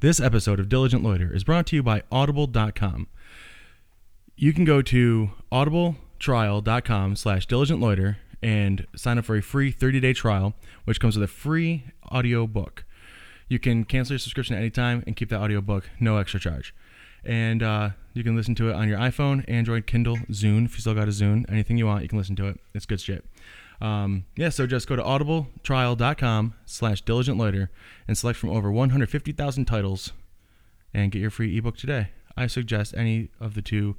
This episode of Diligent Loiter is brought to you by Audible.com. You can go to audibletrial.com slash diligent loiter and sign up for a free 30-day trial, which comes with a free audio book. You can cancel your subscription at any time and keep that audio book, no extra charge. And uh, you can listen to it on your iPhone, Android, Kindle, Zune. If you still got a Zune, anything you want, you can listen to it. It's good shit. Um, yeah, so just go to audibletrial.com slash diligent loiter and select from over 150,000 titles and get your free ebook today. I suggest any of the two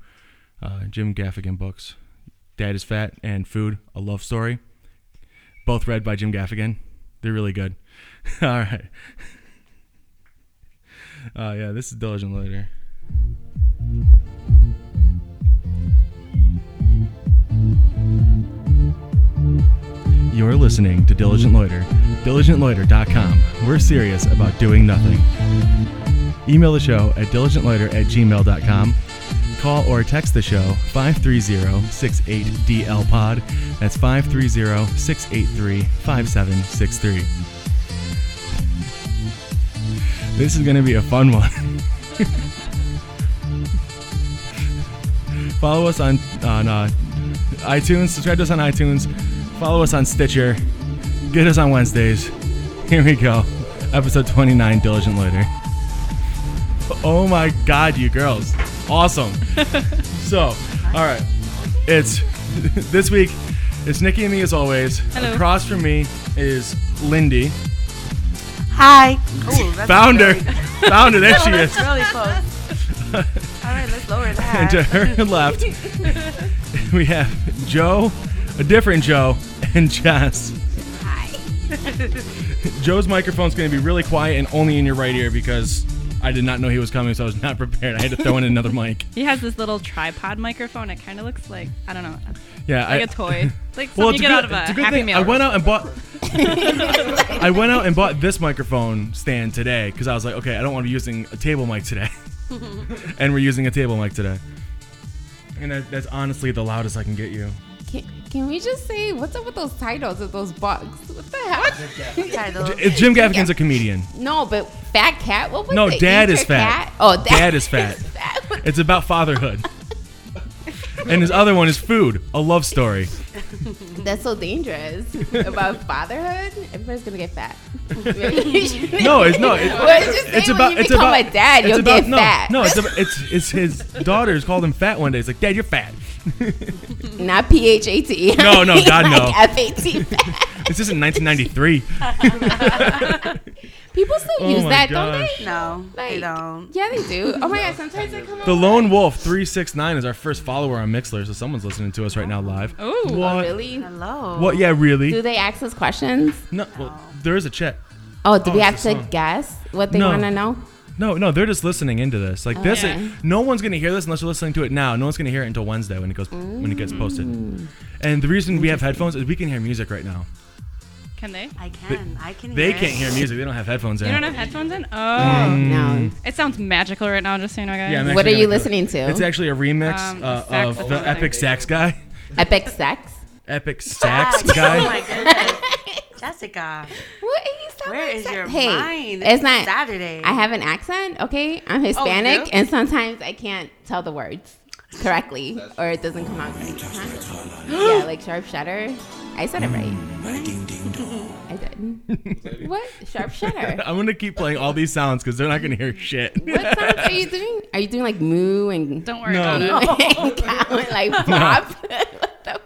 uh, Jim Gaffigan books, Dad is Fat and Food, A Love Story, both read by Jim Gaffigan. They're really good. All right. Uh, yeah, this is Diligent Loiter. You're listening to Diligent Loiter, diligentloiter.com. We're serious about doing nothing. Email the show at diligentloiter at gmail.com. Call or text the show 530-68DL pod. That's 530-683-5763. This is going to be a fun one. Follow us on on uh, iTunes. Subscribe to us on iTunes. Follow us on Stitcher. Get us on Wednesdays. Here we go. Episode 29, Diligent Loiter. Oh my god, you girls. Awesome. so, all right. It's this week. It's Nikki and me as always. Hello. Across from me is Lindy, Hi. Ooh, that's founder. Really, Founder, there she is. really close. All right, let's lower And that. to her left, we have Joe, a different Joe, and Jess. Hi. Joe's microphone's going to be really quiet and only in your right ear because I did not know he was coming, so I was not prepared. I had to throw in another mic. He has this little tripod microphone. It kind of looks like I don't know, like Yeah, I, a toy, like something Well, you it's a get good, out of a, it's a good Happy thing. Meal. I went out and bought. I went out and bought this microphone stand today because I was like, okay, I don't want to be using a table mic today, and we're using a table mic today, and that, that's honestly the loudest I can get you. Can, can we just say what's up with those titles of those bugs? What the heck? Title. Oh. J- Jim Gaffigan's a comedian. No, but fat cat. What was No, it? dad Eat is your fat. cat? Oh, dad, Dad is fat. It's about fatherhood. and his other one is food, a love story. That's so dangerous about fatherhood. Everybody's gonna get fat. No, it's no. It, Well, it's just saying when you become a dad, it's you'll about- get no, fat. No, it's, about, it's it's his daughters called him fat one day. It's like, Dad, you're fat. Not P H A T. E. No, no, God, no. F A T. E, This isn't 1993. People still Oh use my that, gosh. don't they? no, Like, they don't. Yeah, they do. Oh my god, sometimes they come. The Lone Wolf 369 is our first follower on Mixler, so someone's listening to us right now live. Ooh. Oh, what? Oh, really? Hello. What? Yeah, Do really? they ask us questions? No, well, there is a chat. Oh, do Oh, we it's have a to song. guess what they No. want to know? No, no, they're just listening into this. Like this, Okay. no one's gonna hear this unless you're listening to it now. No one's gonna hear it until Wednesday when it goes when it gets posted. And the reason we have headphones is we can hear music right now. Can they? I can. I can. They hear can't it. hear music. They don't have headphones in. You don't have headphones in? Oh, No. it sounds magical right now. Just so you know, guys. Mm. Yeah, I'm What are actually gonna you do listening it. to? It's actually a remix Um, uh, of saxophone. the Epic Sax guy. Epic sex. Epic Sax Oh guy. my goodness. Jessica, What are you sound where like is that? your hey, mind? It's not. Saturday. I have an accent, okay? I'm Hispanic, do? and sometimes I can't tell the words correctly, or it doesn't come out right. Huh? yeah, like sharp shutter. I said it right. Mm. I did. what? Sharp shutter. I'm gonna keep playing all these sounds because they're not gonna hear shit. What sounds are you doing? Are you doing like moo and Don't worry No. about it. and cow and, like pop? What the-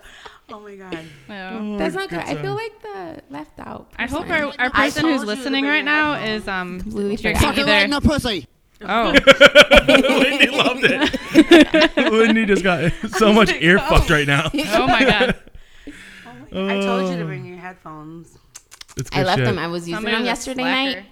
Oh my god. No. That's not good. I feel like the left out. I hope person. our, our Mm. I person told who's you to listening bring right it now up. is um Completely you're forgot. either- pussy. Oh, Lindy loved it. Lindy just got so much ear fucked right now. Oh, oh my god. I told you to bring your headphones. It's good I left shit. them. I was using Somebody's them a yesterday slacker. night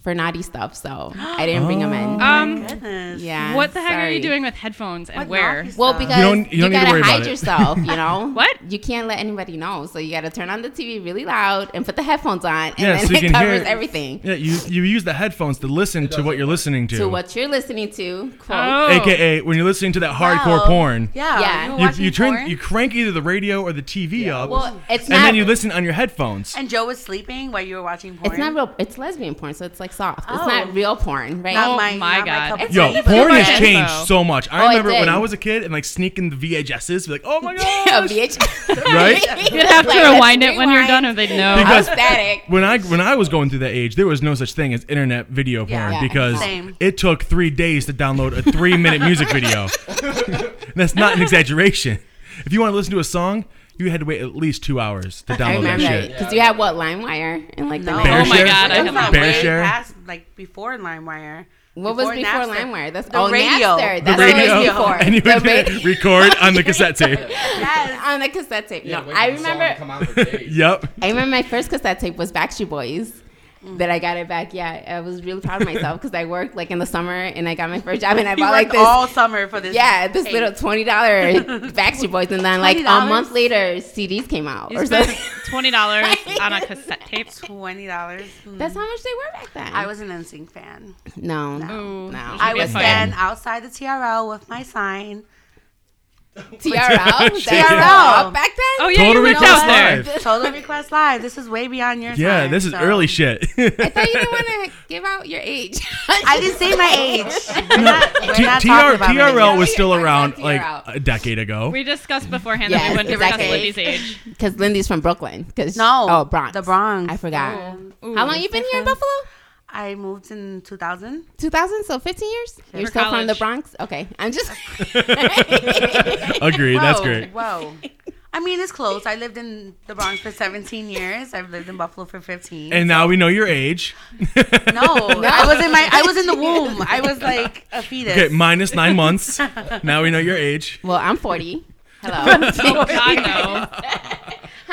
for naughty stuff, so I didn't bring them in. Oh Um, Goodness. Yeah. what the heck are you sorry. doing with headphones and What where? naughty Well, stuff? because You you, don't- you don't need to gotta worry about hide it. yourself, you know. What? You can't let anybody know, so you gotta turn on the TV really loud and put the headphones on, and Yeah, then so you it can hear- covers everything. Yeah, you you use the headphones to listen to what you're listening to. To what you're listening to, quote. Oh, AKA when you're listening to that hardcore Wow. porn. Yeah. Yeah. You- You, were You, watching you turn porn? you crank either the radio or the TV up, Well, it's and not. then you listen on your headphones. And Joe was sleeping while you were watching porn. it's not real. It's lesbian porn, so it's like like soft. It's Oh. not real porn, right? Not Oh my, my not God. My cup of It's Yo, like tea. a porn has freaking- changed though. so much. I Oh, it remember when did. I was a kid and like sneaking the VHSs, be like, oh my a god. bitch. Right? You'd have to Like, rewind it when you're rewind. done, or they'd know. Because- Static. When I when I was going through that age, there was no such thing as internet video porn Yeah. Yeah. because Same. it took three days to download a three minute music video. And that's not an exaggeration. If you want to listen to a song, you had to wait at least two hours to I download that remember shit. because you had what LimeWire and like the No. Bear Oh my share? God, I It have was not. like Bear way share? past, like before LimeWire. What was before Napster. LimeWire? That's the oh, radio. Napster. The That's radio, what it was before. and you The would hit ra- record on the cassette tape. Yes. on the cassette tape. Yeah, No, wait for I the song to remember. Come out for days. Yep. I remember my first cassette tape was Backstreet Boys. Mm. That I got it back. Yeah, I was really proud of myself because I worked like in the summer and I got my first job and I You bought like worked this. all summer for this. yeah, this tape. little twenty dollar Backstreet Boys, and then like a $20? month later, CDs came out You or spent something. twenty dollars on a cassette tape. twenty dollars. Hmm. That's how much they were back then. I was an NSYNC fan. no, no. Ooh. Should I be a would fight. stand outside the TRL with my sign. TRL, Shit. TRL back then. Oh yeah, Total you lived Request out there. Live. Total Request Live. This is way beyond your Yeah, time, this is so- early shit. I thought you didn't want to give out your age. I didn't say my age. We're not, we're T- not TR- talking about my TRL age. was still We're around not like TRL. a decade ago. We discussed beforehand Yes, that we wouldn't exactly. discuss Libby's age. because Lindy's from Brooklyn. Because No, oh Bronx, the Bronx. I forgot. Oh. Ooh. How long you been here in Buffalo? I moved in 2000. 2000, so 15 years. You're still from college. the Bronx. Okay, I'm just. Agreed. That's Whoa, great. Whoa. I mean, it's close. I lived in the Bronx for 17 years. I've lived in Buffalo for 15. And now we know your age. no, I was in my. I was in the womb. I was like a fetus. Okay, minus nine months. Now we know your age. well, I'm 40. Hello. God no.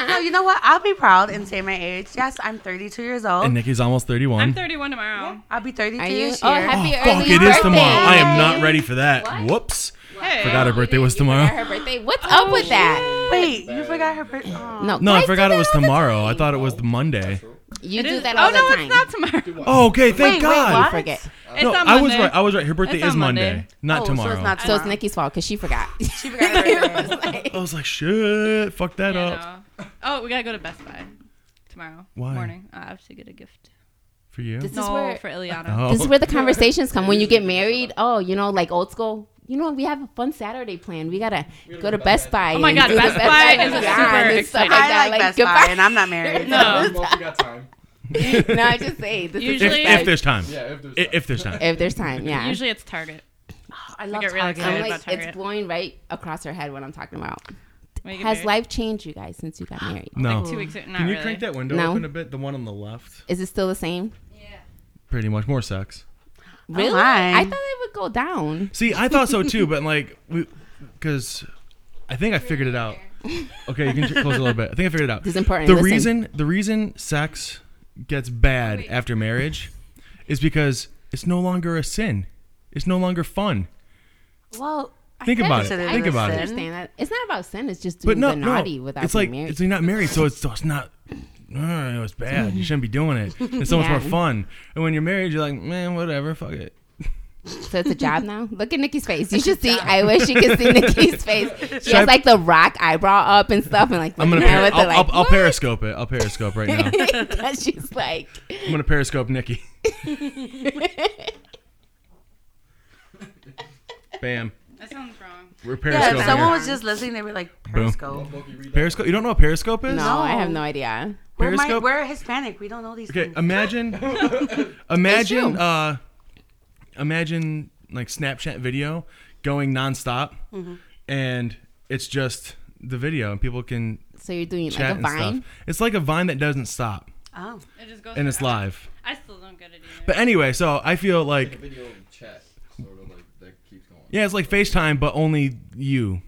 No, you know what? I'll be proud and say my age. Yes, I'm 32 years And old. Nikki's almost 31. I'm 31 tomorrow. I'll be 32 Are you? this Oh, year. happy Oh, early fuck, it birthday! is tomorrow. I am not ready for that. What? Whoops. Hey. Forgot her birthday was tomorrow. Her birthday. What's up Oh, with that? Wait, you forgot her birthday? Oh. No, No, guys I do forgot that it was all the tomorrow. I time. thought it was the Monday. you It do is- that oh all no, the time. it's not tomorrow. Oh, okay. Thank wait, God. what? Forget. It's No, on I was Monday. right. I was right. Her birthday It's is on Monday, Monday. not Oh, so it's tomorrow. not- So it's Nikki's fault because she forgot. She forgot her birthday. I was like, shit, fuck that Yeah, up. no. Oh, we gotta go to Best Buy tomorrow Why? morning. I have to get a gift. For you? This is no, where- for Ileana. Oh. This is where the conversations come when you get married. Oh, you know, like old school. You know, we have a fun Saturday plan. We gotta go to Best Buy. Oh my and God, do the Best Buy Buy is design a super and stuff exciting- like I that. like, Like, Best goodbye. Buy, and I'm not married. No. Well, if we got time. no, I just say this is Usually- Best Buy. if there's time. Yeah, if there's I- time. If there's time. if there's time, Oh. yeah. Usually it's Target. I love get really Target. excited. I'm about like, Target. it's blowing right across her head what I'm talking about. When you get Has married. life changed you guys since you got married? No. Two weeks. Not Can you really. crank that window No. open a bit? The one on the left? Is it still the same? Pretty much. More sex. Oh, Really? my. I thought it would go down. See, I thought so too, but like, we, because I think I figured it out. Okay, you can close a little bit. I think I figured it out. This is important. The Listen. reason the reason sex gets bad after marriage is because it's no longer a sin. It's no longer fun. Well, I Think about it. consider Think a about it. I sin. understand that. It's not about sin. It's just But doing no, the naughty no, without it's like being married. it's you're not married, so it's so it's not. No, it's bad. You shouldn't be doing it. It's so much Yeah. more fun. And when you're married, you're like, man, whatever, fuck it. So it's a job now. Look at Nikki's face. You should see. I wish you could see Nikki's face. She I- has like the rock eyebrow up and stuff, and like I'm gonna. looking Peri- at I'll, her I'll, with I'll the, periscope it. I'll periscope right now. like, what? 'Cause she's like, I'm gonna periscope Nikki. Bam. That sounds wrong. We're Yeah, periscoping. if someone was just listening, they'd be like, Periscope. here. Periscope. You don't know what periscope is? no, I have no idea. We're, my, Periscope? we're Hispanic. We don't know these Okay, um, things. imagine, imagine, uh, imagine like Snapchat video going nonstop, Mm-hmm. and it's just the video, and people can So you're doing like chat a and stuff. vine. It's like a vine that doesn't stop, Oh. It just goes. and it's forever. live. I still don't get it either. But anyway, so I feel like Video chat. Sort of like that keeps going. yeah, it's like Facetime, but only you.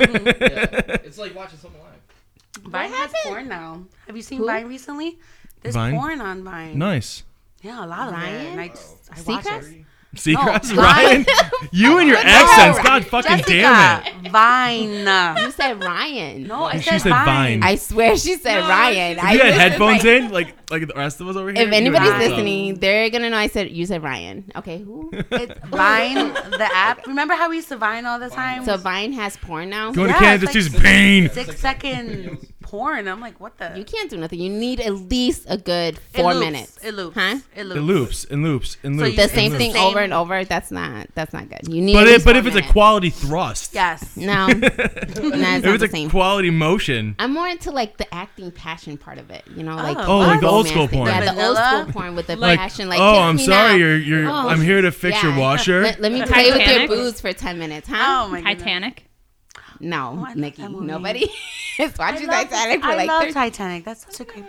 Yeah. It's like watching someone live. Vine has porn now. Have you seen Who? Vine recently? There's Vine? porn on Vine. Nice. Yeah, a lot of it. Ryan? And I just, I watch Seacrest? it. Oh, Seacrest, No, Ryan, you and your accents, Ryan. God fucking Jessica, damn it. Vine. No, You said Ryan. I She said, said Vine. Vine. I swear she said No, Ryan. If you I had was just headphones like- in, like like the rest of us over here. If you would anybody's have been- listening, they're gonna know I said you said Ryan. Okay, who? It's Vine, the app. Remember how we used to Vine all the time? So Vine has porn now. going Yeah, to Canada, it's she's like- pain. Six seconds. porn. I'm like, what the? You can't do nothing. You need at least a good It four loops. minutes. It loops. Huh? It It loops. loops and loops and So loops. you- The and same loops. thing Same. over and over. That's not. That's not good. You need. But at it, least but four if it's a minutes. quality thrust, Yes. no, no, it's if not the it's a same. quality motion, I'm more into like the acting passion part of it. You know, like Oh, like the old romance school thing. porn. Yeah, the old Vanilla? school porn with the like, passion. Like, oh, kiss I'm me sorry, now. you're you're. Oh, I'm here to fix your yeah. washer. Let, let me play with your Titanic? boobs for ten minutes, huh? Oh my god. Titanic. no, I love Nikki, that movie. nobody is watching Titanic for I like. love 30 Titanic. That's such a great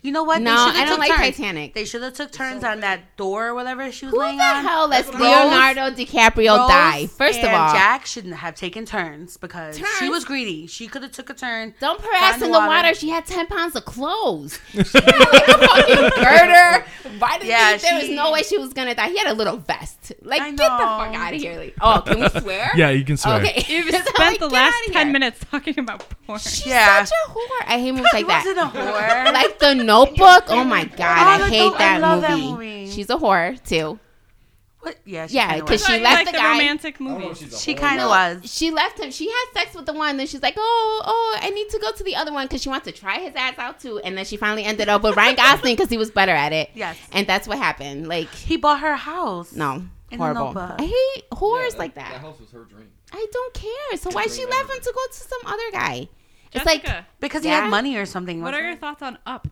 You know what? They No, should've I don't took like turns. Titanic. They should have took turns on that door or whatever she was Who the laying on. hell lets what I'm- Leonardo DiCaprio Rose die? First of and all, Jack shouldn't have taken turns because she Turns? was greedy. She could have took a turn. Don't put her ass Found in the water. She had ten pounds of clothes. She had like a fucking girder. Why did Yeah, he, there was she- no way she was gonna die? He had a little vest. Like I get the fuck know. out of here. Like, oh, can we swear? yeah, you can swear. Okay. You've Like, spent the get last outta ten here. minutes talking about porn. She's Yeah. such a whore. I hate movies like that. Wasn't a whore. like the Notebook. Oh my god, Oh, I The hate Note- I that, love that movie. movie. She's a whore too. what? Yeah. She Yeah, kinda 'cause was. she So you left like the the, guy- romantic I don't know if movies. she's a She whore. kind of was. She left him. She had sex with the one, then she's like, "Oh, oh, I need to go to the other one because she wants to try his ass out too." And then she finally ended up with Ryan Gosling because he was better at it. Yes. and that's what happened. Like, He bought her a house. no, In the horrible. notebook. I hate Yeah, whores that- like That that. house was her dream. I don't care. So why she left him to go to some other guy? It's Jessica, like, because he Yeah? had money or something. what are wasn't your it? thoughts on Up?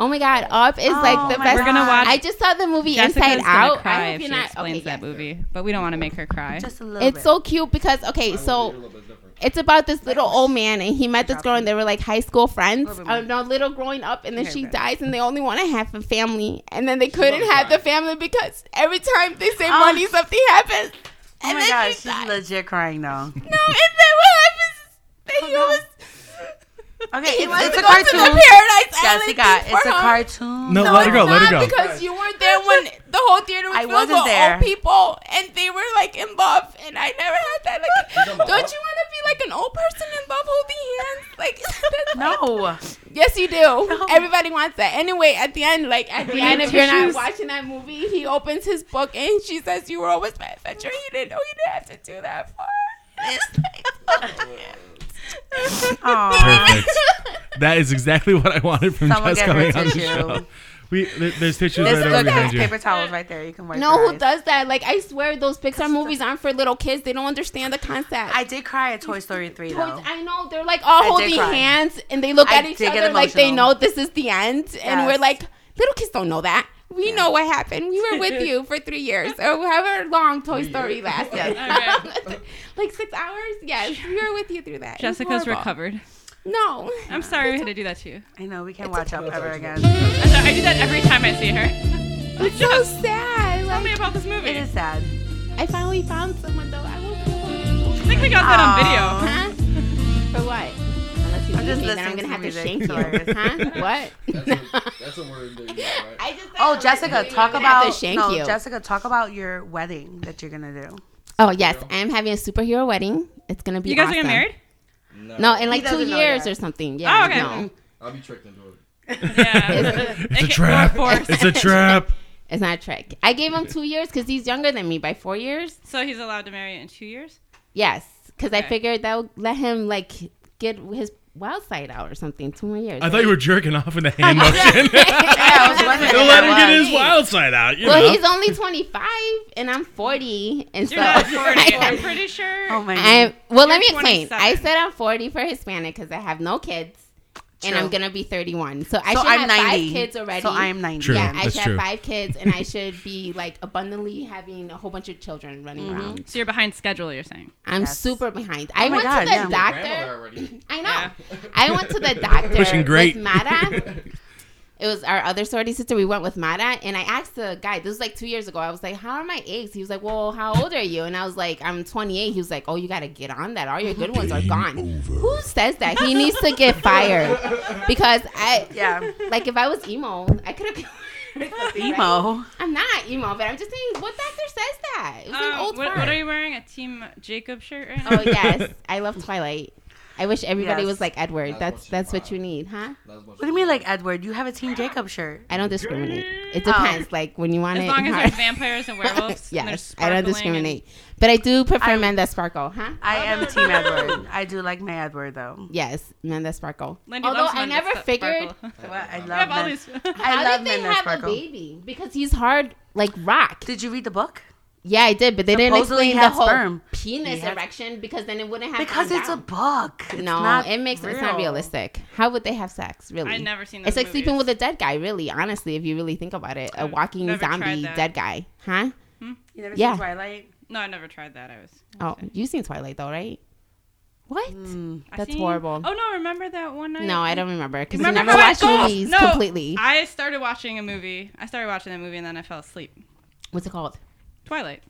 oh my god, Up is like the my best. Oh We're gonna watch. I just saw the movie Jessica's Inside gonna Out. Cry I hope if you're she not. explains Okay, that yes. movie, but we don't want to make her cry. Just a little. It's bit. so cute because okay, I would so. be a little bit different. It's about this little old man, and he met this girl, and they were like high school friends. Little bit more. Uh, no, little growing up, and then Okay, she okay. dies, and they only want to have a family, and then they couldn't loves have crying. the family because every time they say Oh. Ah. money, something happens. Oh and my then god, she she's dies. legit crying though. No, and then what happens? is That he Oh, no. was Okay, he it's, wants it's to a go to the cartoon. Paradise Island. Jessica, thing for it's a her. cartoon. No, No, let it it's go. Let it not, go. because you were there when the whole theater was I filled wasn't with there. old people, and they were like in love, and I never had that. Like, talking about don't us? you want to be like an old person in love, holding hands? Like, that's No. Yes, you do. Everybody wants that. Anyway, at the end, like at the end, if you're not watching that movie, he opens his book and she says, "You were always my adventure." He didn't know he didn't have to do that for. Aw. That is exactly what I wanted from Someone Jess get her coming on the tissue. show. We there, there's tissues This right over look behind at you. paper towels right there. You can wipe No, your who eyes. does that? Like, I swear those Pixar movies aren't for little kids. They don't understand the concept. I did cry at Toy Story 3 though. I know they're like all did holding cry. hands and they look I at each did get other like they emotional. know this is the end, and Yes. we're like, little kids don't know that. We know what happened. We were with you for three years or however long Toy Three Story years. lasted. Alright. like six hours? Yes, we were with you through that. It was Jessica's horrible. recovered. No. I'm sorry we had to do that to you. I know we can't watch up ever again. I'm sorry, I do that every time I see her. It's so sad. Tell me Like, about this It movie. is sad. I finally found someone though. I will I think we got that on Aw. video. Huh? For what? Unless you I'm leave just me, then I'm listening gonna to have to music, shank you. sorry. Huh? That's What? a, that's a word that you know, right? I just Oh, Jessica, talk the about shank no, you. Jessica, talk about your wedding that you're gonna do. Oh yes, I'm having a superhero wedding. It's gonna be. You guys are awesome. getting married? Oh, No, in like He two doesn't know years yet. or something. Yeah. okay. No, I'll be tricked into it. Yeah. It's a Okay, trap. of course. It's a trap. it's not a trick. I gave him two years because he's younger than me by four years. So he's allowed to marry in two years? Yes, because I Okay. figured that would let him like get his wild side out or something. Two more years. I thought you were jerking off in the hand motion. I was wondering Don't if let that him get was. his wild side out. You Well, know. he's only 25 and I'm 40, and You're so not 40. I'm pretty sure. Oh my god. I'm, well, let me You're explain. I 27. said I'm 40 for Hispanic because I have no kids, and True. I'm gonna be 31. So I So should I'm have 90. five kids already. So I'm 90. True. Yeah, I that's should true. have five kids, and I should be like abundantly having a whole bunch of children running around. So you're behind schedule, you're saying. I'm Mm-hmm. Yes. Oh super behind. I my went God, to the yeah. You're a doctor. grandmother already. I know. Yeah. I went to the doctor Pushing great. with Mata. It was our other sorority sister. We went with Mata, and I asked the guy. This was like two years ago. I was like, "How are my eggs?" He was like, "Well, how old are you?" And I was like, "I'm 28." He was like, "Oh, you got to get on that. All your good ones are gone." Who says that? He needs to get fired because I, Yeah. like, if I was emo, I could have. Emo. I'm not emo, but I'm just saying, what doctor says that? It was an Um, old Oh, what, fart. what are you wearing? A Team Jacob shirt right now? Oh yes, I love Twilight. I wish everybody Yes. was like Edward. That's That's that's what what you need, huh? That's what What do you mean, like Edward? You have a Team Jacob shirt. I don't discriminate. It depends. Like when you want Oh. As it. long as hard. there's vampires and werewolves. and there's yes, I don't sparkling and- discriminate, but I do prefer men that sparkle, huh? I am Team Edward. I do like my Edward though. Yes, men that sparkle. Lindy Although loves I men never that figured sparkle. Well, I love I have all men. these. I how love did they men that have sparkle. a baby because he's hard like rock. Did you read the book? Yeah, I did, but they didn't Supposedly explain he the had whole sperm. penis He had- erection because then it wouldn't have Because gone it's a down. book. It's no, not it makes it's not real. realistic. How would they have sex? Really, I've never seen It's those like sleeping movies. with a dead guy. Really, honestly, if you really think about it, a I've walking never tried zombie that. dead guy, huh? You never Yeah. seen Twilight? No, I never tried that. I was. Oh, you've seen Twilight though, right? What? Mm. I That's seen- horrible. Oh no! Remember that one night? No, I don't remember because you Remember never how I watch told- movies No, completely. I started watching a movie. I started watching that movie and then I fell asleep. What's it called? Twilight.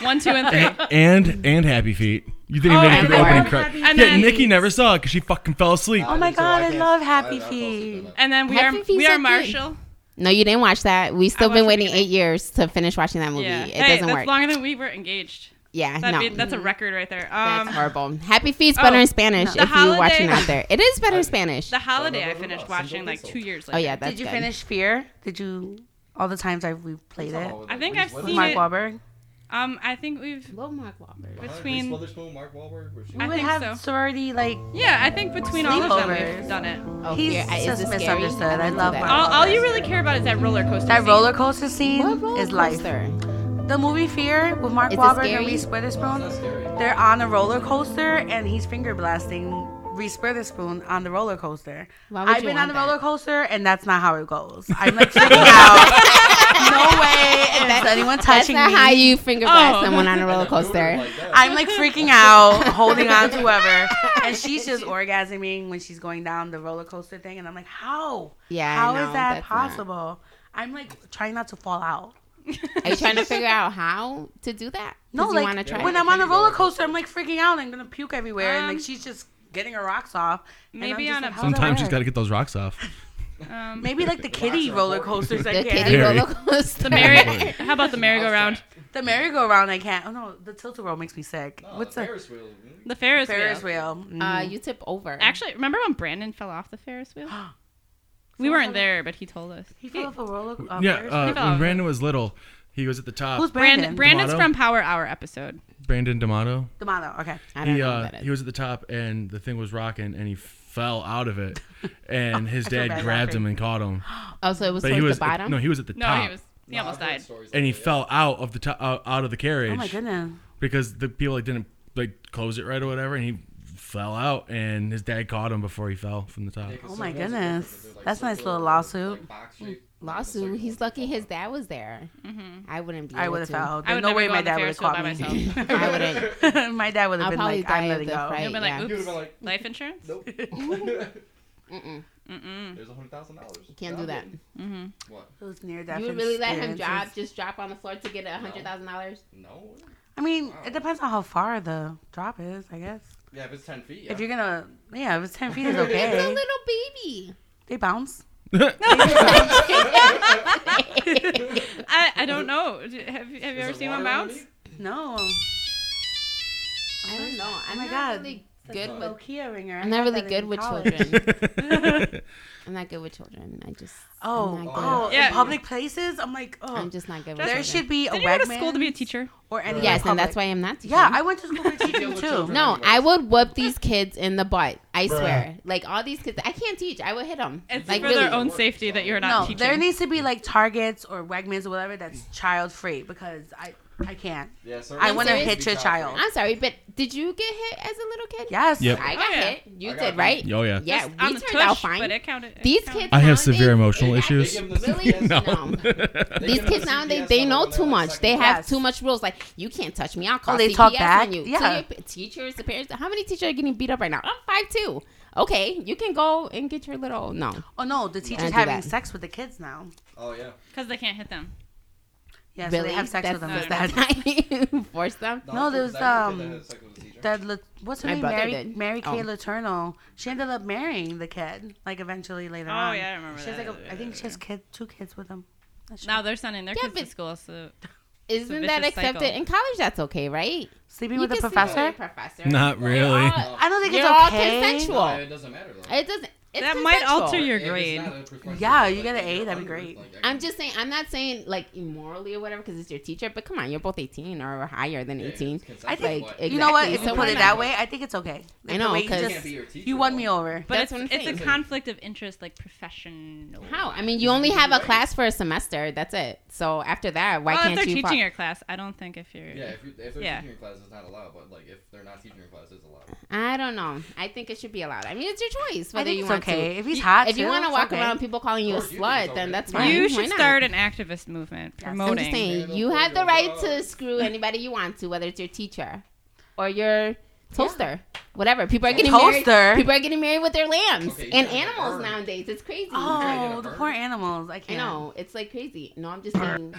One, two, and three. and and Happy Feet. You didn't Oh, make it and to the Happy opening Feet. credits. And Yeah, then- Nikki never saw it because she fucking fell asleep. Oh my did, so God, I can't- love Happy I- I fell asleep Feet. on that. And then we Happy are Feet's we are okay. Marshall. No, you didn't watch that. We still been I watched the waiting beginning. eight years to finish watching that movie. Yeah. It hey, doesn't that's work. longer than we were engaged. yeah, That'd no. Mm-hmm. be, that's a record right there. Um, That's horrible. Happy Feet's better oh, in Spanish the if you're watching holiday- out there. It is better in Spanish. The holiday I finished Cinco watching like Pesos. two years later. Oh yeah, that's Did you good. finish Fear? Did you? All the times I've we played it. Oh, I think Reese I've Witherspoon- With seen Mark it. Wahlberg. Um, I think we've Little Mark Wahlberg. Reese between. Witherspoon, Mark Wahlberg. where she- We I would think have so. sorority like Yeah, I think between all of them Sleepovers. we've done it. Oh, He's here, I- is just this scary? misunderstood. don't I do love that. Mark All, all you really care about is that roller coaster. that scene. roller coaster scene What roller is life. coaster? The movie Fear with Mark Is it Wahlberg scary? and Reese Witherspoon. That's scary. They're on a roller coaster and he's finger blasting Reese Witherspoon on the roller coaster. Why would I've you been want on the that? roller coaster and that's not how it goes. I'm like freaking out. No way is anyone That's touching not me. how you finger blast Oh. someone on a roller Doing it coaster. like that. I'm like freaking out, holding on to whoever, and she's just orgasming when she's going down the roller coaster thing, and I'm like, how? Yeah, how is no, that that's not- possible? I'm like trying not to fall out. Are you trying to figure out how to do that? 'Cause No, you like wanna try when it? I'm on a roller coaster, I'm like freaking out. I'm gonna puke everywhere, and Um, like she's just getting her rocks off. and I'm maybe just on like, a- how does that Sometimes she's work? got to get those rocks off. Um, Maybe like the kitty are roller important. coasters. I the can't. kiddie Very. roller coaster. the merry. How about the merry-go-round? The merry-go-round, I can't. Oh no, the tilt-a-roll makes me sick. Oh, What's the the Ferris wheel? mm. The Ferris, Ferris wheel. wheel? Uh, Mm. you tip over. Actually, remember when Brandon fell off the Ferris wheel? we weren't there, but he told us. he fell off a roller. Uh, yeah, Ferris uh, wheel? People. when Brandon was little, he was at the top. Who's Brandon, Brandon? Brandon's D'Amato? from Power Hour episode. Brandon D'Amato. D'Amato. Okay. I don't He know uh, what that he is. was at the top, and the thing was rocking, and he fell out of it, and his I feel dad bad grabbed him laughing. and caught him. Oh, so it was But towards he was uh, the bottom. no, he was at the No, top, he was he No, I've almost heard died. stories like and he that, yeah. fell out of the top out, out of the carriage. Oh my goodness. because the people like didn't like close it right or whatever, and he fell out, and his dad caught him before he fell from the top. Yeah, 'cause Oh my some ones are different, goodness. they're, like, That's a nice circular, little like, lawsuit. box shape, like, a Mm, circle. Lawsuit. He's lucky his dad was there. I wouldn't be. I able would have to. fell. Mm-hmm. I There's would no never way go my on the dad would Ferris have wheel by caught me. myself. Uh, You'd I wouldn't. my dad would I'll have been probably like, I'm die of letting the go. fright. been like, Yeah. oops, You would have been life insurance. like, nope. Mm-mm. mm-hmm. There's a hundred thousand dollars. Can't do that. What? It was near death. You would really let him experiences. drop, just drop on the floor to get a hundred thousand dollars? No. I mean, it depends on how far the drop is, I guess. Yeah, if it's ten feet. Yeah. If you're gonna, yeah, if it's ten feet, it's It's a okay. little baby. they bounce. I, I don't know. Do- Have, you- have you Is ever it seen one water bounce? underneath? No, I don't know. I'm my not God. really good not- with. Nokia ringer. I I'm not had really that good in with college. children. I'm not good with children. I just. Oh, I'm not good. oh, Yeah. in public places, I'm like, oh, I'm just not good with there children. should be a Did you go to school to be a wegman teacher? or any. Yes, and that's why I'm not. Teaching. Yeah, I went to school for teaching with too. children. No, I would whoop these kids in the butt. I swear. Like all these kids, I can't teach. I would hit them. It's like for really. their own safety that you're not no, teaching. there needs to be like Targets or Wegmans or whatever that's child free because I I can't. Yeah, certain I things want to need to hit be your child. I'm sorry, but did you get hit as a little kid? Yes. Yep. I got Oh, yeah. hit. You I got did, hit. right? oh yeah, Yeah, Just we on the turned tush, out fine. But it counted. it These counted. kids. I have nowadays- severe emotional They issues. They give them the Really? CPS No. number. They These give them kids the nowadays CPS they number know when they're too like much. They second have Yes. too much rules. Like you can't touch me. I'll call Oh, they CPS talk on back? you. So Yeah. your p- teachers, the parents. How many teachers are getting beat up right now? I'm five two. Okay, you can go and get your little no. Oh no, the I teachers do having that. sex with the kids now. Oh yeah. Because they can't hit them. Yeah, so really, they have sex with them. That's Is not- that that's not- force them. No, that's there's, exactly um, what the second was a teacher. that La- what's her My name? brother Mary did. Mary Kay Oh. Letourneau. She ended up marrying the kid, like eventually later Oh, on. yeah, I remember She has that. like a, I think she has kid two kids with him. That's Now true. they're sending their Yeah, kids to but- school, so Isn't a that vicious accepted cycle. in college? That's okay, right? Sleeping You with a can sleep professor? with a professor. Not really. all- I don't think You're it's all okay. consensual. No, it doesn't matter though. It doesn't. It's That might consensual. alter your If it's grade. not a professional, Yeah, you like, get an if you're A, that'd be hungry, great. like, I I'm can- just saying. I'm not saying like immorally or whatever because it's your teacher. But come on, you're both 18 or higher than Yeah, it's 18. consensual. I think- Like, You know what? Exactly. If you So put why it not? that way, I think it's okay. Like, I know, the way you 'cause- You just- can't be your teacher, you won though. me over. But That's it's, what I'm it's a saying. conflict of interest, like professional. How? I mean, you only have a class for a semester. That's it. So after that, why well, if can't Uh, they're you? teaching fo- your class, I don't think if you're. Yeah, if, you, if they're Yeah. teaching your class, it's not allowed. But like, if they're not teaching your class, it's allowed. I don't know. I think it should be allowed. I mean, it's your choice I whether think you it's want okay. to. If he's hot, If you too, want to it's walk okay. around people calling you a Of course, you think it's slut, then okay. that's fine. You Why should not? start an activist movement I'm promoting. just saying, Yeah, you they'll have pull the your right dog. to screw anybody you want to, whether it's your teacher or your toaster, whatever. People are getting Toaster? married. People are getting married with their lambs Okay, you and said animals bird. nowadays. It's crazy. trying to get Oh, a the bird? poor animals. I I can't. know it's like crazy. No, I'm just saying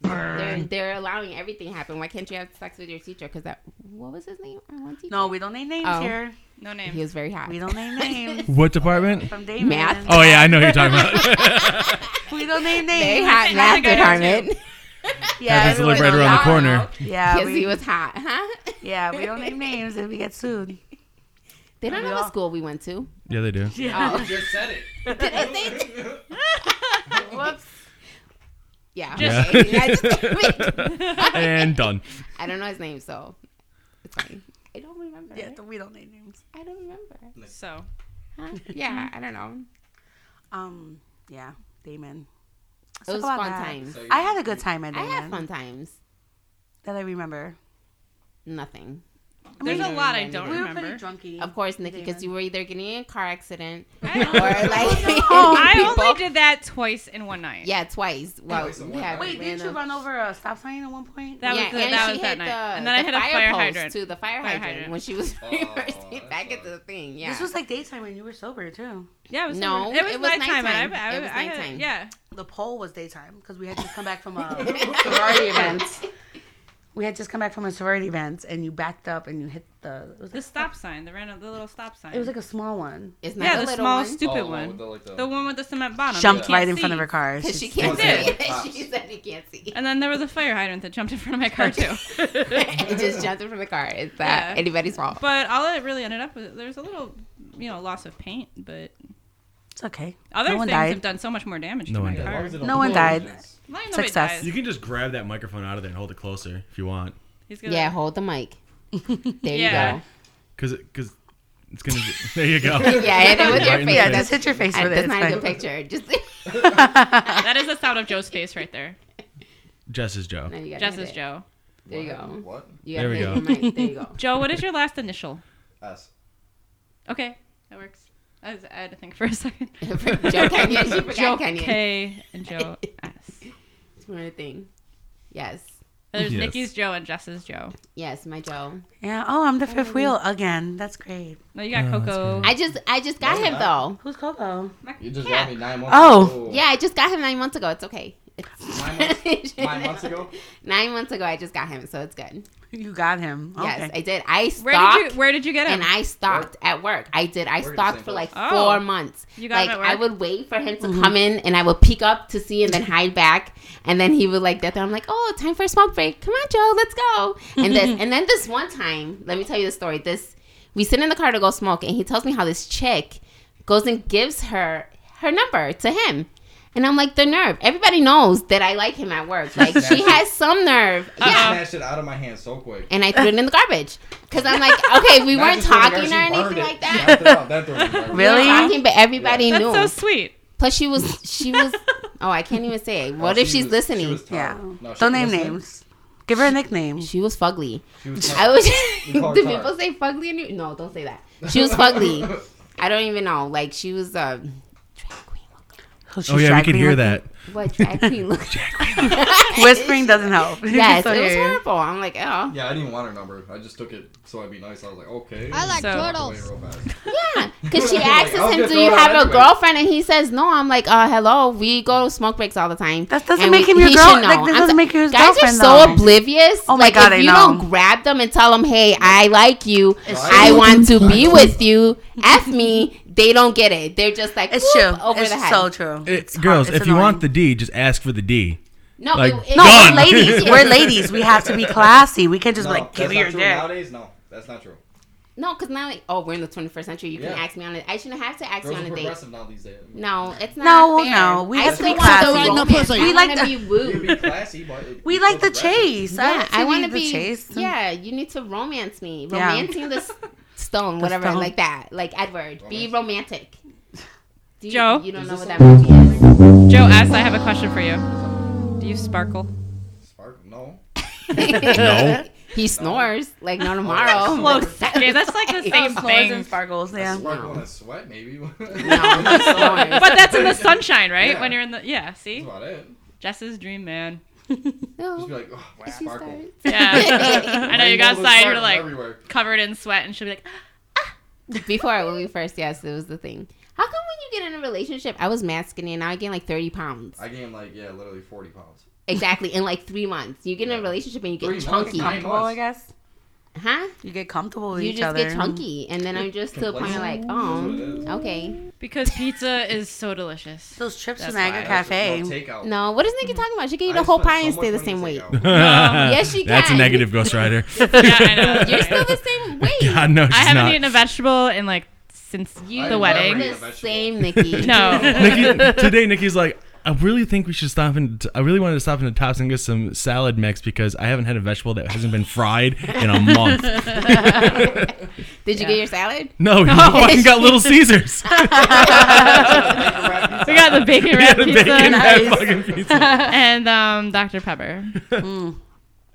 they're they're allowing everything to happen. Why can't you have sex with your teacher? Because that what was his name? I want teacher. No, we don't name names Oh. here. No name. he was very hot. We don't name names. What department? From Damon. Math. Oh yeah, I know who you're talking about. We don't name Very names. hot I math think I know department. Yeah, Happens to live right everyone around the knows. corner. Yeah, Because we, he was hot, huh? yeah, we don't name names if we get sued. They don't We know what all- school we went to. Yeah, they do. Yeah. You just said it. Did I say? Whoops. Yeah. Yeah. okay. I just- And done. I don't know his name, so it's fine. I don't remember. Yeah, we don't name names. I don't remember. So Huh? Yeah, I don't know. Um, yeah, Damon. Let's It talk was about fun that. times. So you- I had a good time at I Damon. had fun times. That I remember. Nothing. there's a mean, lot I we don't were We were remember. pretty drunky. Of course, Nikki, because you were either getting in a car accident I or only- like Oh, I people- only did that twice in one night. yeah twice. Well, Twice in we one had night. Wait, didn't you random- run over a stop sign at one point? That yeah, was the- and that she was hit that night. the- And then I the hit a fire, fire post hydrant. to the fire, Fire hydrant, hydrant. when she was Oh, reversing that's back into fun. the thing. Yeah, This was like daytime when you were sober too. Yeah, it was No, summer. it was, it was nighttime. and nighttime. I, I, It was I had- nighttime. yeah, The poll was daytime because we had just come back from a sorority event. We had just come back from a sorority event, and you backed up and you hit the. It was, the stop sign, the random, the little stop sign. it was like a small one. it's not yeah, a the little small one. stupid Oh, one, with the, like, the- the one with the cement bottom. Jumped You can't right in front see. of her car. Because she can't see Yeah. it. she said she can't see. And then there was a fire hydrant that jumped in front of my car too. it just jumped in from the car. It's that Yeah. anybody's fault. But all it really ended up with there's a little, you know, loss of paint, but It's okay. other no one things have died. done so much more damage No to one my died. car. No one died. Well, nobody Success. dies. You can just grab that microphone out of there and hold it closer if you want, He's gonna, yeah, hold the mic. There Yeah. you because because it's gonna. Be, there you go. go. Yeah, hit it with Right your in the face. face. Yeah, just hit your face I- with it. that's It's not a good fine. picture. Just that is the sound of Joe's face right there. Jess is Joe. no, you gotta Jess hit is it. Joe. There you go. What? You There gotta we hit go. your mic. There you go. Joe, what is your last initial? S. Okay, that works. I, was, I had to think for a second. Joe Kenya. She forgot Joe Kenya. K and Joe S. It's one other thing. Yes. There's Yes. Nikki's Joe and Jess's Joe. Yes, my Joe. Yeah. Oh, I'm the fifth wheel again. That's great. No, you got Oh, that's Coco. I just I just got No, him not. though. Who's Coco? You just Yeah. got me nine months Oh. ago. Yeah, I just got him nine months ago. It's okay. Nine months, It's nine months ago? Nine months ago, I just got him, so it's good. You got him. Yes, Okay. I did. I Where stalked. did you Where did you get him? and I stalked at work. I did. I We're in the stalked same for place. like Oh. four months. You got him like at work? I would wait for him to Mm-hmm. come in, and I would peek up to see, and then hide back, and then he would like that. I'm like, oh, time for a smoke break. Come on, Joe, let's go. And this, and then this one time, let me tell you the story. This, we sit in the car to go smoke, and he tells me how this chick goes and gives her her number to him. And I'm like the nerve. Everybody knows that I like him at work. Like she has some nerve. You Yeah, snatched it out of my hand so quick. and I threw it in the garbage because I'm like, okay, we Not weren't just throw it in talking the or garbage, you anything burned it. like that. Knocked it out, that threw it in the garbage. We were Really? talking, but everybody That's knew. so sweet. Plus, she was she was. oh, I can't even say. it. What Oh, if she she's was- listening? She was Yeah. tired. No, Don't she was name listening. names. Give her a nickname. she was fugly. She was I was. You call her do Tara. people say fugly in you? No, don't say that. She was fugly. I don't even know. Like she was a drag queen. Oh yeah, we could hear that. What drag queen look? Whispering doesn't help. yes, So it was here. horrible. I'm like, oh Yeah, I didn't want her number. I just took it so I'd be nice. I was like, okay. I like So- turtles. yeah, because she Like, asks I'll him, get "Do you thrown out have a anyway." girlfriend?" and he says, "No." I'm like, uh, hello. We go to smoke breaks all the time. That doesn't And make him your he girl- should know. like, that I'm doesn't so- make you his guys girlfriend, are so though. oblivious. Oh my Like, God, If I you know. don't grab them and tell them, "Hey, I like you. I true. want to be with you." F me. They don't get it. They're just like, It's whoop, true. over it's the head. so true. It, It's hard. girls, It's if you want the annoying. D, just ask for the D. No, Like, it, it, done. we're ladies. We're ladies. We have to be classy. We can't just No, be like, that's give me not your true. dick. Nowadays, no, that's not true. No, because now, like, oh, we're in the 21st century. You can Yeah. ask me on a I shouldn't have to ask Girls you on are a date. progressive now these days. No, it's not. No, fair. no, we I have to still be want classy. romance. No pussy. I We like wanna the- be You wooed. be classy, but it- We it's like the still progressive. chase. Yeah, I want want to be. Yeah, you need to romance me. Yeah. Romancing the s- stone, whatever, stone. like that. Like Edward, be romantic. Do you, Joe? you don't know what that means. Joe S, I have a question for you. Do you sparkle? Sparkle, no. No. He snores like no tomorrow. Okay, that's like the same Snores and thing. sparkles. Yeah. Sparkle and sweat, maybe. No, he snores. But that's in the sunshine, right? Yeah. When you're in the yeah. See, That's about it. Jess's dream man. Just be No, like, oh, wow, she sparkle. starts. Yeah, I know you got Rainbows outside. You're sparkle like everywhere. covered in sweat, and she'll be like, "Ah, Before when we first, yes, it was the thing. How come when you get in a relationship, I was mad skinny and now I gain like thirty pounds I gained like yeah, literally forty pounds. exactly in like three months. You get in a relationship and you get Three months, chunky, nine Comfortable, I months. guess. huh? You get comfortable with You each just other. get chunky, and then I'm just to the point like, Complacent. That's oh, what okay. because pizza is so delicious. Those trips to That's Niagara why. Cafe. No takeout. No, what is nigga talking about? She can eat I a whole spent pie and so stay the much same money weight. on takeout. yes, Yes, she That's a can. negative Ghost Rider. Yeah, I know. You're right? still the same weight. God, no, she's I haven't not. eaten a vegetable in like since You the look wedding. Eat a The vegetable. same, Nikki. No. Nikki, today, Nikki's like, I really think we should stop and I really wanted to stop in the tops and get some salad mix because I haven't had a vegetable that hasn't been fried in a month. Did you get your salad? No, you fucking got Little Caesars. We got the bacon wrap the pizza bacon wrapped Nice. fucking pizza. and um, Dr. Pepper.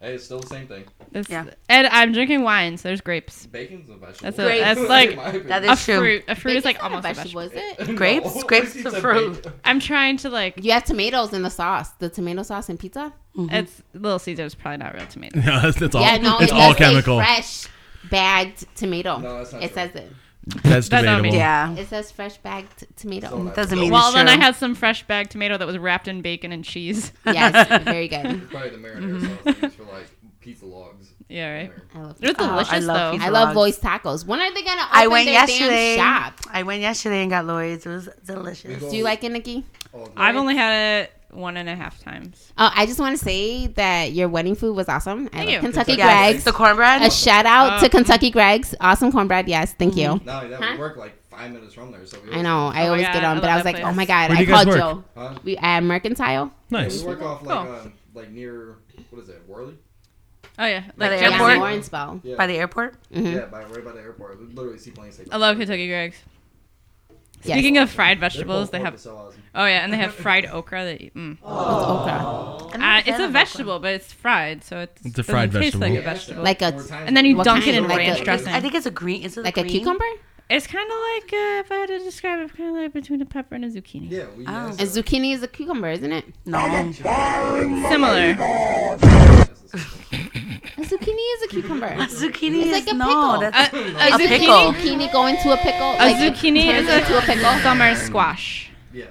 Hey, it's still the same thing. It's- Yeah. And I'm drinking wine, so there's grapes. Bacon's a vegetable. That's a- Grapes. that's like- That A is true. fruit. A fruit is Bacon's like not almost a vegetable. is it? Grapes? Grapes is a fruit. I'm trying to like. You have tomatoes in the sauce, the tomato sauce and pizza. It's Little Caesar's probably not real tomato. No, that's, that's all. yeah, no, it's it all does say chemical. fresh bagged tomato. No, that's not it true. says it. That's That's not debatable. me. Yeah. It says fresh bagged t- tomato. Doesn't mean Well, it's then true. I had some fresh bag tomato that was wrapped in bacon and cheese. yes, very good. Probably the marinara Mm-hmm. sauce they use for like pizza logs. Yeah, right. I love. It was Oh, I delicious love though. pizza. I love Vlogs. Lois tacos. When are they gonna open I went their yesterday. damn shop? I went yesterday and got Lloyd's. It was delicious. Do you like it, Nikki? Oh, I've only had it one and a half times. Oh, I just want to say that your wedding food was awesome. I Thank love you. Kentucky Yes, Greg's. the cornbread. A shout out Oh. to Kentucky Greg's. Awesome cornbread. Yes, thank you. No, that Huh? would work like five minutes from there. So we I know. I Mm-hmm. Oh my always God, get I on, but love I was that like, place. oh my Where God. do I you guys called work? Joe. Huh? We at Mercantile. Yeah, Nice. we work off like Cool. um, like near what is it, Worley? Oh yeah, like the Jim Yeah, airport? Morton. Lawrenceville. Yeah, by the airport. yeah, by, right by the airport. We literally see planes. take I love off. Kentucky Greg's. Yes. Speaking of fried Their vegetables, pulled they pork have is so awesome. oh yeah, and they have fried okra. That you- mm. What's okra? uh, it's a vegetable, but it's fried, so it's, It's a fried doesn't taste vegetable. Like Like a- a vegetable. More times and then you than- What dunk it kind? in Like ranch a- dressing. I think it's a green. Is it Like a green? cucumber? it's kind of like uh, if I had to describe it, kind of like between a pepper and a zucchini. Yeah, we A zucchini is a cucumber, isn't it? No. Similar. A zucchini is a cucumber. Zucchini is like a no. pickle. Uh, A, That's a a zucchini, pickle. zucchini go into a pickle. a zucchini is into a a pickle. summer squash. yeah.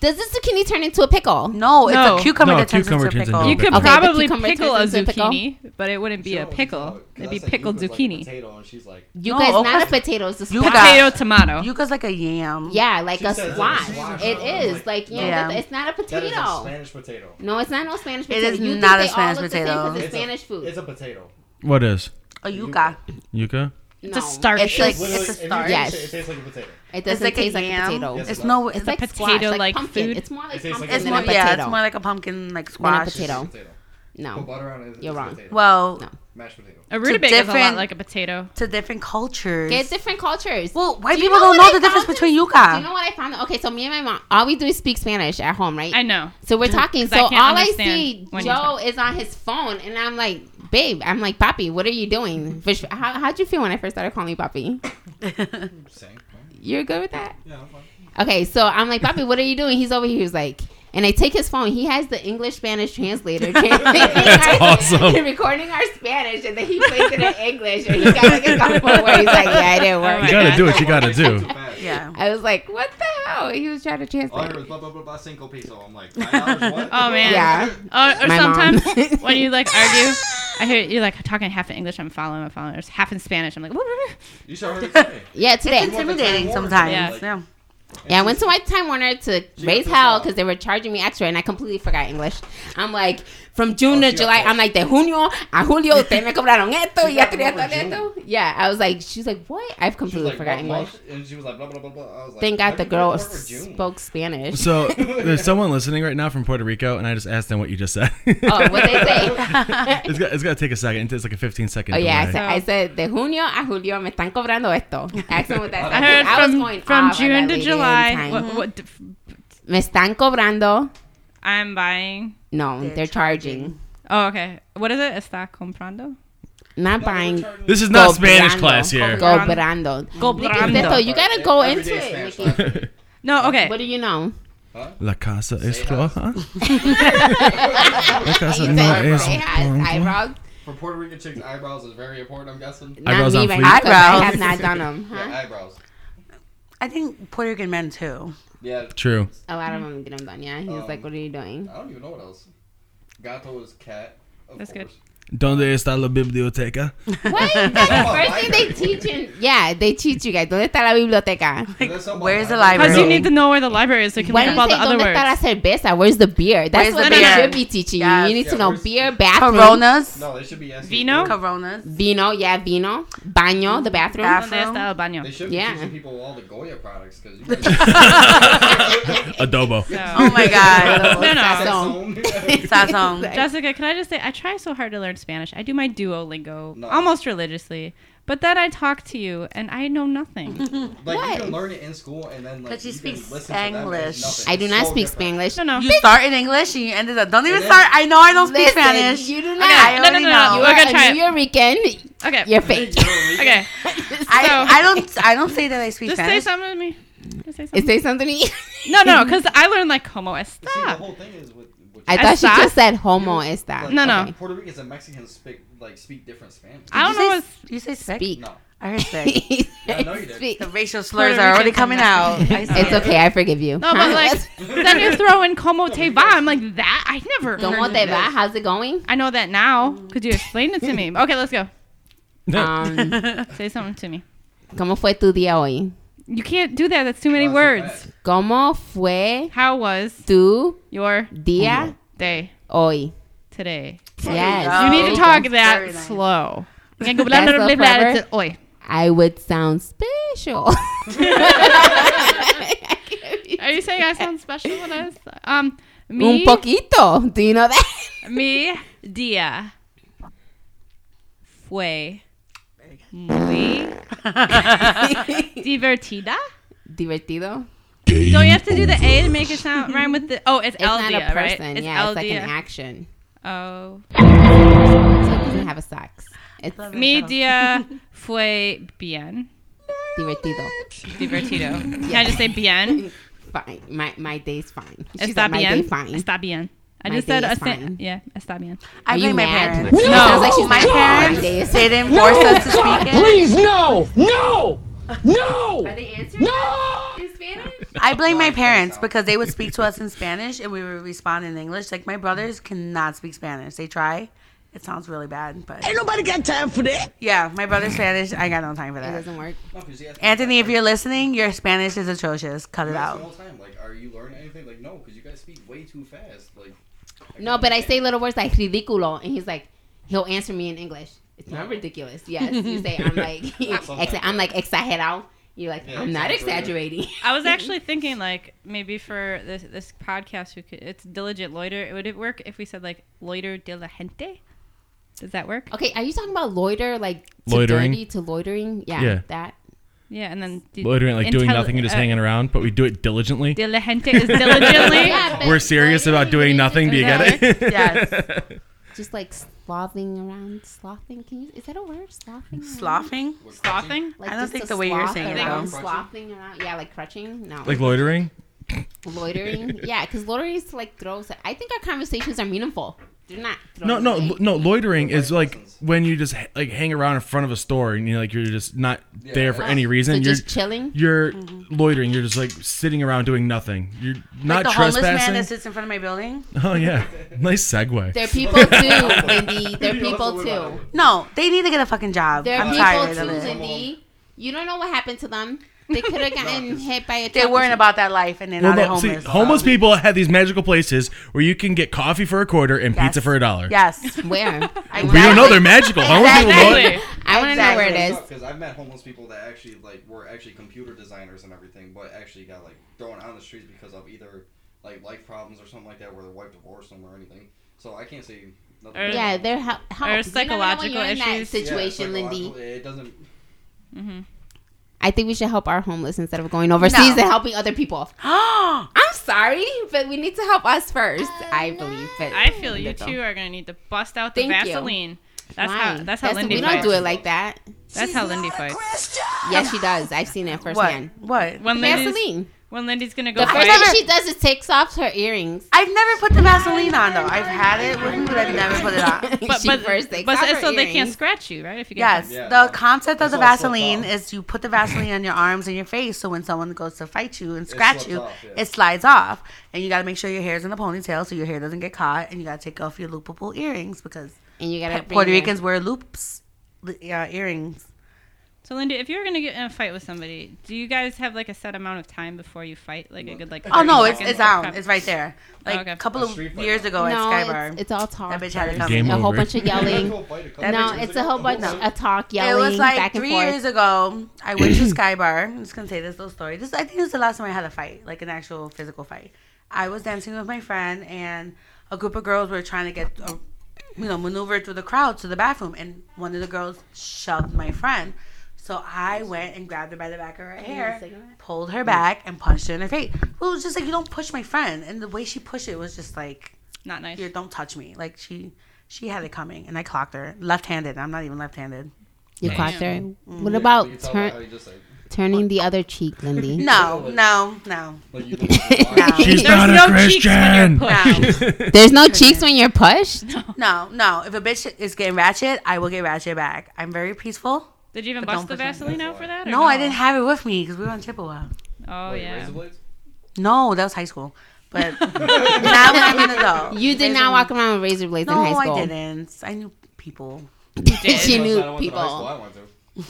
Does the zucchini turn into a pickle? no, it's No. a cucumber No, that turns cucumber into a turns pickle. into You could Okay, the probably cucumber pickle a turns into a pickle? zucchini, but it wouldn't be a pickle. It'd be pickled zucchini. potato, and she's like, You No, guys, not okra- a potato. It's a You squash. got- Potato tomato. Yuca's like a yam. Yeah, like She a says it's a squash. squash. It I'm is like, like you Yeah. know, it's not a that is a potato. Spanish potato. No, it's not no Spanish potato. is you not a think they all Spanish look the same 'cause potato. It's Spanish food. It's a potato. What is? A yuca. Yuka? no, It's a starch. It's like, Literally, It's a if you starch. taste Yes. It, it tastes like a potato. it doesn't like a taste like a yam. potato. Yes. It's no. It's, It's like like squash, potato-like like pumpkin. food. It's more like It tastes pumpkin like a it's than more. a potato. potato. Yeah, it's more like a pumpkin like squash. potato. Potato. Put no, butter on it. it's You're a wrong. Potato. Well, No. Mashed potato. A rutabaga is a lot different- like a potato. to different cultures. get different cultures. well, white Do you people what don't know I the difference found? between Do yuca. you know what I found? Okay, so me and my mom, all we do is speak Spanish at home, right? I know. So we're talking. 'Cause So I all can't I understand see, when you Joe talk. is on his phone, and I'm like, "Babe," I'm like, "Poppy, what are you doing?" Fish- How, how'd you feel when I first started calling you Poppy? Same. You're good with that? Yeah, I'm fine. Okay, so I'm like, Poppy, what are you doing? He's over here. He was like, and I take his phone. He has the English Spanish translator translating That's awesome. recording our Spanish, and then he plays it in English. And he got like a couple of words. He's like, yeah, I didn't Oh work. You my gotta God. do what you gotta do. Too fast. yeah. I was like, what the hell? He was trying to All I heard translate. was blah blah blah blah cinco peso. I'm like, five dollars what? Oh man. Yeah. Uh, or My mom. sometimes when you like argue, I hear you're like talking half in English. I'm following. I'm following. There's half in Spanish. I'm like, You should have heard it today. Yeah, today. It's Intimidating sometimes. Yeah. Yeah. Yeah, I went to my Time Warner to raise pissed hell off. because they were charging me extra, and I completely forgot English. I'm like, from June to Oh, she got July, I'm pissed. like, de junio a julio, ustedes me cobraron esto, She y got esto, them y esto, over y esto. June. Yeah, I was like, she's like, what? I've She completely was like, forgot "Blah, blah, English. blah," and she was like, blah, blah, blah, blah. I was like, Thank God "Why the did you girl put over June?" spoke Spanish. So there's someone listening right now from Puerto Rico, and I just asked them what you just said. oh, what they say? it's got it's got to take a second. It's like a 15 second. Oh yeah, I delay. said, I said de junio a julio me están cobrando esto. Ask them what that I sounds heard like. I was from, going from off on June that to lady Mm-hmm. in July. time. What, what d- f- Me están cobrando. I'm buying. No, they're, They're charging. Oh, okay. What is it? Está comprando. Not No, we're buying. charging- This is not Go Spanish Brando. class here. Go- Cobrando. Cobrando. Nikki, Beto, you gotta go Every into day it. Spanish Nikki. class. No, okay. What do you know? La casa es Say roja. La You casa said no eyebrows. es It has blanca. eyebrows. For Puerto Rican chicks, eyebrows is very important, I'm guessing. Not Eyebrows me on right fleek. now 'cause I Eyebrows. have not done them. Huh? Yeah, eyebrows. I think Puerto Rican men too. Yeah. True. A lot of them get them done. Yeah, he was like, Um, "What are you doing?" I don't even know what else. Gato is cat. Of That's good. course. Donde está la biblioteca? What? That's the Oh, first thing they library. teach in. Yeah, they teach you guys. ¿Dónde está la biblioteca? Is that something where's the about library? Because you No. need to know where the library is so you can Why look do up you all say the other dónde está la words. cerveza? Where's the beer? That's Where's what the they beer? should be teaching you. Yes. You need to Yeah, know where's- beer, bathroom, Coronas. No, they should be asking. Vino? people- Coronas. vino. Yeah, vino, baño, the bathroom. Bath- Donde está el baño? They should Yeah. be teaching people all the Goya products because you guys Adobo. Oh my god. No, no. Sazon. Jessica, can I just say I try so hard to learn Spanish. I do my Duolingo No. almost religiously, but then I talk to you and I know nothing. Like What? you can learn it in school and then like. But she you can speaks listen to them and Spanglish. nothing. I do It's not so speak different. Spanish. No, no. You start in English and you ended up. Don't even It is- start. I know I don't speak Listen, Spanish. You do Okay, not. I no, no, already no, know. no. You We're are gonna a try it. New Yorker. Okay. You're fake. Okay. I, I don't. I don't say that I speak Just say Spanish. something to me. Just say Is something. there something? to- No, no, because I learned like como See, the esta. whole thing is with. with I thought she Está? just said homo esta. Like, No, no. like, Puerto Ricans and Mexicans speak like speak different Spanish. I don't know you what's say, you say speak? Speak. No. I heard speak. I know you did. Speak. the racial slurs Puerto are already Ricans are coming out. nothing. I see It's it. okay. I forgive you. no, but like then you throw in como te va. I'm like that. I never. ¿Cómo heard te that. va? How's it going? I know that now because you explained it to me. Okay, let's go. Um, Say something to me. ¿Cómo fue tu día hoy? You can't do that. That's too many Well, that's words. ¿Cómo fue How was tu your día day hoy? today? Yes. you need Oh, to talk that's that very nice. slow. You can't go blah, That's blah, so blah, blah, clever. it's- Oi. I would sound special. Are you saying I sound special when I was um Un me poquito. Do you know that? me dia fue muy divertida. Divertido. Don't you have to do the A to make it sound rhyme with the oh it's, It's L not dia a right? person. yeah, it's like an action. oh So it doesn't have a socks. It's me dia fue bien divertido. divertido. Can I just say bien? Fine. My my day's fine. She Está said, my day bien. fine. Está bien. I My just day said is a sa- fine. yeah, está bien. I Are you blame my mad? parents. It sounds like she's My mad. parents. My day is They didn't force us to speak it. Oh, Please, no! No! No! Are they answering no! in Spanish? I blame my parents because they would speak to us in Spanish and we would respond in English. Like my brothers cannot speak Spanish. They try. It sounds really bad, but Ain't nobody got time for that. yeah, my brother's Spanish. I got no time for It that. doesn't work. No, 'cause you asked me Anthony, that, if like, you're listening, your Spanish is atrocious. Cut it you asked me out. all the time, like, are you learning anything? Like, no, because you guys speak way too fast. Like, No, but I say little words like ridiculo, and he's like, he'll answer me in English. It's not ridiculous. Yes, you say I'm like, ex- I'm like exagerado. You're like, Yeah, I'm not exaggerating. exaggerated. I was actually thinking, like, maybe for this this podcast, we could, it's diligent loiter. It- Would it work if we said like loiter diligente? Does that work? Okay, are you talking about loiter, like to Loitering. dirty to loitering? Yeah, Yeah. that. Yeah, and then di- Literally, like doing intelli- nothing and just uh, hanging around, but we do it diligently. Diligente is diligently. Yeah, but We're serious loitering about doing is nothing. Do you get it? Yes. Just like slothing around, slothing. Can you? Is that a word? Slothing. around? Slothing? we're crutching. Scoffing. Like I don't just think to the way you're sloth saying it, around, though. Slothing around, yeah, like crutching. No, like loitering. loitering. Yeah, because loitering is to, like throws. I think our conversations are meaningful. They're not. No, thrown no, away. lo- no. Loitering is like lessons. when you just h- like hang around in front of a store and you are like you're just not there for any So reason. you're just chilling. you're loitering. You're just like sitting around doing nothing. You're Mm-hmm. not Like the homeless man trespassing. that sits in front of my building? oh yeah, nice segue. They're people too, Lindy. They're people too. No, they need to get a fucking job. They're I'm people tired of too, it. Lindy. You don't know what happened to them. They could have gotten hit by a. They truck or weren't about that life, and then Well, now they're no, see, homeless. homeless people have these magical places where you can get coffee for a quarter and pizza for a dollar. Yes. something. Where? We don't know they're magical. Homeless people know it. Exactly. I want to know where it Exactly. is. Because I've met homeless people that actually like were actually computer designers and everything, but actually got like thrown out on the streets because of either like life problems or something like that, where their wife divorced them or anything. So I can't say nothing. Or- about Er, Yeah, that. they're how, how Or psychological you in that issues. Yeah, situation, Lindy. psychological- It doesn't. I think we should help our homeless instead of going overseas and helping other people. I'm sorry, but we need to help us first. I believe. But I feel you Little. two are gonna need to bust out the Thank you. Vaseline. That's Why? how. That's how Lindy We fights. don't do it like that. That's how Lindy fights. Yes, she does. I've seen it What? firsthand. What? When Lindy's, Vaseline. when Lindy's gonna go The first fight. thing she does is takes off her earrings. I've never put the Vaseline on though. I've had it with me, but I've never put it on. but, she but, first takes but off her so they can't earrings. scratch you, right? If you get Yes. Yeah. the concept of It's the all slipped Vaseline off. is you put the Vaseline on your arms and your face, so when someone goes to fight you and scratch slips you, off, yeah. it slides off. And you got to make sure your hair's in a ponytail so your hair doesn't get caught. And you got to take off your loopable earrings because and you gotta bring Puerto your- Ricans wear loops, li- uh, earrings. So Lindy, if you're gonna get in a fight with somebody, do you guys have like a set amount of time before you fight? Like a good like. Oh 30 no, it's seconds it's of on. prep? It's right there. Oh, Like okay. a couple A of street fight. years ago at No, Skybar, it's, it's all talk. that bitch had it first. coming. Game a whole over. bunch of yelling. Go fight a couple That no, bitch it's a whole bunch No. of talk, It yelling, was like back and three forth. years ago. I went to Skybar. I'm just gonna say this little story. This I think this is the last time I had a fight, like an actual physical fight. I was dancing with my friend, and a group of girls were trying to get, uh, you know, maneuver through the crowd to the bathroom, and one of the girls shoved my friend. So I went and grabbed her by the back of her hair, pulled her back, and punched her in her face. Well, it was just like you don't push my friend, and the way she pushed it was just like not nice. here, don't touch me. Like she, she had it coming, and I clocked her left-handed. I'm not even left-handed. You clocked her. Mm. What You about can tell by how turn you just like, turning the other cheek, Lindy? No, no, no. like you don't No. She's There's not a no cheeks when Christian. you're pushed. There's no cheeks when you're pushed. No, no. If a bitch is getting ratchet, I will get ratchet back. I'm very peaceful. Did you even But bust don't the push Vaseline out for that? or No, I didn't have it with me because we were on Chippewa. Oh Wait, yeah. razor blades? No, that was high school. But now that I'm an adult, You did not walk around with razor blades No, in high school. I didn't. I knew people. did. she That's knew not what the high school people. I went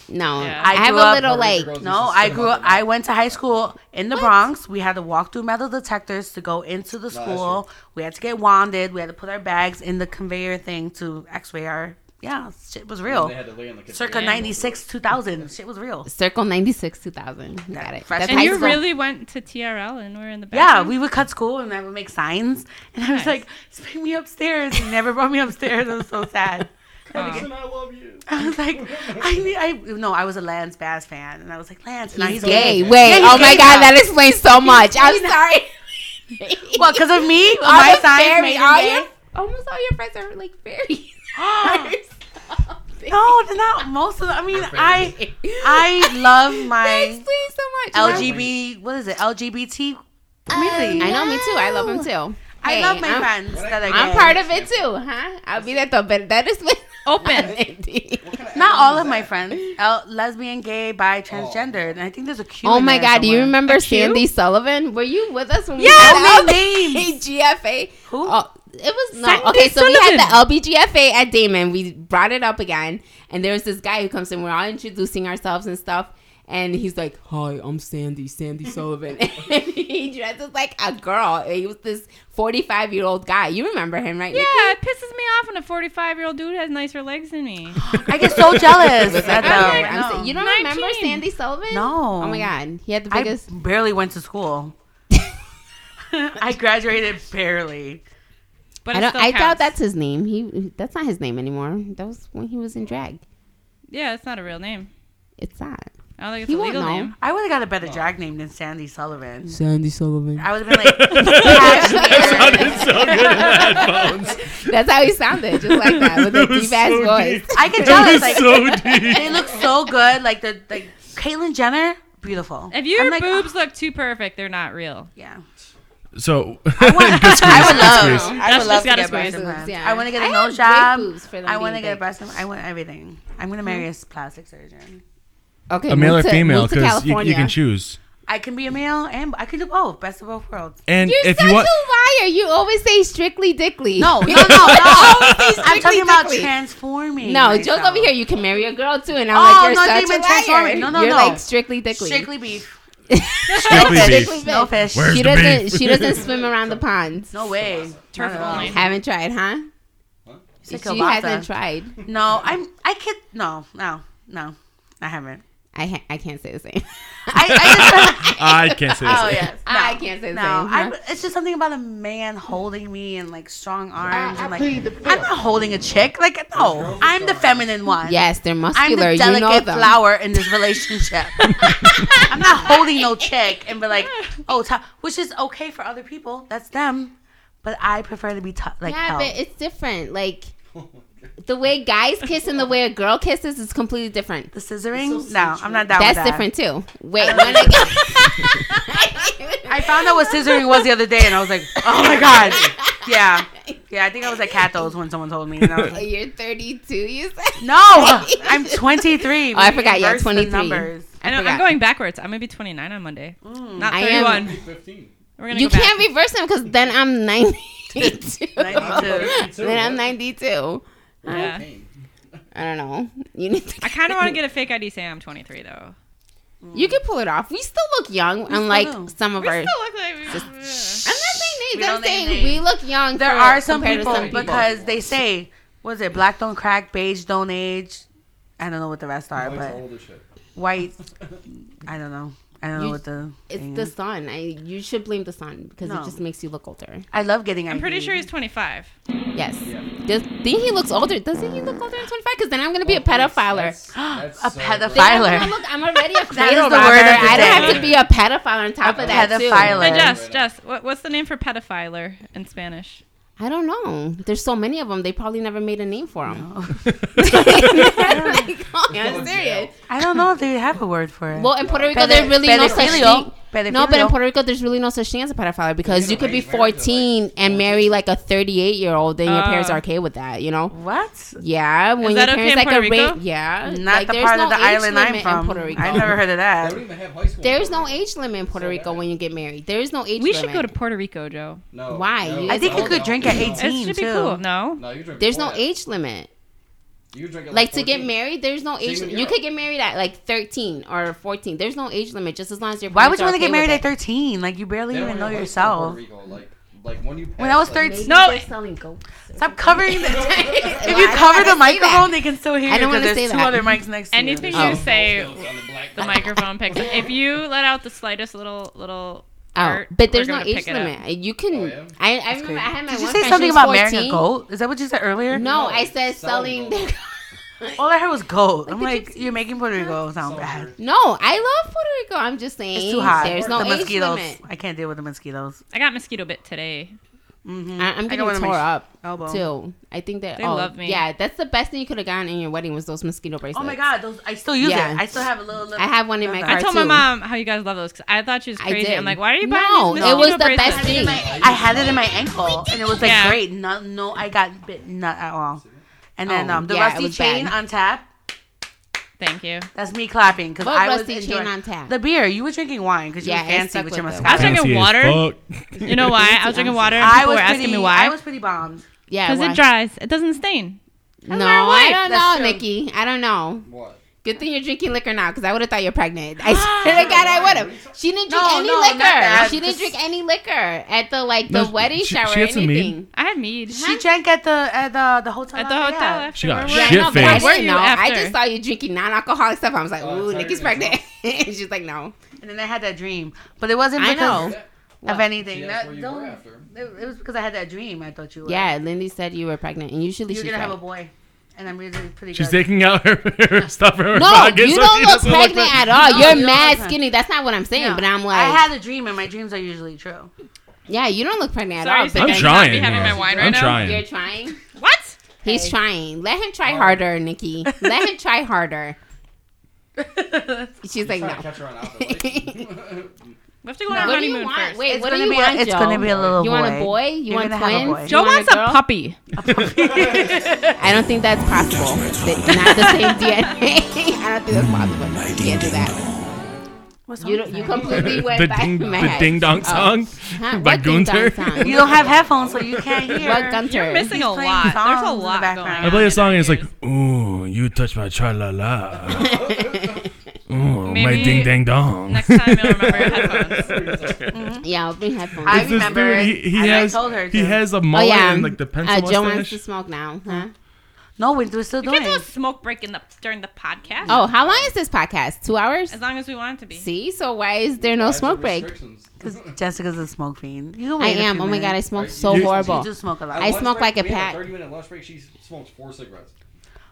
to. No, Yeah. I, I have grew a up- little like. Girls used to No, spit I them grew out up. their I mouth. went to high school in the Bronx. We had to walk through metal detectors to go into the school. we had to get wanded. We had to put our bags in the conveyor thing to X-ray our. Yeah, shit was They real. had to lay on the kitchen Circa table. '96, 2000. Shit was real. Circle 96 2000. You Got it. Fresh That's And high you school. really went to TRL and were in the Yeah, bathroom. we would cut school and I would make signs. And I was Nice. like, just bring me upstairs. And they never brought me upstairs. I was so sad. Listen, I love you. I was like, I need, I, no, I was a Lance Bass fan. And I was like, Lance, and now He's he's gay. gay. Wait, Yeah, he's oh my gay god, now. that explains so much. I'm gay now. sorry. What, because of me? All my the signs fairy- made all him gay? your- almost all your friends are like fairies. No, they're not most of them. I mean, I, I love That my explains so much. LGB, what is it, LGBT community. I know, me too. I love them too. I Hey, love my I'm, friends that are gay. I'm part of it too, huh? I'll be there though, but that is what Open. Not all of my friends. L- lesbian, gay, Oh. bi, transgendered. And I think there's a Q Oh in my there god, do you somewhere. remember you? Sandy Sullivan? Were you with us when Yeah, we we had the names. LBGFA? Who? Oh, it was no. Sandy okay, so Sullivan. we had the LBGFA at Damon. We brought it up again, and there was this guy who comes in. We're all introducing ourselves and stuff. And he's like, "Hi, I'm Sandy, Sandy Sullivan." and he dresses like a girl. He was this 45 year old guy. You remember him, right? Yeah, Nikki? it pisses me off when a 45 year old dude has nicer legs than me. I get so jealous. at I them. don't remember. I'm No. sa- you don't remember 19. Sandy Sullivan? No. Oh my god, he had the I biggest. barely went to school. I graduated barely. But I it don't. still I doubt counts. that's his name. He that's not his name anymore. That was when he was in drag. Yeah, it's not a real name. It's not. I don't think it's He a won't legal know. name. I would have got a better drag name than Sandy Sullivan. Sandy Sullivan. I would have been like, That is so good in the headphones. That's how he sounded, just like that with a That was deep ass so voice. deep. I could tell That it's was like so deep. they look so good. Like the like Caitlyn Jenner, beautiful. If your I'm like, "Oh, boobs look too perfect, they're not real. Yeah, So, I would love. squeeze. I That's would love just to gotta get breast squeeze. implants. Yeah. I want to get I a nose had job. great boobs for them I want to being get a big. breast implant. I want everything. I'm gonna marry a plastic surgeon. Okay, a male move or to- female, move to because you, you California. can choose. I can be a male and I can do both. Best of both worlds. And You're if such you want, a liar. You always say strictly dickly. No, no, no, no. I'm strictly talking about dickly. transforming. No, myself. Joe's over here. You can marry a girl too, and I'm Oh, like, you're no, they such meant a liar. transforming. No, no, you're no. like strictly dickly. Strictly beef. strictly beef. Strictly No bitch. fish. Where's She the doesn't. beef? She doesn't swim around the ponds. No way. Turf Not at all. only. Haven't tried, huh? She It's kielbasa. hasn't tried. No, I'm. I can't. No, no, no. I haven't. I ha- I can't say the same. I, I just. I can't say this. oh yes. No. I can't say the No, same. huh? I, it's just something about a man holding me and like strong arms I and plead the like fifth. I'm not holding a chick. Like no, I'm the feminine one. Yes, they're I'm muscular. the You know delicate them. flower in this relationship. I'm not holding no chick and be like, oh, top, which is okay for other people. That's them, but I prefer to be t- like Yeah, held. but it's different. Like Oh my God. the way guys kiss and the way a girl kisses is completely different. the scissoring? no, I'm not down. with That's that. different too. Wait, when I, I found out what scissoring was the other day, and I was like, oh my god, yeah, yeah. I think I was at Cathos when someone told me. And I was like, You're 32. You said no, I'm 23. Oh, I We forgot, yeah, reversed the 23. numbers. I know. forgot. I'm going backwards. I'm gonna be 29 on Monday, not I am. 31. Be 15. We're gonna You go back. can't reverse them because then I'm 92. 92. Then I'm 92. Yeah. I don't know. You need to. I kind of want to get a fake ID saying I'm 23 though. You can pull it off. We still look young, unlike do. some of We our. still look like I'm we- not saying We names. don't I'm name saying names. we look young. There for- are some compared to people because they say, "Was it black don't crack, beige don't age"? I don't know what the rest are, White's but old as shit. white. I don't know. I don't know You- what the. It's thing the is. sun. I you should blame the sun because No. it just makes you look older. I love getting. I'm pretty sure he's 25. Yes. Yeah. Does, think he looks older? Doesn't he look older than 25? Because then I'm gonna be a pedophiler. That's- that's A so Then pedophile. I'm, gross. Filer. gonna look, I'm already a is cradle the robber. word of I the don't have day. to be a pedophile on top of that pedophiler. too. Hey, Right. Jess, Jess, what, what's the name for pedophiler in Spanish? I don't know. There's so many of them. They probably never made a name for them. I'm serious. I don't know if they have a word for it. Well, in Puerto Rico, Pede- there's really no such pedophilia. thing. Pedophilia. No, but in Puerto Rico, there's really no such thing as a pedophile because you could be Married to, like, 14 and marry like a 38 year old, and your parents Oh. are okay with that, you know? what? Yeah, when that your okay in parents Puerto like a Rico? rape, yeah, Not like, the there's part of no the age island I'm limit in from. Puerto Rico. I never heard of They that. don't even have high school. There's no age limit in Puerto Rico when you get married. There is no age. We limit. should go to Puerto Rico, Joe. No, Why? no, You- I think you no, could no, drink at no. 18. It should be too. cool. No, No, you drink There's before no that. age limit. You drink at Like to get 14. married, there's no age. Same in You Europe. could get married at like 13 or 14. There's no age limit, just as long as your. Why would parents you are want to okay get married at with 13? Like you barely They don't even know have high yourself. school in Puerto Rico. Like, like when you. When I was pass, like, 13, it. No, They're selling goats. stop covering. The- Well, if you I don't cover the wanna say that. microphone, they can still hear I you don't because wanna there's say two that. other mics next to you. anything Oh. you say, on the black- the microphone picks. up. If you let out the slightest little little, Oh, art, but we're there's no gonna age pick it up. limit. You can. Oh, yeah? I, I remember I had my. one Did you say friend, something she was about marrying 14. a goat? Is that what you said earlier? No, I said Selling selling. goats. All I heard was goat. I'm the like, gypsies. you're making Puerto Rico sound bad. no, I love Puerto Rico. I'm just saying. It's too hot. There's no the age mosquitoes. limit. I can't deal with the mosquitoes. I got mosquito bit today. I, I'm getting wanna tore make sure- up elbow. too. I think that They oh, love me. Yeah, that's the best thing you could have gotten in your wedding was those mosquito bracelets. Oh my god, those I still use Yeah. it. I still have a little. little I have one in my I car told too. my mom how you guys love those because I thought she was I crazy. did. I'm like, why are you buying No, these it was mosquito the best bracelets? thing. I had it in my ankle, and it was like Yeah. great. No, no, I got bit not at all. And then Oh, um, the yeah, it rusty was chain bad. on tap. Thank you. That's me clapping because What I was rusty chain enjoying- on tap? The beer. You were drinking wine because you Yeah, were it fancy stuck with with your them. I was mosquito. drinking Fancy as water. fuck. You know why? I was drinking water. And I people was were pretty, asking me why. I was pretty bombed. Yeah, Because why- it dries. It doesn't stain. No, my wife. I don't That's know, true. Nikki. I don't know. What? Good thing you're drinking liquor now, because I would have thought you're pregnant. I swear to God, I would have. She didn't drink No, any no, not that. liquor. She didn't Just- drink any liquor at the like the No, wedding she- shower. she or had some mead. anything. I had mead. She drank at the at the the hotel. At the Lafayette. hotel after. She got we were- shit I know, but I faced. Where didn't you know. I after? just saw you drinking non-alcoholic stuff. I was like, Oh, ooh, sorry, Nikki's Nikki. pregnant. She's like, no. And then I had that dream, but it wasn't I because know. of anything. See, that's That- where you don't- were after. It, it was because I had that dream. I thought you were. Yeah, Lindy said you were pregnant, and usually you're she's gonna have a like, boy, and I'm really pretty. She's good. taking out her, her stuff from her no, pocket. so you don't she look doesn't look pregnant bad. at all. You're you don't look mad pregnant. skinny. That's not what I'm saying. No, But I'm I like, had a dream, and my dreams are usually true. yeah, you don't look pregnant Sorry, at so all. I'm Can I not be trying. having yeah. my I'm wine right now? trying. You're trying. What? He's trying. Let him Oh. try harder, Nikki. Let him try harder. She's like, Trying to no. catch her on alpha, like- We have to go on our What do you honeymoon want? first. Wait, It's what do gonna you be a- want, it's Joe? gonna be a little You want boy. a boy? You You're want gonna have a boy. twins? Joe You want wants a, girl? puppy. I don't think that's possible. That- not the same DNA. I don't think that's possible. You can't do that. What song You is don't, you that? completely went The back ding- to my the head. Ding Oh, Dong song huh? by What Ding Dong Gunther? song? You don't have headphones, so you can't hear. What Gunther? You're missing a He's playing lot. There's a songs in the lot going background. on. I play a song and it's like, in ooh, you touch my tra la la. Ooh, my Maybe ding dang dong. Next time you'll remember your headphones. Yeah, I'll bring headphones. I This remember dude, he, he and I has, told her he to. has a oh mullet yeah, and like the pencil uh, Joe wants mustache. to smoke now, huh? No, we- we're still We doing can do a it. smoke break in the, during the podcast. Oh, how long is this podcast? Two hours. As long as we want it to be. See, so why is there no smoke break? Because Jessica's a smoke fiend. You can I wait a am. few Oh my god, I minutes. smoke Are so you- horrible. You do smoke a lot. I- smoke like a pack. Thirty minute lunch break. She smokes four cigarettes.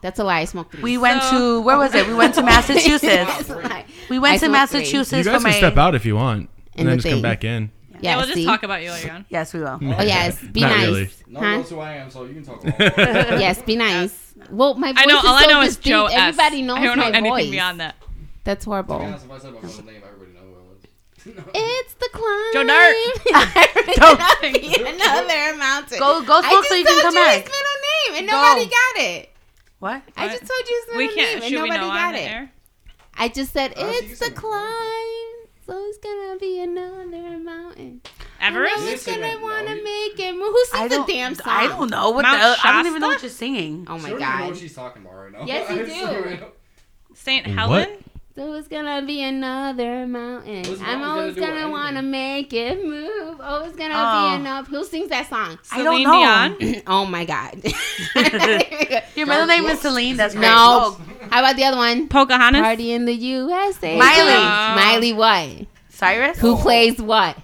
That's a lie. I smoke. three. we went So- to where was it? We went to That's Massachusetts. a lie. we I went to smoke You Massachusetts for guys my. can step out if you want In and then the just come thing. back in. Yeah, we'll just see? talk about you while you're on. Yes, we Hmm. will. Oh yes, be Not nice. really. No Huh? one knows who I am, so you can talk. About yes, be nice. Well, my voice I know. is All I so know is distinct. Joe S. Everybody knows I don't know my anything voice. beyond that. That's To be horrible. honest, if I said my middle name, everybody know who I was. It's the climb. Joe Dirt. Don't another mountain. Go- go I smoke just so you can told come you back. his middle name and Go. nobody got it. What? I What? just told you his We middle can't. name and Should we nobody know got on the it. air? I just said Oh, so you it's the said the mountain. climb, so it's gonna be another mountain. Everest. Everyone's gonna Instagram, wanna no. make it move. Who I sings the don't. damn song? I don't know what Mount the. I don't even know what Shasta? you're singing. Oh my She don't even know god. what she's talking about right now. Yes, you do. St. What? Helen. So it's gonna be another mountain. What's I'm mountain always gonna gonna do anything? wanna make it move. Always gonna Oh. be enough. Who sings that song? I don't Celine know. Dion. oh my god. Your middle name is Celine. That's great. no. Oh, How about the other one? Pocahontas. Party in the USA. Miley. Oh. Uh, Miley what? Cyrus. Who plays what?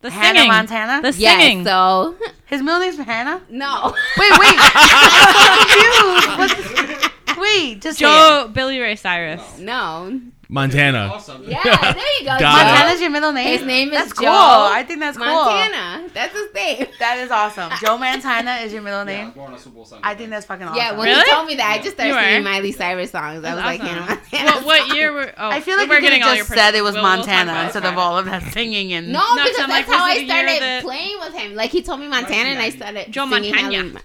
The Hannah singing. Montana? The Yes, singing. so His middle name's Hannah. no. Wait, wait. I'm so confused. What's- Wait, just say it. Joe Billy Ray Cyrus. no. Montana. Awesome. Yeah, there you go. Got Joe. it. Montana's your middle name. His name is That's Joe. cool. I think that's cool. Montana. That's his name. That is awesome. Joe Montana is your middle Yeah, name. I'm going to Super Bowl Sunday. I think that's fucking awesome. Yeah, when Really? he told me that, I just started You singing were. Miley Cyrus songs. I was like, Awesome. Hannah Montana. What, what year were? Oh, I feel like we're we could getting have all your just said it was personal- we'll- we'll talk Montana about it instead of Friday. all of that singing and. No, No, because so I'm that's like, how this I is the year started that- playing with him. Like he told me Montana, and I started Joe singing Montana. Hannah Mon-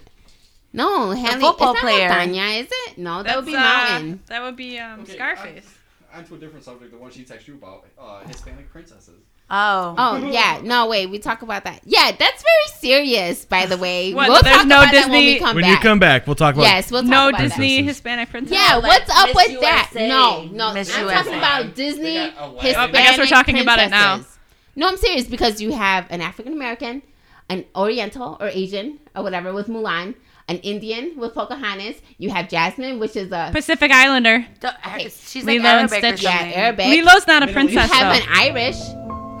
No, Hannah. football it's not player. Montana, is it? No, that would be That's, uh, Mountain. That would be um, Okay, Scarface. I, onto a different subject, the one she texted you about, uh, Hispanic princesses. Oh. Oh yeah, no wait, we talk about that. Yeah, that's very serious, by the way. What, we'll there's talk no about that when we Disney- come When back. you come back, we'll talk about yes, we'll talk no about that. Disney Princesses. Hispanic princess. Yeah, what's up Miss with that? USA. No, no, Miss I'm USA. talking about Disney They got a lot. Hispanic Oh, I guess we're talking about it now. princesses. No, I'm serious because you have an African American, an Oriental or Asian or whatever with Mulan, an Indian with Pocahontas. You have Jasmine, which is a Pacific Islander. Don't- She's like Lilo and Arabic or Stitch. yeah something. Arabic. Lilo's not a Middle East. you princess have though. an Irish,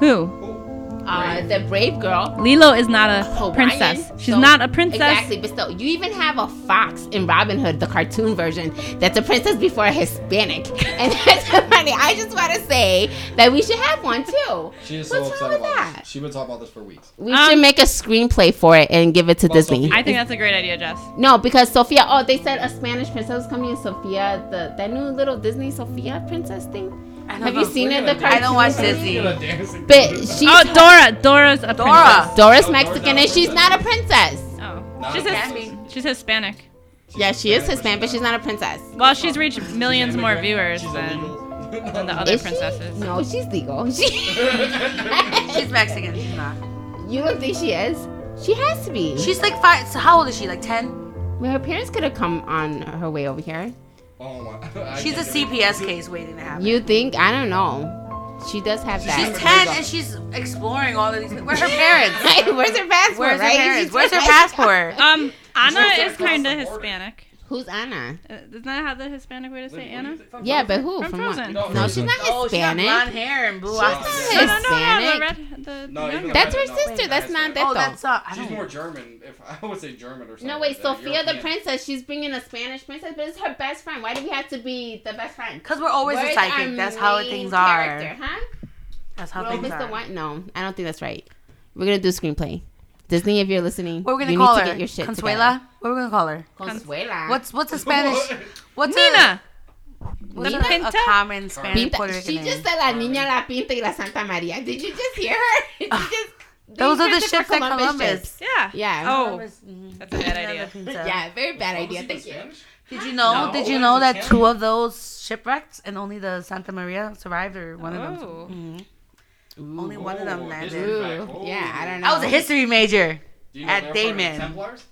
Who? uh, the brave girl. Lilo is not a Hawaiian. princess. She's So- not a princess. Exactly, but still, you even have a fox in Robin Hood, the cartoon version, that's a princess before a Hispanic, and that's funny. I just want to say that we should have one too. She is What's so upset wrong with about that? this. She's been talking about this for weeks. We Um, should make a screenplay for it and give it to Well, Disney. Sophia- I think that's a great idea, Jess. No, because Sophia. Oh, they said a Spanish princess was coming in Sophia, the that new little Disney Sophia princess thing. I don't Have you know. seen it? The I cartoon? don't watch version? Disney. But she. Oh, Dora. Dora's a Dora. Dora's Oh, Mexican and Dora's she's not not a princess. princess. Oh, Not she's a his, princess. she's Hispanic. Yeah, she is Hispanic, but she's not a princess. Well, she's reached millions more viewers She's than, illegal. than the other Is she? princesses. No, she's legal. She, She's Mexican. She's not. you don't think she is? She has to be. She's like five. So how old is she? Like 10? well, her parents could have come on her way over here. Oh my. I She's a can't do it. CPS case waiting to happen. You think? I don't know. She does have She's that. 10 and she's exploring all of these things. Where are her parents? Where's her passport? Where's her right? parents? She's Where's her like- passport? Um, Anna She's is across kind of the border. Hispanic. Who's Anna? Uh, Isn't that how the Hispanic way to say What do Anna? you think? Yeah, but who? From Frozen. what? No, No, she's Frozen. not Oh, she got blonde Hispanic. hair and blue She's eyes. not She's No, no, no, no, the Hispanic. red, the No, even younger- the That's red- her no, sister. That's not Hispanic. though. Oh, that's uh, I She's don't. more German. If I would say German or something. No, wait, like that, Sophia the European. princess, she's bringing a Spanish princess, but it's her best friend. Why do we have to be the best friend? Because we're always a Where's our psychic. That's how main things character, are. Huh? That's how Well, things Mr. are. White, no, I don't think that's right. We're gonna do screenplay. Disney, if you're listening, What are we gonna you call need to her? get your shit Ah. Consuela? What are we gonna call her? together. Consuela. What's what's a Oh, Spanish? What's Nina. A, what's a, Pinta? a common Spanish Pinta- Puerto Rican She name? just said la niña la pinta y la Santa Maria. Did you just hear her? Did you just Ah. Those They are the used it ships for at Columbus. Yeah. Yeah. Oh, Mhm. that's a bad idea. Yeah, very bad Oh, was idea. he Thank the you. Spanish? Did you know? No. Did you know that Yeah. two of those shipwrecks and only the Santa Maria survived, or one of them? Oh. Mhm. Only one of Oh, them history landed. Ooh, fact. Holy yeah, I don't moly. know. I was a history major. Do you know At they're part of the Damon. Templars?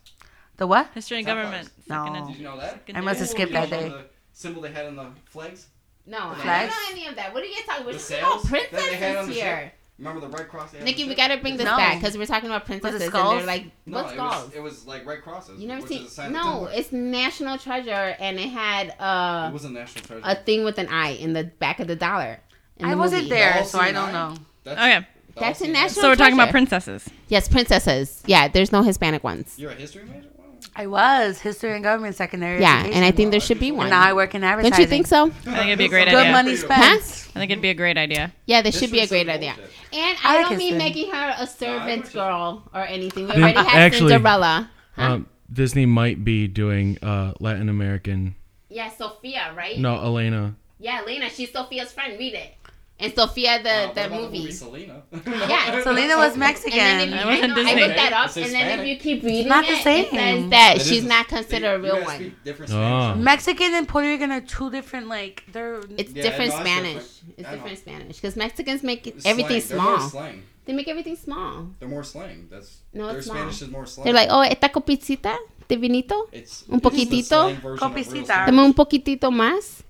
The what? History and Templars. government. No. Second Did and- you know that? second I must and- have Ooh, skipped you that know day. The symbol they had on the flags. No, I don't Flags? know any of that. What are you guys talking about? We're The talking about sails that they had princesses on the here. Remember the Red Cross? they had on Nikki, the we ship? gotta bring this No. back because we're talking about princesses and skulls? they're like, No, what's it called? was, it was like Red Crosses. You never which seen? Is a sign No, of Templar. it's National Treasure, and it had it uh, was a national treasure. a thing with an eye in the back of the dollar. in I the wasn't movie. there, All so I don't C9? know. That's, Okay. the That's all a C9. national- So we're talking about treasure. princesses. Yes, princesses. Yeah, there's no Hispanic ones. You're a history major. Wow. I was history and government secondary. Yeah, and I education. think there should be one. now I work in advertising. Don't you think so? I think it'd be a great Good Good idea. money Huh? spent. I think it'd be a great idea. Yeah, this This should be a was some great idea. bullshit. And I I like don't mean history. making her a servant history. girl or anything. We Then already had actually- Cinderella. Huh? Um, Disney might be doing uh, Latin American. yeah, Sophia, right? No, Elena. Yeah, Lena, she's Sophia's friend. Read it. And Sophia, Uh, the what the about movie. Selena. Yeah. Selena And then if was you, Mexican. That I, wasn't know, I Disney. looked that up, It's and then if Hispanic. you keep reading not the it, it same. says that That she's is- not considered a you- you real guys one. speak different Oh. Spanish. Mexican and Puerto Rican are two different. Like they're. It's Yeah, different no, it's Spanish. different. It's I know. different Spanish because Mexicans make it- Slang. everything They're more small. slang. Oh, They make everything small. They're more slang. That's No, their it's not. Spanish is more slang. They're like, oh, esta copicita de vinito. it's un it's the poquitito. slang version of real Copicita. slang. Dame un poquitito más.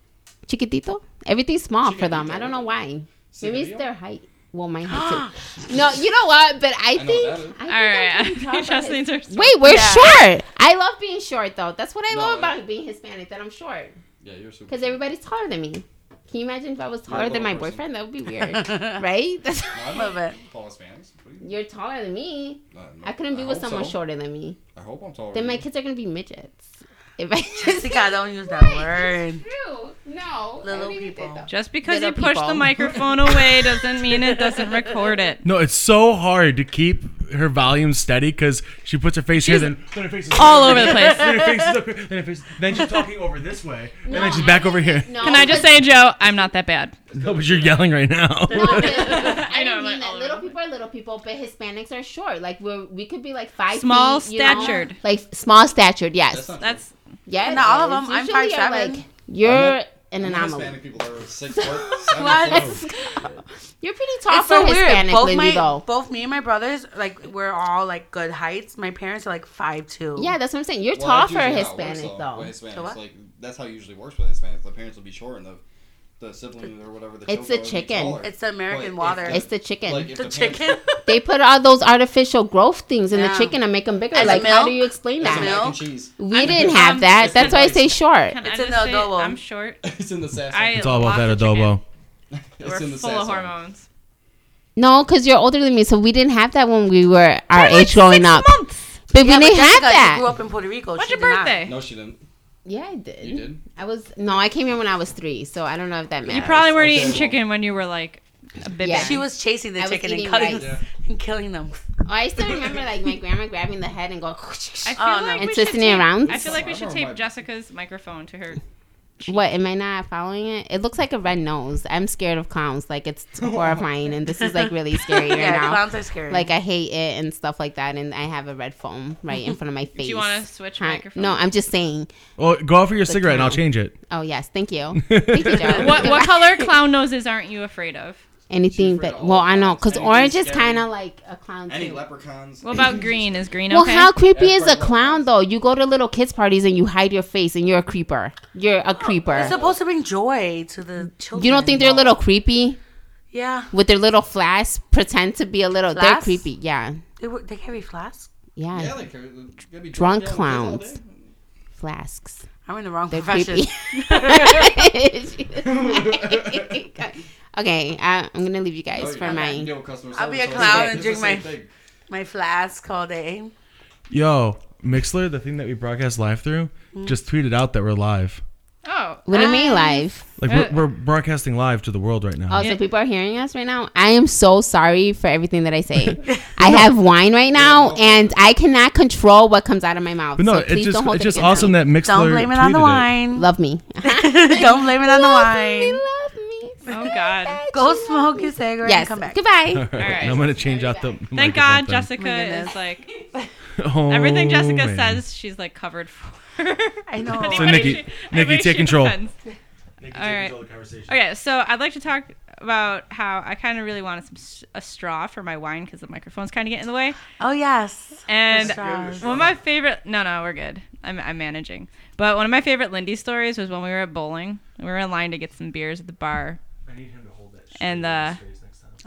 Chiquitito. Everything's small for them. Chiquitito. I don't know why. Maybe it's Cigarrillo? their height. Well, my height too. No, you know what? But I know think. that is. I think I'm All pretty tall right. for Just his- needs her. Wait, we're Yeah. short. I love being short, though. That's what I No, eh. love that- about being Hispanic, that I'm short. Yeah, you're super. Because everybody's taller than me. Can you imagine if I was You're a taller than little my person. boyfriend? That would be weird. right? That's, I'm Love not it. tall Spanish. What do you- you're taller than me. no, no, I couldn't be with hope someone so. shorter than me. I hope I'm taller. Then my than you. kids are going to be midgets. If I Jessica, don't use that Right, word. it's True. No. Little I didn't people. think that. Just because you Little push the people. microphone away doesn't mean it doesn't record it. No, it's so hard to keep her volume steady because she puts her face She's here, then, then her face is All over the place. Then her face is up here, then her face. Then she's talking over this way, and then she's back over here. No, Can I just but- say, Joe, I'm not that bad. No, but you're yelling right now. No, but- I I know, don't mean like, all that. Little over the people are little people, but Hispanics are short. Like we're we could be like five Small feet, you know? statured. Like small statured. That's Yes. not That's Yeah. Not all of it them. is. I'm Usually are, 5'7". Like, you're not- an true. anomaly. Hispanic people are six foot. seven What? foot. You're pretty tall it's for so Hispanic, weird. Both Lindy, my, though. both me and my brothers, like we're all like good heights. My parents are like five two. Yeah, that's what I'm saying. You're Well, tall that's for a usually how it works, Hispanic, though. though. With So Hispanics, what? like that's how it usually works with Hispanics. The parents will be short, and the the sibling or whatever. The It's children the will be chicken. taller. It's the American But if water. the- It's the chicken. like, if the parents- chicken. they put all those artificial growth things in Yeah. the chicken and make them bigger. And the like, how do milk? you explain It's that? the mac and milk. cheese. We I'm- didn't I'm- have that. it's That's the why I say rice. short. can I It's just an say adobo. I'm short. It's in the sass. I It's all about that lots of chicken. adobo. it's We're in the full of sass. hormones. No, because you're older than me, so we didn't have that when we were our We're like age growing six up. Months. But Yeah, we but didn't have Jessica, She grew that. up in Puerto Rico. What's she your did not. birthday? No, she didn't. Yeah, I did. You did. I was no, I came here when I was three, so I don't know if that matters. You probably weren't Okay. eating chicken when you were like a baby. Yeah. She was chasing the I was chicken and eating cutting rice. Yeah. and killing them. Oh, I still remember like my grandma grabbing the head and going. I feel Oh, no. like And we should twisting it tape- around? I feel like we should Whatever, tape my- Jessica's microphone to her. What am I not following it? It looks like a red nose. I'm scared of clowns. Like it's horrifying, and this is like really scary right Yeah, now. clowns are scary. Like I hate it and stuff like that, and I have a red foam right in front of my face. Do you want to switch Huh? microphones? No, I'm just saying. Well, go out for your cigarette, and I'll clown. change it. Oh yes, thank you. Thank you, Joe. What what color clown noses aren't you afraid of? Anything She's afraid but of all well, I know clowns. because Anything orange is scary. kind of like a clown too. Any leprechauns? What about green? Is green okay? Well, how creepy is That's why I a love clown clowns. though? You go to little kids parties and you hide your face, and you're a creeper. You're a It's creeper. supposed to bring joy to the children. You don't think they're a little creepy Yeah, with their little flasks? Pretend to be a little. They're Flasks? creepy. Yeah, they, were, they carry flasks. yeah. Yeah, they carry- they gotta be Drunk drunk down all day. clowns. Flasks. I'm in the wrong They're profession. creepy. okay, I, I'm gonna leave you guys Oh, for yeah. my. You deal with customer I'll be service a all day. clown and It's drink the same my- thing. My flask all day. Yo, Mixler, the thing that we broadcast live through, Mm. just tweeted out that we're live. Oh, What do you mean um, live? Like Uh. we're, we're broadcasting live to the world right now. Oh, so people are hearing us right now. I am so sorry for everything that I say. I have wine right now, and I cannot control what comes out of my mouth. but no, so it's please just don't hold it's just against awesome me. that Mixler Don't blame it on the tweeted wine. Love me. don't blame it on the Love me, wine. love me. Oh God. Go smoke your cigarette Yes. and come back. Goodbye. All right. I'm gonna change out the. microphone Thank God, thing. Jessica goodness. is like Oh, everything Jessica man. says. She's like covered for. I know. Anybody So, Nikki- she- Nikki, anybody take she control. offends. All right. Okay, so I'd like to talk about how I kind of really wanted some s- a straw for my wine because the microphone's kind of getting in the way. Oh yes. And Straws. one of my favorite no no we're good I'm, I'm managing but one of my favorite lindy stories was when we were at bowling we were in line to get some beers at the bar I need him to hold that. And, uh,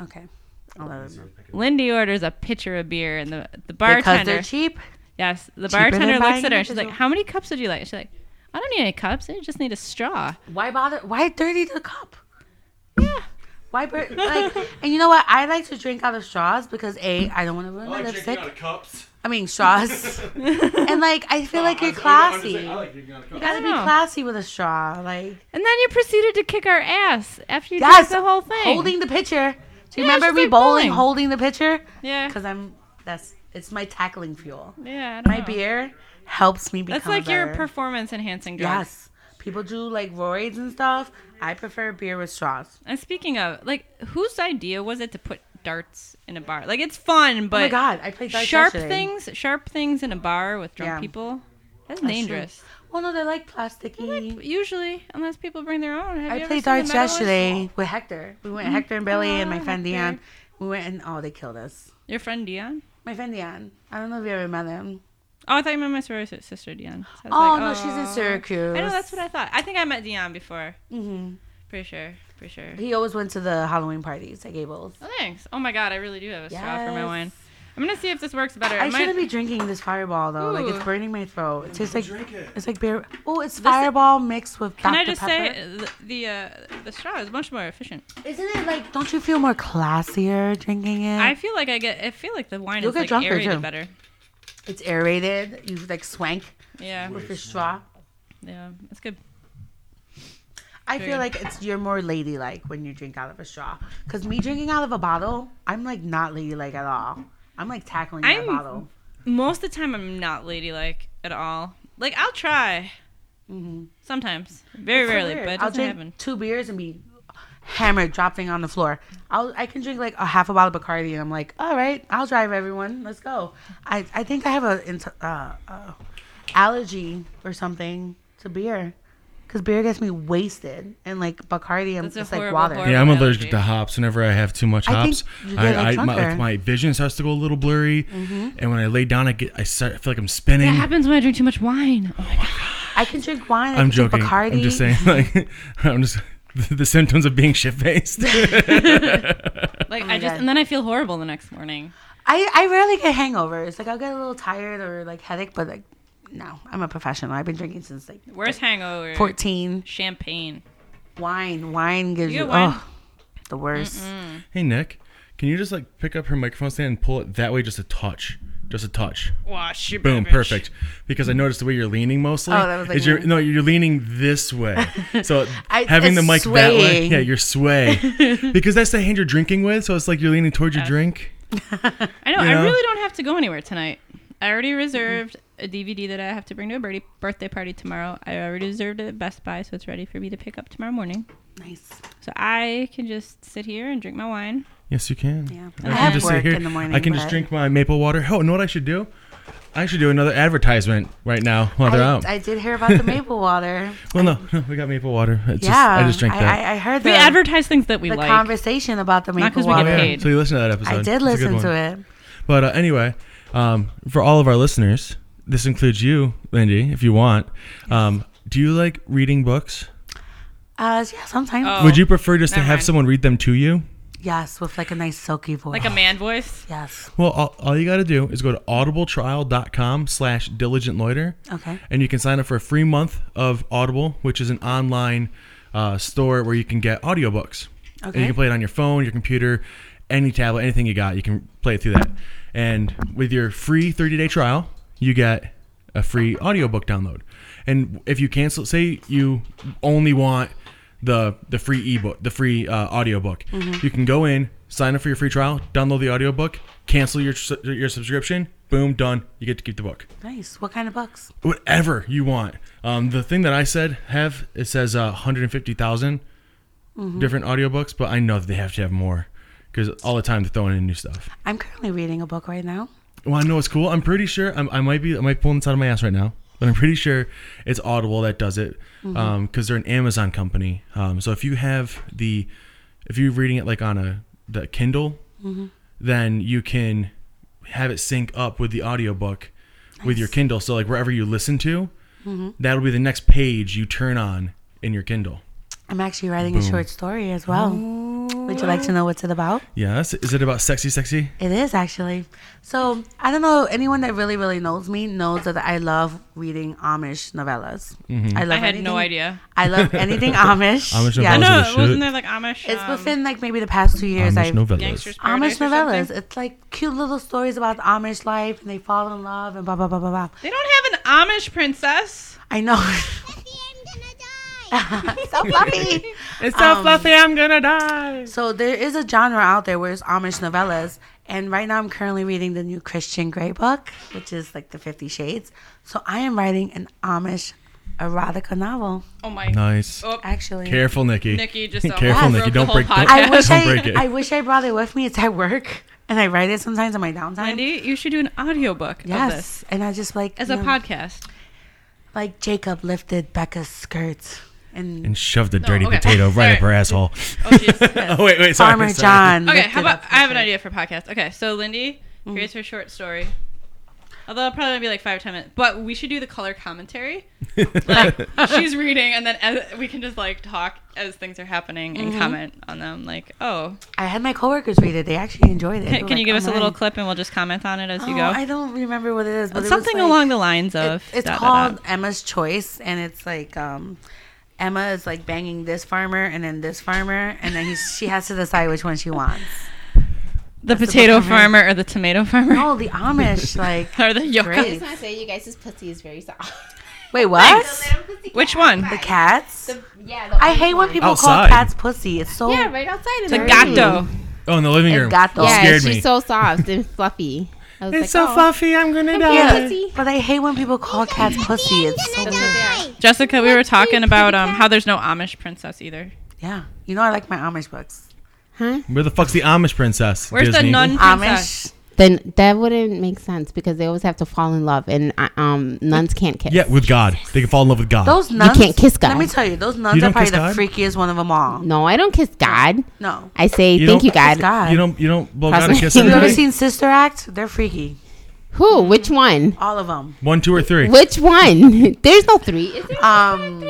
Okay. I'll let him know. lindy orders a pitcher of beer and the, the Because bartender they're cheap. yes the cheaper than bartender looks buying at her it and she's as like well. how many cups would you like she's like i don't need any cups i just need a straw Why bother? Why dirty the cup? yeah Why bur- like? And you know what? I like to drink out of straws because a I don't want to ruin my lipstick. cups. I mean straws. and like I feel like you're classy. You gotta be I know. classy with a straw. Like and then you proceeded to kick our ass after you Yes, drank the whole thing holding the pitcher. Do you Yeah, remember she's me like bowling, bowling. holding the pitcher? yeah Because I'm that's it's my tackling fuel. yeah I don't My know. beer helps me become. that's like your better. performance enhancing drug Yes. People do like roids and stuff. I prefer beer with straws. Oh And speaking of, like, whose idea was it to put darts in a bar? Like, it's fun, but oh my god, I played darts sharp yesterday. things, sharp things in a bar with drunk Yeah. people, that's That's dangerous. Well, no, they're like plasticky. Usually, unless people bring their own. Have you I ever played seen the darts medalist? yesterday with Hector. We went Hector and Billy and my Ah, friend Dion. Mm-hmm. Hector. We went and oh, they killed us. Your friend Dion. My friend Dion. I don't know if you ever met him. Oh, I thought you meant my sorority si- sister Dion. So I was Oh like, no, she's in "Oh." Syracuse. I know that's what I thought. I think I met Dion before. hmm Pretty sure. Pretty sure. He always went to the Halloween parties at Gables. Oh, thanks. Oh my God, I really do have a straw for my Yes. wine. I'm gonna see if this works better. I It might- shouldn't be drinking this Fireball though. Like Ooh. it's burning my throat. It tastes like it. it's like beer. Oh, it's Fireball mixed with Can Dr I just Pepper. say the the, uh, the straw is much more efficient. Isn't it like? Don't you feel more classier drinking it? I feel like I get. I feel like the wine You'll is get like drunker, aerated too. better. it's aerated. You like swank Yeah, with your straw. yeah, that's good. I feel like it's you're more ladylike when you drink out of a straw. Cause me drinking out of a bottle, I'm like not ladylike at all. I'm like tackling that I'm- bottle. Most of the time, I'm not ladylike at all. Like I'll try Mhm. sometimes, very rarely, Weird. but it I'll doesn't drink happen. two beers and be hammered, dropping on the floor. I'll I can drink like a half a bottle of Bacardi and I'm like, all right, I'll drive everyone. Let's go. I I think I have a int- uh, uh, allergy or something to beer. Cause beer gets me wasted, and like Bacardi, I'm That's a just like horrible, water. horrible- Yeah, I'm Allergy. allergic to hops. Whenever I have too much I think hops, you get, I, like, I- my, drunker. like, my vision starts to go a little blurry, Mm-hmm. and when I lay down, I get I, start, I feel like I'm spinning. That happens when I drink too much wine. Oh, I can drink wine. I I'm can drink joking. Bacardi. I'm just saying, like, I'm just the, the symptoms of being shit faced. like my I just, God. and then I feel horrible the next morning. I, I rarely get hangovers. Like I'll get a little tired or like headache, but like no, I'm a professional. I've been drinking since like Worst hangover. 14. Champagne. Wine, wine gives You you, get wine? oh the worst. hey Nick, can you just like pick up her microphone stand and pull it that way just a touch? Just a touch. Wash your Boom, bitch. perfect. Because I noticed the way you're leaning mostly. Oh, that was like is you're, me. no, you're leaning this way. So I- having the it's mic that way, swaying. yeah, you're sway. because that's the hand you're drinking with, so it's like you're leaning towards your drink. I know. You I know? really don't have to go anywhere tonight. I already reserved a DVD that I have to bring to a birdie birthday party tomorrow. I already reserved it at Best Buy, so it's ready for me to pick up tomorrow morning. Nice. So I can just sit here and drink my wine. Yes, you can. Yeah. I, can I have just sit work here. in the morning, I can just but- drink my maple water. Oh, you know what I should do? I should do another advertisement right now while they're I, out. I did hear about the maple water. well, no, no, we got maple water. It's yeah, just, I just drank that. I, I heard We the, advertise things that we the like. conversation about the Not maple 'cause we get Oh, water. paid. So you listened to that episode. I did listen to it. But uh, anyway, um, for all of our listeners, this includes you, Lindy, if you want. Um, do you like reading books? Uh, yeah, sometimes. Oh. Would you prefer just to never have mind. someone read them to you? Yes, with like a nice silky voice. like a man voice. Yes. Well, all, all you got to do is go to audibletrial.com slash diligent loiter. Okay. and you can sign up for a free month of Audible, which is an online uh, store where you can get audiobooks. And Okay. you can play it on your phone, your computer, any tablet, anything you got. You can play it through that. And with your free 30 day trial, you get a free audiobook download. And if you cancel, say you only want the the free ebook, the free uh, audiobook, you can go in, sign up for your free trial, download the audiobook, cancel your su- your subscription, boom, done. You get to keep the book Nice. What kind of books? whatever you want. Um, the thing that I said have it says uh, 150,000 different audiobooks, but I know that they have to have more because all the time they're throwing in new stuff. I'm currently reading a book right now. Well, I know it's cool. I'm pretty sure I'm, I might be I might be pulling this out of my ass right now, but I'm pretty sure it's Audible that does it Mm-hmm. because they're an Amazon company. Um, so if you have the if you're reading it like on a the Kindle, Mm-hmm. then you can have it sync up with the audiobook with your Kindle. So like wherever you listen to, Mm-hmm. that'll be the next page you turn on in your Kindle. I'm actually writing a short story as well. Would you like to know what's it about? Yes, is it about sexy, sexy? It is actually. So I don't know anyone that really, really knows me knows that I love reading Amish novellas. I love. I had anything- no idea. I love anything Amish. Mm-hmm. Amish I novellas know. Hours of the shit. Wasn't there like Amish? It's um, within like maybe the past two years Amish I've novellas. Gangsters Amish Paradise or something? novellas. It's like cute little stories about Amish life and they fall in love and blah blah blah blah blah. They don't have an Amish princess. I know. so fluffy. It's so Um, fluffy, I'm gonna die. So there is a genre out there where it's Amish novellas, and right now I'm currently reading the new Christian Grey book, which is like the Fifty Shades. So I am writing an Amish erotica novel. Oh my. Nice. Oh, Actually, Careful, Nikki. Nikki just Careful, almost Nikki. broke Don't the whole break. Don't, podcast. I wish don't I, break it. I wish I brought it with me. It's at work, and I write it sometimes in my downtime. Wendy, you should do an audiobook of this Yes, and I just like as you a know, podcast. like Jacob lifted Becca's skirts and, and shove the dirty okay. potato right up her Sorry. asshole. Oh, jeez. oh wait, wait, sorry. Farmer sorry. John. okay, lifted how about up her I have an shirt. idea for Mm-hmm. a podcast. Okay, so Lindy, here's her short story. Although it'll probably be like five or ten minutes, but we should do the color commentary. like she's reading, and then as, we can just like talk as things are happening and comment on them. Like, oh, I had my coworkers read it. They actually enjoyed it. They can, were can you like, give "Oh us a little my." clip and we'll just comment on it as you Oh, go? I don't remember what it is, but it was Something like- along the lines It- of it's da, da, da. called Emma's Choice, and it's like um, Emma is like banging this farmer and then this farmer, and then he's, she has to decide which one she wants. the potato book I'm reading. farmer or the tomato farmer Oh, the Amish like or the yoga. I Great. just want to say you guys' pussy is very soft. wait what? Which one? The cats. The, yeah, the I orange hate when one. people Outside. call cats pussy. It's so Yeah, right outside. in The room. gato. Oh, in the living It room. got the- It Yeah, scared she's me. so soft and fluffy. I was like, oh. fluffy, I'm gonna yeah. Pussy. But I hate when people call cats pussy. It's so That's what they are. Jessica, we were talking pretty about cat. um how there's no Amish princess either. yeah. You know I like my Amish books. Where the fuck's the Amish princess? Where's Disney? the nun princess? Amish. Then that wouldn't make sense because they always have to fall in love, and uh, um, nuns can't kiss. Mm. Yeah, with God. They can fall in love with God. Those nuns. can't kiss Let God. me tell you, those nuns don't are kiss probably the God? freakiest one of them all. No, I don't kiss God. No. I say You thank don't you, God. Kiss God. you don't. You don't blow Cross God a my kiss. every fingers. you ever day? seen Sister Act? They're freaky. Who? Which one? All of them. One, two, or three. Which one? There's no three. Is there? Um,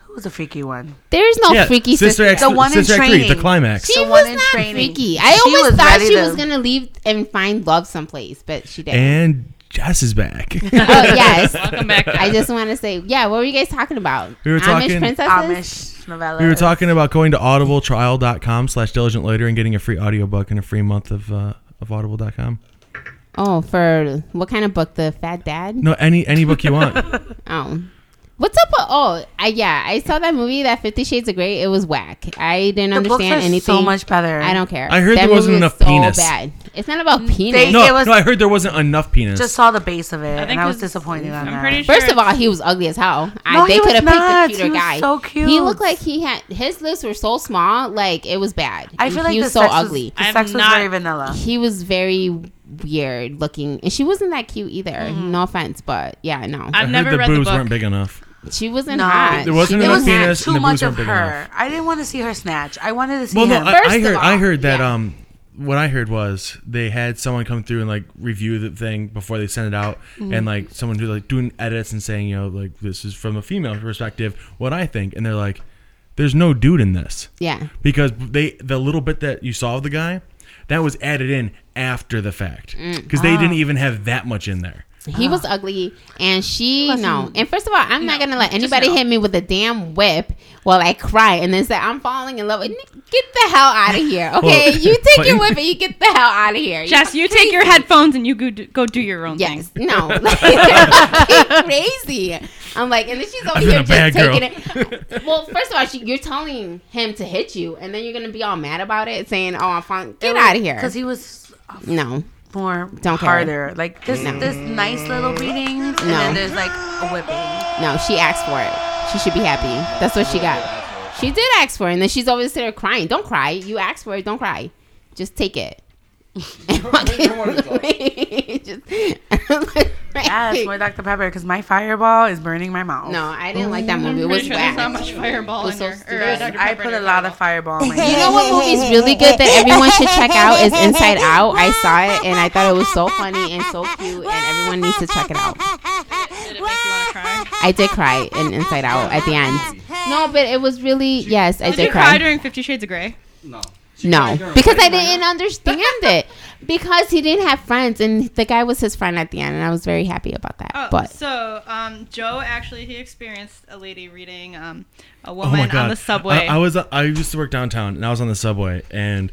who was a freaky one? There's no Uh, yeah, freaky sister sister. X, The one in sister Act three, the training. climax. she the one was in not training. freaky. I She always was thought ready she to- was gonna leave and find love someplace, but she didn't. and Jess is back. oh yes. Welcome back. I just want to say, yeah. What were you guys talking about? We were Amish talking- princesses. Amish novella. we were talking about going to audibletrial.com slash diligent loiter and getting a free audiobook and a free month of uh, of audible.com. Oh, for what kind of book? The Fat Dad. No, any any book you want. Oh. What's up? with- Oh, I, yeah, I saw that movie, that Fifty Shades of Grey. It was whack. I didn't The books understand are anything. so much better. I don't care. I heard That there wasn't movie was enough penis. Bad. It's not about penis. No, It was- no, I heard there wasn't enough penis. Just saw the base of it, think and I was it's- disappointed on I'm that. pretty sure. First of all, he was ugly as hell. No, I, they he could have was not. picked a He cuter was guy. so cute. He looked like he had his lips were so small, like it was bad. I feel like he the was so sex ugly. Was, the I'm sex was not- very vanilla. he was very weird looking, and she wasn't that cute either. Mm-hmm. No offense, but yeah, no, I heard I've never the read the boobs book. weren't big enough. she wasn't No. hot. There wasn't She It enough was didn't have- penis. and too the much boobs of weren't big her. enough. I didn't want to see her snatch. I wanted to see Well, no, him. I, First I of heard. I all, heard that. yeah. Um, what I heard was they had someone come through and like review the thing before they sent it out, Mm-hmm. and like someone who like doing edits and saying, you know, like this is from a female perspective, what I think, and they're like, "There's no dude in this." Yeah. because they the little bit that you saw of the guy, that was added in after the fact Mm. because they didn't Ah. even have that much in there. He Ah. was ugly, and she no. And first of all, I'm not gonna let anybody hit me with a damn whip while I cry and then say I'm falling in love. with Get the hell out of here, okay? Well, you take your but- whip and you get the hell out of here. Jess, you take your headphones and you go do, go do your own Yes. thing. No. Like, crazy. I'm like, and then she's over I've here been a bad just girl. taking it. Well, first of all, she, you're telling him to hit you, and then you're gonna be all mad about it, saying, "Oh, I'm falling. Get out of here." because he was no. more Don't care. harder. Like this, this nice little beating, and No. then there's like a whipping. No, she asked for it. She should be happy. That's what she got. She did ask for it, and then she's always there crying. Don't cry. You asked for it. Don't cry. Just take it. Don't wanna talk. Just- Ask more Dr. Pepper because my fireball is burning my mouth. no, I didn't like that movie. It I'm was pretty sure there's whack. not much fireball Was in so there. Or, stupid. uh, Dr. I Pepper put in a your lot of fireball. fireball in my mouth. You know what movie's really good that everyone should check out is Inside Out. I saw it and I thought it was so funny and so cute, and everyone needs to check it out. Did it make you want to cry? I did cry in Inside Out at the end. No, but it was really yes, I Did did you cry cry. during Fifty Shades of Grey? No. She No, cried during because I Ready didn't understand it. Because he didn't have friends, and the guy was his friend at the end, and I was very happy about that. Oh, but so um, Joe actually he experienced a lady reading um, a Oh my woman god! on the subway. I, I was I used to work downtown, and I was on the subway, and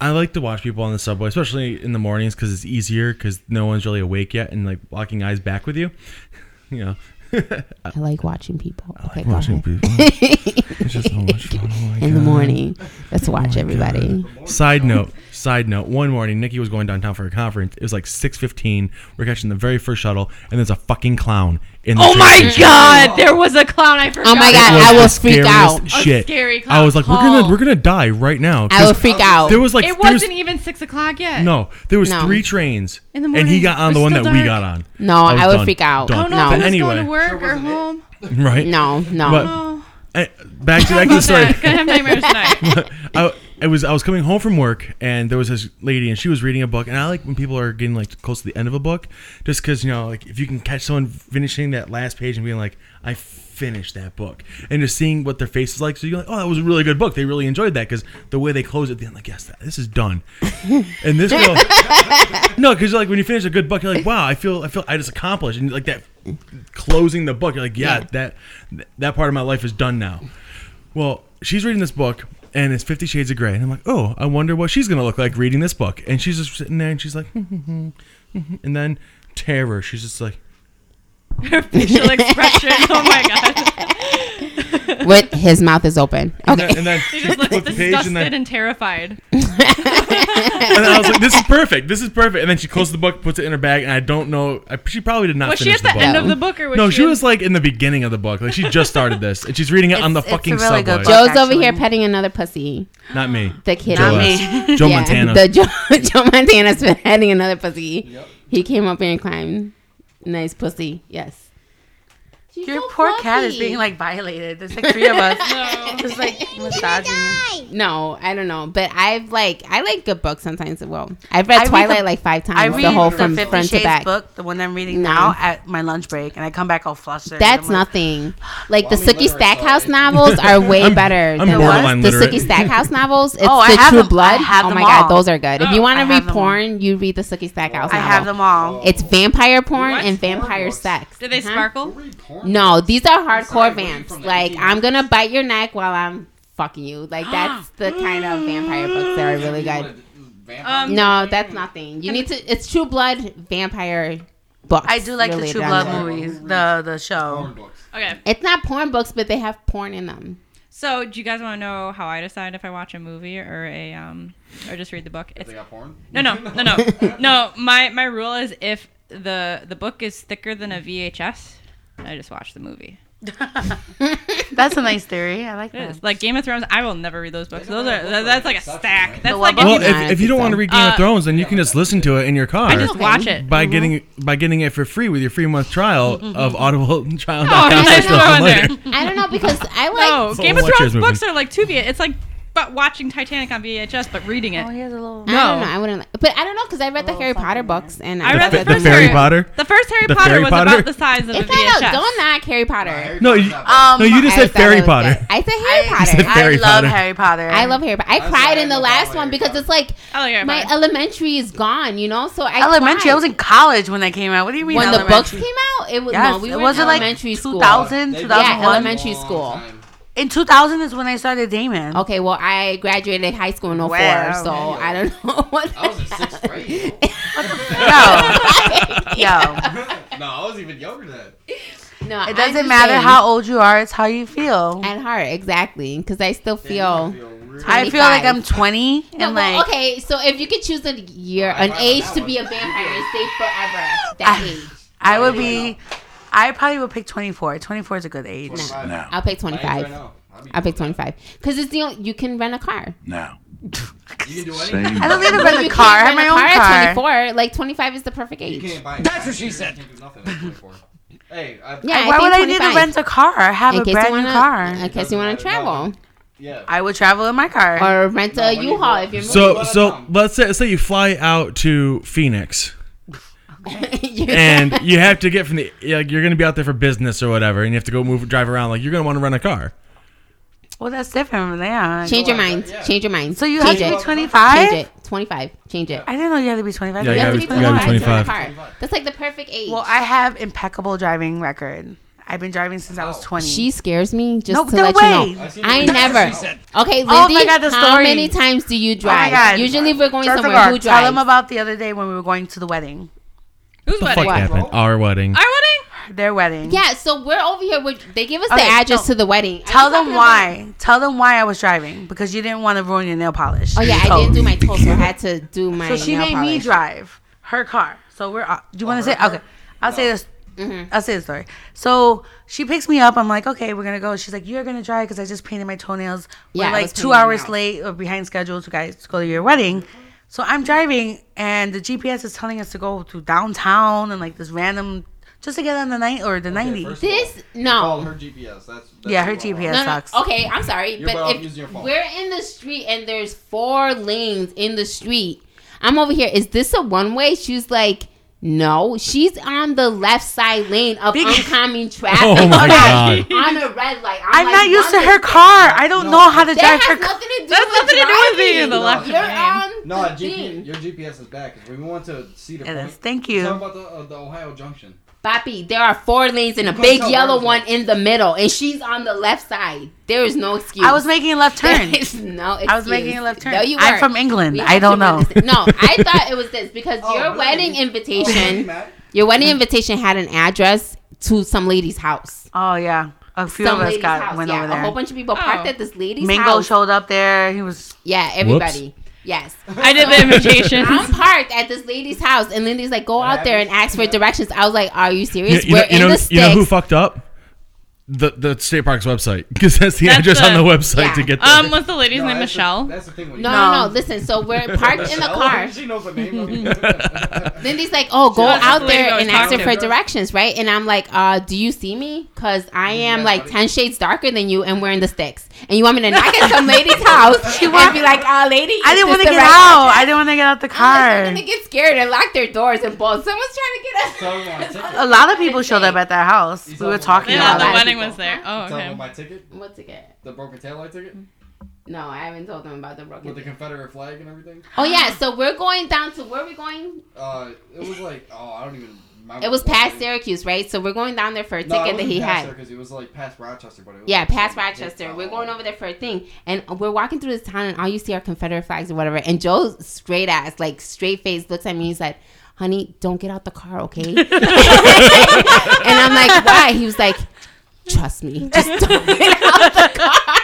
I like to watch people on the subway, especially in the mornings, because it's easier because no one's really awake yet, and like locking eyes back with you. you know, I like watching people. Okay, go ahead. people. it's just so much fun. Oh my in the God. morning. Let's watch everybody. Side note, side note. One morning, Nikki was going downtown for a conference. It was like six fifteen. We're catching the very first shuttle, and there's a fucking clown in the. oh my train. god, there was a clown. I Oh forgot. my It god, was I will the freak scariest out. Shit, scary I clown was like, we're call. gonna we're gonna die right now. I 'cause will freak out. There was like It there was- wasn't even six o'clock yet. No, there was No. three trains, In the and he morning, got on it the was one that still we dark. got Oh, on. No, I was would done. freak out. Done. I don't know No. if he was going anyway, to work or wasn't it. home. right? No, no. But- Oh, Eh, back to back to the about story. that. Gonna have nightmares tonight. I, I was I was coming home from work and there was this lady and she was reading a book and I like when people are getting like close to the end of a book just because you know like if you can catch someone finishing that last page and being like I finished that book and just seeing what their face is like so you're like oh that was a really good book they really enjoyed that because the way they close it then like yes this is done and this girl no because like when you finish a good book you're like wow I feel I feel I just accomplished and like that closing the book you're like yeah, Yeah. that that part of my life is done now. Well, she's reading this book, and it's Fifty Shades of Grey, and I'm like, oh, I wonder what she's gonna look like reading this book. And she's just sitting there, and she's like, and then terror. She's just like, Her facial expression. Oh my god. With his mouth is open. and Okay. then, and then She she just looks flipped the page, disgusted and then, and terrified. and I was like, this is perfect. This is perfect. And then she closes the book, puts it in her bag, and I don't know. I, she probably did not. Was she finish at the, book. end of the book or was no, she? she in- was like in the beginning of the book. Like she just started this, and she's reading it on the It's- it's a fucking really subway. good book. Joe's over Actually. here petting another pussy. Not me. The kid. Joe Not me. S. Joe Yeah, Montana. The Joe, Joe Montana's petting another pussy. Yep. He came up here and climbed. Nice pussy. Yes. She's Your so poor cat is fluffy. being like violated. There's like three of us. No. Just like massaging. you. No, I don't know, but I've like I like good books sometimes. Well, I've read I read Twilight the- like five times. I read the whole the from Fifty front to Shades back. book, the one I'm reading No. now, at my lunch break, and I come back all flustered. That's I'm like, nothing. Like Well, the I mean, Sookie literate, Stackhouse so I- novels are way I'm- better. I'm than borderline the literate. Sookie Stackhouse novels. It's Oh, I the have True them- I Blood. have Oh them my god, all. those are good. if Oh, you want I to have read them porn, you read the Sookie Stackhouse. I novel. have them all. It's vampire porn What? and vampire Porn books. sex. Did they Uh-huh. sparkle? Read porn. No, these are sorry, hardcore what are you vamps. from, Like 19? I'm gonna bite your neck while I'm fucking you. Like that's the kind of vampire books that are really good. Vampire. Um, No, that's nothing. You need to. It's True Blood vampire books. I do like really, the True that Blood I'm- movies, the the show. Porn books. Okay. It's not porn books, but they have porn in them. So, do you guys want to know how I decide if I watch a movie or a um or just read the book? It's They got porn? no, no, no, no, no. My my rule is if the the book is thicker than a VHS, I just watch the movie. That's a nice theory. I like It that. is. Like Game of Thrones, I will never read those books. They don't Those have are a book that, that's for that like a section, stack. right? That's The like what if Well, you, book? if, if you don't want to read Game Uh, of Thrones, then you can just listen to it in your car I just watch it. Mm-hmm. by getting by getting it for free with your free month trial of audibletrial.com. Oh, slash nice throw in there. Later. I don't know because I No, like. So Game of watch Thrones yours, books Ruben. are like two V. It's like but watching Titanic on VHS, but reading it. Oh, he has a little. I don't no. know. I wouldn't. Like, but I don't know because I read the Harry Potter books and Oh, I I read The, the fa- read the first Fairy Harry- Potter. The first Harry The Potter Fairy was Potter? about the size of a It's not. VHS. No, don't knock Harry Potter. No, you- Uh, Um, no, you just I said thought that Fairy was Potter. good. I said I, Harry Potter. said Harry I love Potter. Harry Potter. I love Harry Potter. I I'm cried sorry, in I the love last Harry one because Potter. it's like I like Harry my uh, Potter. elementary is gone, you know. So I elementary. cried. I was in college when that came out. What do you mean when the books elementary? came out. It was Yes, no, we it were wasn't in like elementary school. 2000. elementary school. In 2000 is when I started Damon. Okay, well, I graduated high school in 04, Wow. so I don't know what. I was in sixth grade. Yo, yo. no, I was even younger than that. no, I'm It doesn't just matter saying, how old you are. It's how you feel. At heart, exactly, because I still feel. Damn, you real- I feel like 25. I'm 20 and No, well, like okay, so if you could choose a year, I an like age that to one. be a vampire and stay forever, that age, I would be. I probably would pick 24. 24 is a good age. Twenty-five. I'll pick My age right 25. now. I'm I'd be I picked 25 because it's the only you can rent a car. Now, You can do same. anything. I don't need to You rent a can't car. I rent have my a own at car. 24. Like 25 is the perfect You age. can't buy. That's what she said. You can't do nothing at 24. hey, I, Yeah, Why would I think need to 25. rent a car? I have in a case brand you wanna, new car. in case you want to travel yeah. I would travel in my car. or rent No, a when you U-Haul go- if you're moving. So so let's say, say you fly out to Phoenix You're- and you have to get from the like you're gonna be out there for business or whatever and you have to go move drive around like you're gonna want to rent a car. well, that's different. Yeah. change your like that, mind. yeah. Change your mind. So you have change to it. be 25? Change it. 25. Change it. I didn't know you had to be 25. Yeah, You you have to be gotta be- you gotta be 25 to rent a 25. car. That's like the perfect age. Well, I have impeccable driving record. I've been driving since I was 20. She scares me. Just No, to no let way. you know, I've seen I her- never. She said- Okay, Lindy. Oh my God, the how story. many times do you Oh my drive? God. Usually, if we're going Jessica, somewhere. Who tell them drives? about the other day when we were going to the wedding, Who's The wedding? fuck happened? Our wedding. Our wedding? their wedding. Yeah, so we're over here. With, they give us the Okay, address to no. the wedding. Are Tell you them talking why. Tell them why I was driving because you didn't want to ruin your nail polish. about- Oh yeah, I didn't do my toes, so I had to do my. So she nail made me polish. drive her car. So we're. uh, Do you want to say? her car? Okay, I'll say this. Mm-hmm. I'll say the story. So she picks me up. I'm like, okay, we're gonna go. She's like, you're gonna drive because I just painted my toenails. We're Yeah, I was like two painting hours mine. late or behind schedule to guys to go to your wedding. So I'm driving, and the GPS is telling us to go to downtown and like this random, just to get on the night or the ninety. first- This no. Call her GPS. That's, that's Yeah, her what I want. GPS. No, no, sucks. okay, I'm sorry, You're but better off if using your phone. we're in the street and there's four lanes in the street, I'm over here. Is this a one way? She's like, no, she's on the left side lane of Because- oncoming traffic. Oh my like, God. On a red light. I'm like, not used to what her is this? car. I don't No. know how to That drive has her. car. nothing to do That's with nothing to do with being in the driving. left You're lane. on No, the GP, thing. your GPS is back. When we went to Cedar It Point, is. Thank Talk you. about the, uh, the Ohio Junction. Boppy, there are four lanes and a couldn't big tell yellow where one it was. in the middle, and she's on the left side. There is no excuse. I was making a left turn. There is no excuse. I was making a left turn. No, you I'm weren't. from England. We I have don't to know. understand- No, I thought it was this because Oh, your really? wedding Oh, really, invitation, Matt? your wedding invitation had an address to some lady's house. Oh yeah, a few Some of us lady's got house. went yeah, over a whole there. bunch of people parked Oh. at this lady's Mingo house. showed up there. He was. Yeah, everybody. Yes. I did the invitations. I'm parked at this lady's house, and Lindy's like, "Go out there and ask for directions." I was like, "Are you You, serious? you We're know, you, in know, the you know who sticks." fucked up? The the state park's website because that's the That's address on the- the website yeah. to get there. Um, was the lady's No, name that's the- Michelle? that's the thing. When No, you no, No. no. Listen, so we're parked in the car. She knows the name. Of it. Lindy's like, "Oh, go that's out the lady there I was and ask her talking for to. directions, right?" And I'm like, "Uh, do you see me? Cause Mm, I am Yeah, like buddy. ten shades darker than you, and we're in the sticks. And you want me to knock at some lady's house and be like, uh, lady, is I didn't this want to the get right out. address?" I didn't want to get out the I'm like, car. they're gonna get scared and lock their doors and bolt. Someone's trying to Tell them my get ticket. us. A lot of people showed up at that house. He's We were all- talking yeah, Yeah, about the that. that. wedding was there. Oh, Tell okay. them my ticket. What's again? The broken taillight ticket Mm-hmm. No, I haven't told them about the broken. with the Confederate flag and everything. oh yeah, so we're going down to where are we going? Uh, it was like oh, I don't even. remember It was what past Syracuse, right? So we're going down there for a No, ticket that he had. because it was like past Rochester, but it was Yeah, like past some- Rochester. We're Oh. going over there for a thing, and we're walking through this town, and all you see are Confederate flags or whatever. And Joe, straight ass, like straight face, looks at me. He's like, "Honey, don't get out the car, okay?" and I'm like, "Why?" He was like, "Trust me, just don't get out the car."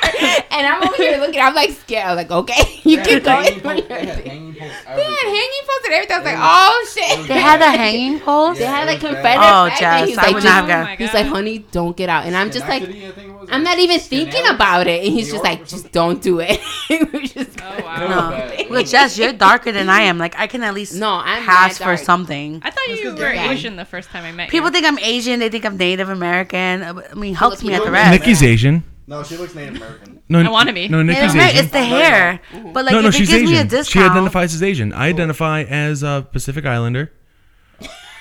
And I'm over here looking. I'm like scared. I'm like, "Okay, you They keep had hanging going." They posts- They had had hanging posts. everywhere. hanging posts and everything. I was like, It was- "Oh it was shit!" They had a hanging post. They had like It was Confederate bad. Oh, flags. and Jess, he's I like, would just- not have Oh my got. He's God. like, honey, don't get out. And I'm just like, Schenectady, I think it was, or I'm not even Schenectady? thinking about it. And he's New just York or like, just something? don't do it. It was just- Oh wow. No. No, bad. well, Jess, you're darker than I am. Like I can at least No, I'm pass mad for dark. something. I thought you That's were good. Yeah. Asian the first time I met People you. think I'm Asian. They think I'm Native American. I mean, helps me at the Filipino. rest. Nikki's Asian. No, she looks Native American. No, I wanna be. No, Nikki's Native Asian. American. It's the hair, but like no, no, if it she's gives me a Asian. discount, She identifies as Asian. I identify as a Pacific Islander.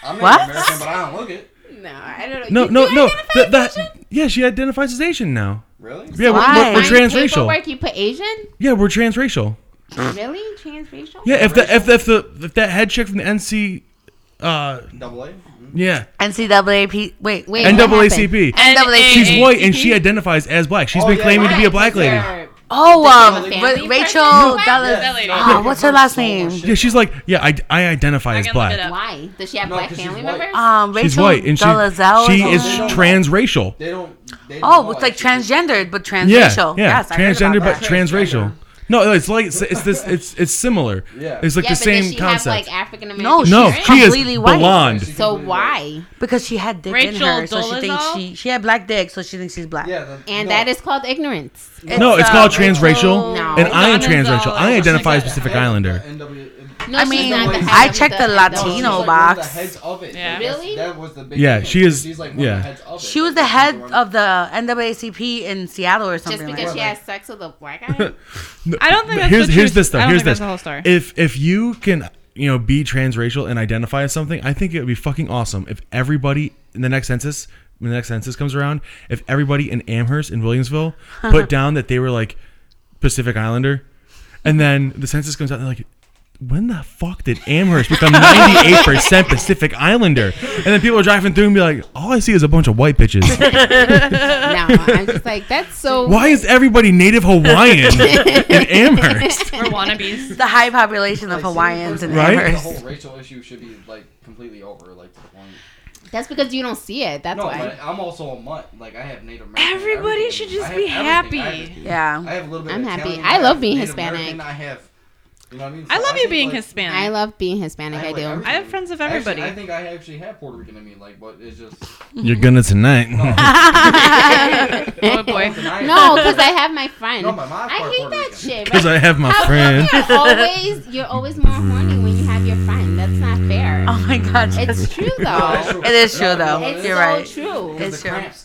I'm Native What? American, but I don't look it. No, I don't No, know. You- no, you no. identify That, as that, yeah, she identifies as Asian now. Really? Yeah, we're, we're, Why? we're Asian? On your transracial. Paperwork, you put Asian? Yeah, we're transracial. Really? Transracial? Yeah, if the if, if the if that head chick from the NC, uh, Double A. Mm. yeah, NCAA. P- wait, wait. Wait, what NAACP. happened? NAACP. She's white and she identifies as black. She's Oh, been yeah, claiming yeah. to be a black lady. Yeah, Why? Oh, Because um, they're but family Rachel person? Dallas. That lady. Oh, what's her last name? she's like, yeah, I, I identify I as can look it black. up. Why? Does she have No, black 'cause she's family white. members? Ah, Um, Rachel She's white and she Dalazel or she something? is something. transracial. They don't. They don't Oh, know it's like actually. transgendered, but Yeah, transracial. yeah, Yes, I heard transgender about but that. transracial. No, it's like it's, it's this. It's it's similar. Yeah. It's like yeah, the but same does she concept. have like African American? No, no, She's she is completely white. blonde. So why? because she had dick Rachel in her, so she thinks Dolezal? she she had black dick, so she thinks she's black. Yeah, the- And no, that is called ignorance. No, it's uh, called Rachel- transracial, No. and I am Not as, uh, transracial. I like- identify as Yeah. Pacific Yeah, Islander. the NW No, I she's mean, not the head I of checked the No, she's Latino like one of box. the heads of it. Yeah. That's- Really? That was the big Yeah, thing. she is- She's like one yeah. of the heads of it. She was the That's head one- of the NAACP in Seattle or Just something because like she that. has sex with a black guy? I don't think But that's here's here's the truth. this though. I don't Here's think this. That's the whole story. If if you can you know be transracial and identify as something, I think it would be fucking awesome if everybody in the next census when the next census comes around, if everybody in Amherst and Williamsville put down that they were like Pacific Islander, and then the census comes out and they're like. When the fuck did Amherst become 98% Pacific Islander? And then people are driving through and be like, all I see is a bunch of white bitches. no, I'm just like that's so. Why is everybody native Hawaiian in Amherst? We're wannabes. The high population of Hawaiians in Right? The Amherst. whole racial issue should be like completely over. Like to the point. That's because you don't see it. That's No, why. but I'm also a mutt. Like I have Native American. Everybody everything. should just I be have everything. I happy. have- I Yeah. have a little bit. I'm of happy. Italian, I love being Native Hispanic. American, I have. You know what I mean? So I love you think, being like, Hispanic. I love being Hispanic. I, have, like, do. everything. I have friends of Actually, everybody. I think I actually have Puerto Rican in me. Like, but it's just. You're gonna tonight. oh boy. No, because I have my friend. No, my mom's I part hate Puerto that Rican. shit. Because right? I have my friend. You're always you're always more horny when you have your friend. That's not fair. Oh my god. It's true though. It is true, No, though. no, It's You're so right. true. Because It's the true. cramps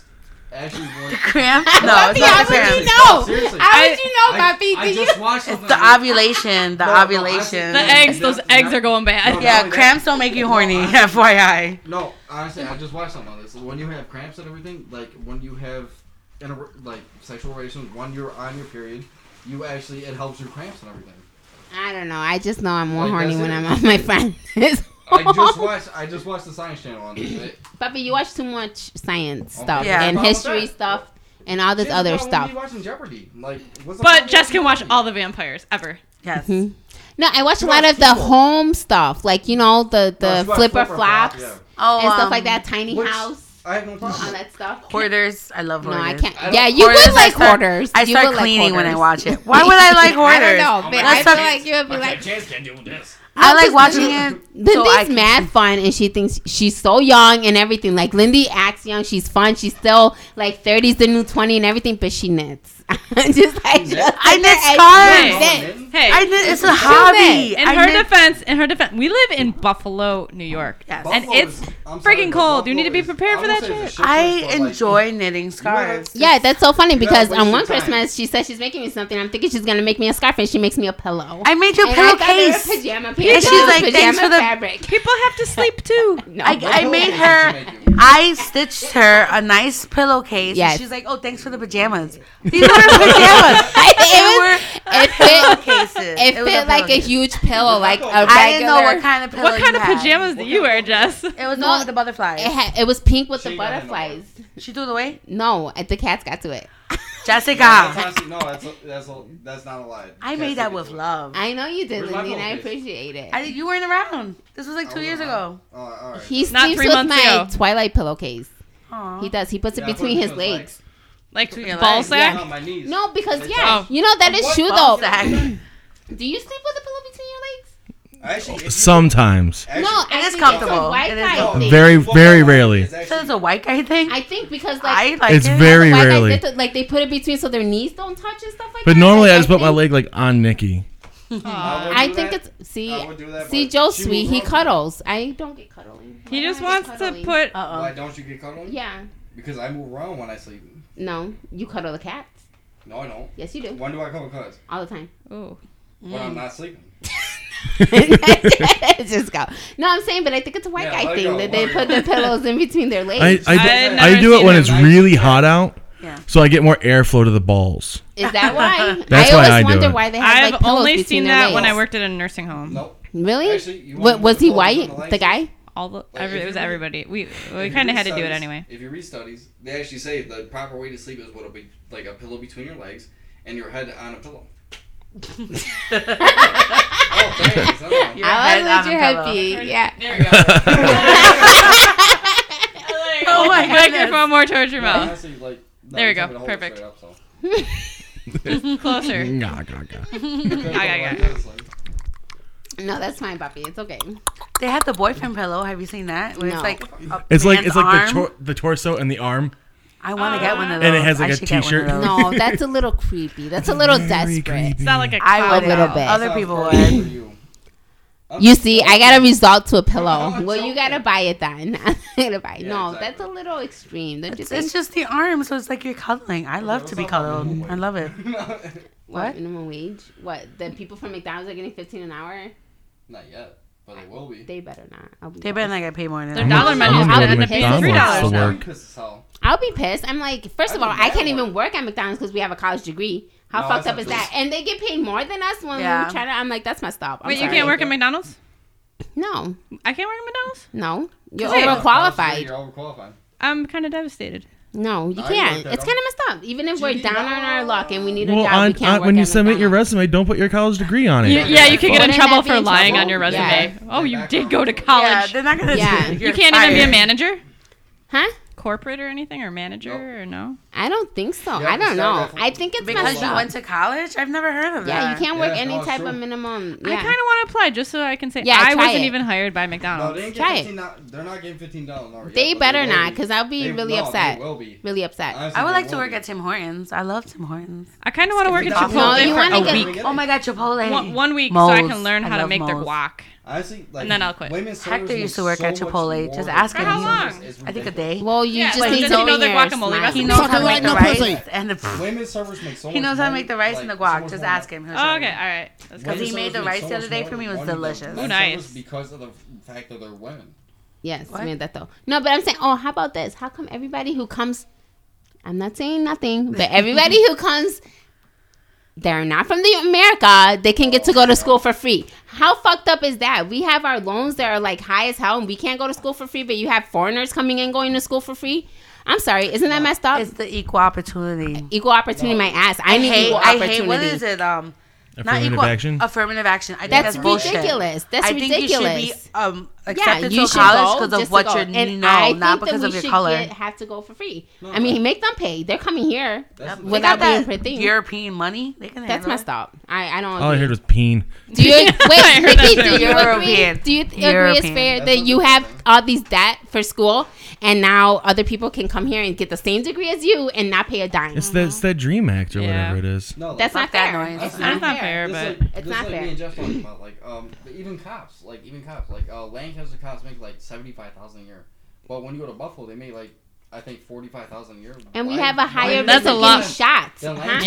Actually, were- Cramp? No, How it's would not the you cramp. know? Seriously. How would you know, I, Bobby? I Did you? just watched It's something the like- ovulation. The No, no, I ovulation. see- The eggs. Those No, eggs no. are going bad. No, no. yeah, cramps don't make you horny. FYI. No, honestly, I just watched something on this. When you have cramps and everything, like when you have inter- like sexual relations, when you're on your period, you actually it helps your cramps and everything. I don't know. I just know I'm more Like, horny that's when it. I'm on my friend. I just watched. I just watched the Science Channel on this. Right? Bobby, you watch too much science Okay. stuff Yeah. and Problem with history that. stuff and all this She's other probably stuff. Watching Jeopardy, like. What's the problem But with Jess can watch Jeopardy? all the vampires ever. Yes. Mm-hmm. No, I watch a She lot watched of the People. home stuff, like you know the No, the she watched flipper Flipper flops Flop, yeah. Oh, and stuff um, like that, tiny Which- house, I have no problem. all that stuff. Hoarders. I love No, hoarders. I can't. I don't- yeah, you Hoarders, would like I start, hoarders. I You start would like cleaning when I hoarders. watch it. Why would I like Oh hoarders? I don't know, but I That's feel not- like you would be like, Chance can do this. I like just- watching it. Lindy's so I can- mad fun, and she thinks she's so young and everything. Like Lindy acts young, she's fun, she's still like 30s, the new 20 and everything, but she knits. just like just I knit underage scarves. knits. Hey. I knit, it's a hobby. in I her knit- defense, in her defense, we live in Buffalo, New York, Yes. and Buffalo it's is- I'm sorry, freaking but cold. You need to be Buffalo prepared is- I for will that say it's shit. a shit I show, but, like, enjoy knitting scarves. Yeah, that's so funny because waste on your one time. Christmas she said she's making me something. I'm thinking she's gonna make me a scarf, and she makes me a pillow. I made you a And I thought they were pillowcase. pajama she's pants. like, pajama "Thanks for the- fabric. People have to sleep too. No, I, I made her. I stitched her a nice pillowcase. Yeah. Yes. She's like, "Oh, thanks for the pajamas. These were pajamas. it was it fit Pillowcases. it was fit like a pillowcase. huge pillow, like a regular. I didn't know what kind of pillow. What kind you of had. pajamas do you wear, Jess? It was the No, one with the butterflies. It, had, it was pink with the She got it in the butterflies. she threw it away. No, uh, the cats got to it. That's Jessica. honestly, no, that's a, that's a, that's not a lie. I Yes, made that it with is. love. I know you did, Where's my Lindy, and I pillowcase? appreciate it. I, you weren't around. This was like two Oh, years wow. ago. Oh, all right. he Not sleeps three with months my ago. Twilight pillowcase. Aw. He does. He puts it Yeah, I between put it his between his legs. Like To your ball legs, Yeah. sack? on my knees. No, because Like yeah, that. you know that is What true Ball though. sack. Do you sleep with a pillow between your legs? I actually, if you- Sometimes. actually- No, It I is think comfortable. It's a white It is guy comfortable. thing. Very, Well, very no, rarely. it's actually- So it's a white guy thing. I think because I like. like It's it. very white guys, rarely. they put- like they put it between so their knees don't touch and stuff like that. But normally Like, I just put my think- leg like on Nikki. I would I do think that. it's see, I would do that, see but Joe she Sweet. will He love me. cuddles. I don't get cuddling. Why He just don't I get wants to cuddling? put. Uh Why oh. don't you get cuddling? Yeah. Because I move around when I sleep. No, you cuddle the cats. No, I don't. Yes, you do Mm. When do I cuddle cuz? all the time. Ooh. When I'm not sleeping. just go. No, I'm saying, but I think it's a white Yeah, guy let thing go, that they let put go. the pillows in between their I, legs. I, I've I never do it seen when him. it's really hot out, Yeah. so I get more airflow to the balls. Is that why? That's why I always I do wonder it. why they have I've like pillows only between seen their that legs. when I worked at a nursing home. Nope. Really? Actually, you What, want was the he pillows white? on the legs? The guy? All the Like, every, if it was you- everybody. We we If you kind of read had to do it studies- anyway. If you read studies, they actually say the proper way to sleep is what will be like a pillow between your legs and your head on a pillow. oh, thanks. I don't know. Your head I on was a Oh, your pillow. happy. Yeah. There we go. Oh my goodness. Oh Microphone more towards your mouth. Honestly, like, no, There we it's not go. gonna hold it Perfect. straight up, so. Closer. Gah, gah, gah. yeah, yeah. It's like, No, that's fine, Buffy. It's okay. They have the boyfriend pillow. Have you seen that? Where No. It's like a It's like man's it's like the, arm. tor- the torso and the arm. I want to get one of those. And it has, like, I a should get one of t-shirt. those. No, that's a little creepy. That's a little desperate. It's not like a I cloud. would. little bit. Other sounds people perfect would. for you. I'm You just- see, I gotta resort to a pillow. No, Well, it's you gotta okay. buy it then. I gotta buy. it. Yeah, no, exactly. that's a little extreme. Don't you It's, think? it's just the arm, so it's like you're cuddling. I love to be what's up, cuddled. I love it. what? minimum wage? What the people from McDonald's are getting fifteen an hour? Not yet, but it will be. They better not. I'll be. They better not get paid more than Their that. dollar menu is I'll going to end be up being McDonald's three for dollars Now now. work. Pissed as hell. I'll be pissed. I'm like, first of I all, don't I can't know. even work at McDonald's because we have a college degree. How No, fucked that's up not is true. that? And they get paid more than us when Yeah. we try to. I'm like, that's messed up. I'm Wait, you sorry. can't work at McDonald's? No, I can't work at McDonald's? no, you're Hey. overqualified. You're overqualified. I'm kind of devastated. No, you I can't. worked at It's a- kind of messed up. Even if we're GD down on our luck and we need a Well, job, on, we can't on, work when you at submit your McDonald's. resume, don't put your college degree on it. Yeah, yeah you could get in Wouldn't trouble that be for in lying trouble? on your resume. Yeah. Oh, you did go to college. Yeah, they're not gonna. Yeah. do it. you You're can't even be a fired. manager, Huh? corporate or anything, or manager, or no? I don't think so. Yeah, I don't it's know. terrible. I think it's Because messed you up. went to college. I've never heard of that. yeah, you can't work Yeah, any no, it's type true. of minimum. I Yeah. kind of want to apply just so I can say Yeah, I try wasn't it. even hired by No, Oh, McDonald's. they didn't Try get it. fifteen. dollars They're not getting fifteen dollars an hour. yet, they but better will not, be. because I'll be They- really no, they upset. will be. Really upset. Honestly, I would they like to will work be. at Tim Hortons. I love Tim Hortons. I kind of want to work at No, Chipotle you for wanna a get- week, Oh my God, Chipotle. one, one week, so I can Moles. learn how to love make their moles. guac. Honestly, like, And then I'll quit. women's Hector servers used make to work at so much Chipotle. more Just than- ask For him. how long? It's I think a ridiculous. day. Well, you Yeah, just but need does to he know own the your guacamole smile. recipe? He knows how Fucking to like make the no pussy. rice and the. Women's servers make so much He knows how to make the rice like, and the so guac. much Just more- ask him. He'll Oh, show okay, you. all right. That's Women's good. he made servers the make rice so the other much day more for me was money than delicious. men's Ooh, servers nice. Because of the fact that they're women. Yes, What? mandato. No, but I'm saying, oh, how about this? How come everybody who comes, I'm not saying nothing, but everybody who comes, they're not from the America. They can get to go to school for free. How fucked up is that? We have our loans that are like high as hell, and we can't go to school for free. But you have foreigners coming in going to school for free. I'm sorry, isn't that messed up? It's the equal opportunity. equal opportunity, my ass. I, need hate, equal I opportunity. hate. What is it? Um, Affirmative action? Affirmative action. I think That's that's, bullshit. ridiculous. That's I think ridiculous. you should be um, yeah, accepted you to should college go because just of to what go. you're And no, I not think that because we of your should color. Get, have to go for free. I mean, make them pay. They're coming here That's They without got being that for thing. European money. They can That's handle messed it. up. I I don't. All I agree. heard was peen. Do you I wait, heard that Nikki? too. Do you European. agree? Do you th- agree it's European. fair That's that what you I'm have saying. all these debt for school, and now other people can come here and get the same degree as you and not pay a dime? It's that it's that Dream Act or Yeah. whatever it is. No, That's not Fuck like, that fair. noise. That's That's not fair. Just but- like, It's just not like fair. me and Jeff talking about, like, um, but even cops, like even cops, like uh, Lancaster cops make like seventy five thousand a year, but when you go to Buffalo, they make like I think forty five thousand a year. And we Why- have a higher That's risk a of lot. getting shot. Then huh? Lancaster-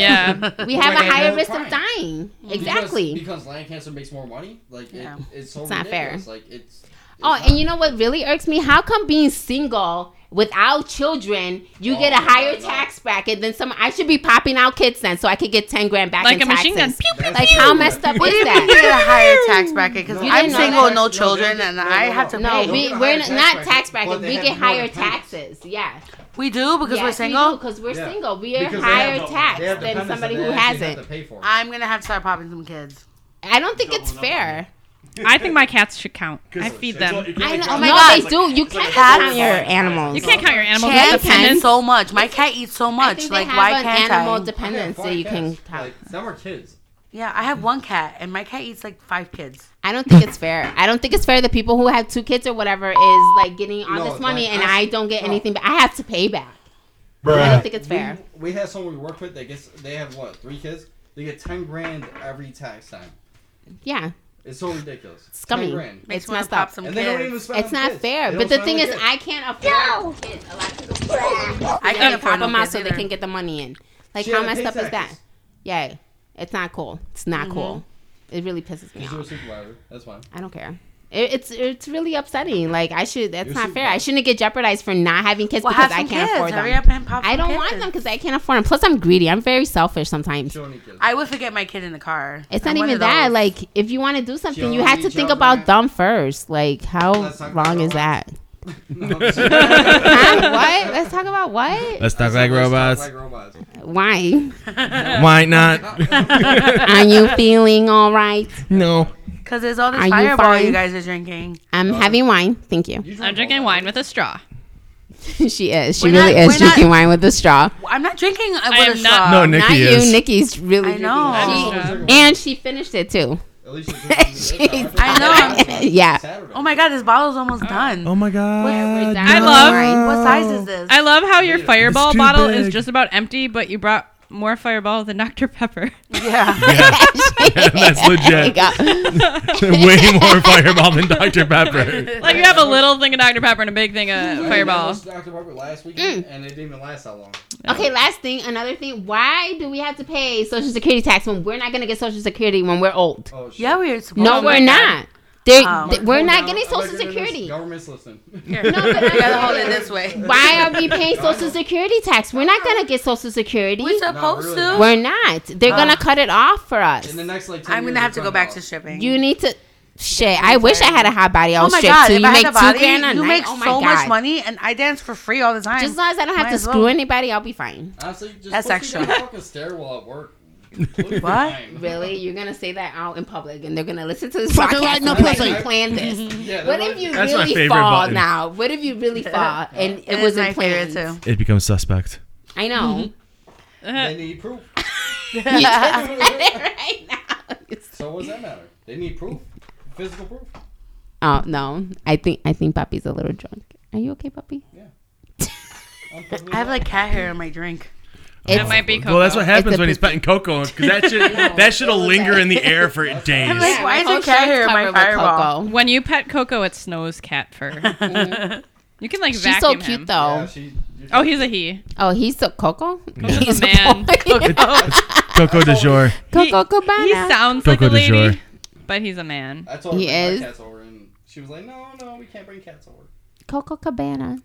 Yeah. We have Like, a higher no risk of crime. dying. Because- Exactly. because, Lancaster makes more money. Like it- Yeah. it's so It's not fair. ridiculous, Like it's. Oh, and you know what really irks me? How come being single without children, you get a Oh, higher no, no. tax bracket than some? I should be popping out kids then, so I could get ten grand back in Like a machine gun. taxes. Pew, pew. Like how messed up What do is you mean that? you get a higher tax bracket? Because You I'm didn't know single, that? no No, they- children, and no, I no, have to no. No, pay. They we get a we're higher not, tax not bracket, tax but bracket. they We have get more higher dependents. taxes. Yeah, We do because we're single. because we're Yeah. single. We are Because they have higher no- tax they have than dependents somebody that who they actually have hasn't. to pay for. I'm gonna have to start popping some kids. I don't think it's fair. I think my cats should count. I feed them. I know. Oh my No, god, they it's do. You like can't a whole count your line. animals. You can't count your animals as Cats eat dependents. so much. My cat eats so I much. think Like they why have an can't animal I? dependence that you can count. Like, them are kids. yeah, I have one cat, and my cat eats like five kids. I don't think it's fair. I don't think it's fair that people who have two kids or whatever is like getting all No, this it's money like, and I- I don't get no. anything, but I have to pay back. I don't think it's fair. We, we have someone we work with that gets. They have what three kids. They get ten grand every tax time. Yeah, It's so ridiculous. scummy. Ten grand. Makes It's me wanna messed pop up. some And they don't kids. even spend. It's on not kids. fair. They But don't the spend thing on is, kids. I can't afford kids. A lot of people can't. They I can't have to afford pop no them out kids so they either. can get the money in. Like She how had to messed pay up is that? taxes. Yeah, it's not cool. It's not Mm-hmm. cool. It really pisses me She's a off. supervisor. That's fine. I don't care. It, it's it's really upsetting. Like I should. That's You're not so fair. I shouldn't get jeopardized for not having kids Well, because I have some can't kids. afford them. Hurry up and pop. I some don't kids. want them because I can't afford them. Plus, I'm greedy. I'm very selfish sometimes. She don't need kids. I would forget my kid in the car. It's I'm not one even of that. those. Like, if you want to do something, you Joey, have to think Joey. about them first. Like, how Let's talk about long is robots. that? No, I'm sorry. Huh? what? Let's talk about what? Let's talk like robots. Like robots. Why? Why not? Are you feeling all right? No. because there's all this Are you fireball you fine? guys are drinking. I'm having wine. Thank you. You drink I'm all drinking that. wine with a straw. she is. She We're really is not- we're not- drinking wine with a straw. I'm not drinking uh, I with a am not- straw. No, Nikki Not is. you. Nikki's really. I know. drinking I'm wine. just- She- and she finished it too. At least you're drinking this She's- time. I know. forgot. Yeah. Saturday. Oh my god, this bottle's almost done. Oh my god. we're down. I love- What size Oh. is this? I love how your fireball too bottle big. is just about empty, but you brought more fireball than Dr. Pepper. yeah. That's legit. uh, Way more fireball than Dr. Pepper. like you have a little thing of Dr. Pepper and a big thing of I fireball. was Dr. Pepper last Mm. weekend, and it didn't even last that long. Okay, last thing, another thing. Why do we have to pay Social Security tax when we're not going to get Social Security when we're old? Oh, shit. Yeah, we are supposed No, my we're God. not. They, Oh. th- we're Hold not on, getting I'm not Social doing this. Security. Government's listening. No, but I'm You gotta not- hold it this way. Why are we paying Social Security tax? We're not going to get Social Security. We're supposed really to. not. We're not. They're going Ah. to cut it off for us. In the next like 10 I'm gonna years, have to it's go gonna back off. to stripping. You need to. Shit, I wish I had a hot body. I oh was my stripped god, too. if You I make had a body, two grand a you night. make oh my so god. much money, and I dance for free all the time. Just as long as I don't have Might to as screw well. anybody, I'll be fine. Honestly, just That's put me extra. down a fucking stairwell at work. What? Really, you're gonna say that out in public, and they're gonna listen to this podcast like, no pussy. you planned this. Yeah, What that if you That's my really favorite fall button. now? What if you really fall and it, It is wasn't my planned? favorite too. It becomes suspect. I know. They need proof. Mm-hmm. right now. So what does that matter? They need proof. Physical proof. Oh no, I think I think Poppy's a little drunk. Are you okay, Poppy? I'm perfectly I have like cat hair in my drink. It's- That might be cocoa. Well, that's what It's happens a when he's petting cocoa because that shit that shit'll linger in the air for I'm days. like, why my is whole your cat shirt's hair in my covered with fireball? cocoa. when you pet Coco, it snows cat fur. you can like She's so vacuum cute him. though. Yeah, she, you- Oh, he's a he. Oh, he's so Coco. He's man. boy. Coco de jour. Coco Cabana. He sounds Coco like a de jour. lady, but he's a man. I told her He to bring is. my cats over, and she was like, "No, no, we can't bring cats over." Coco Cabana.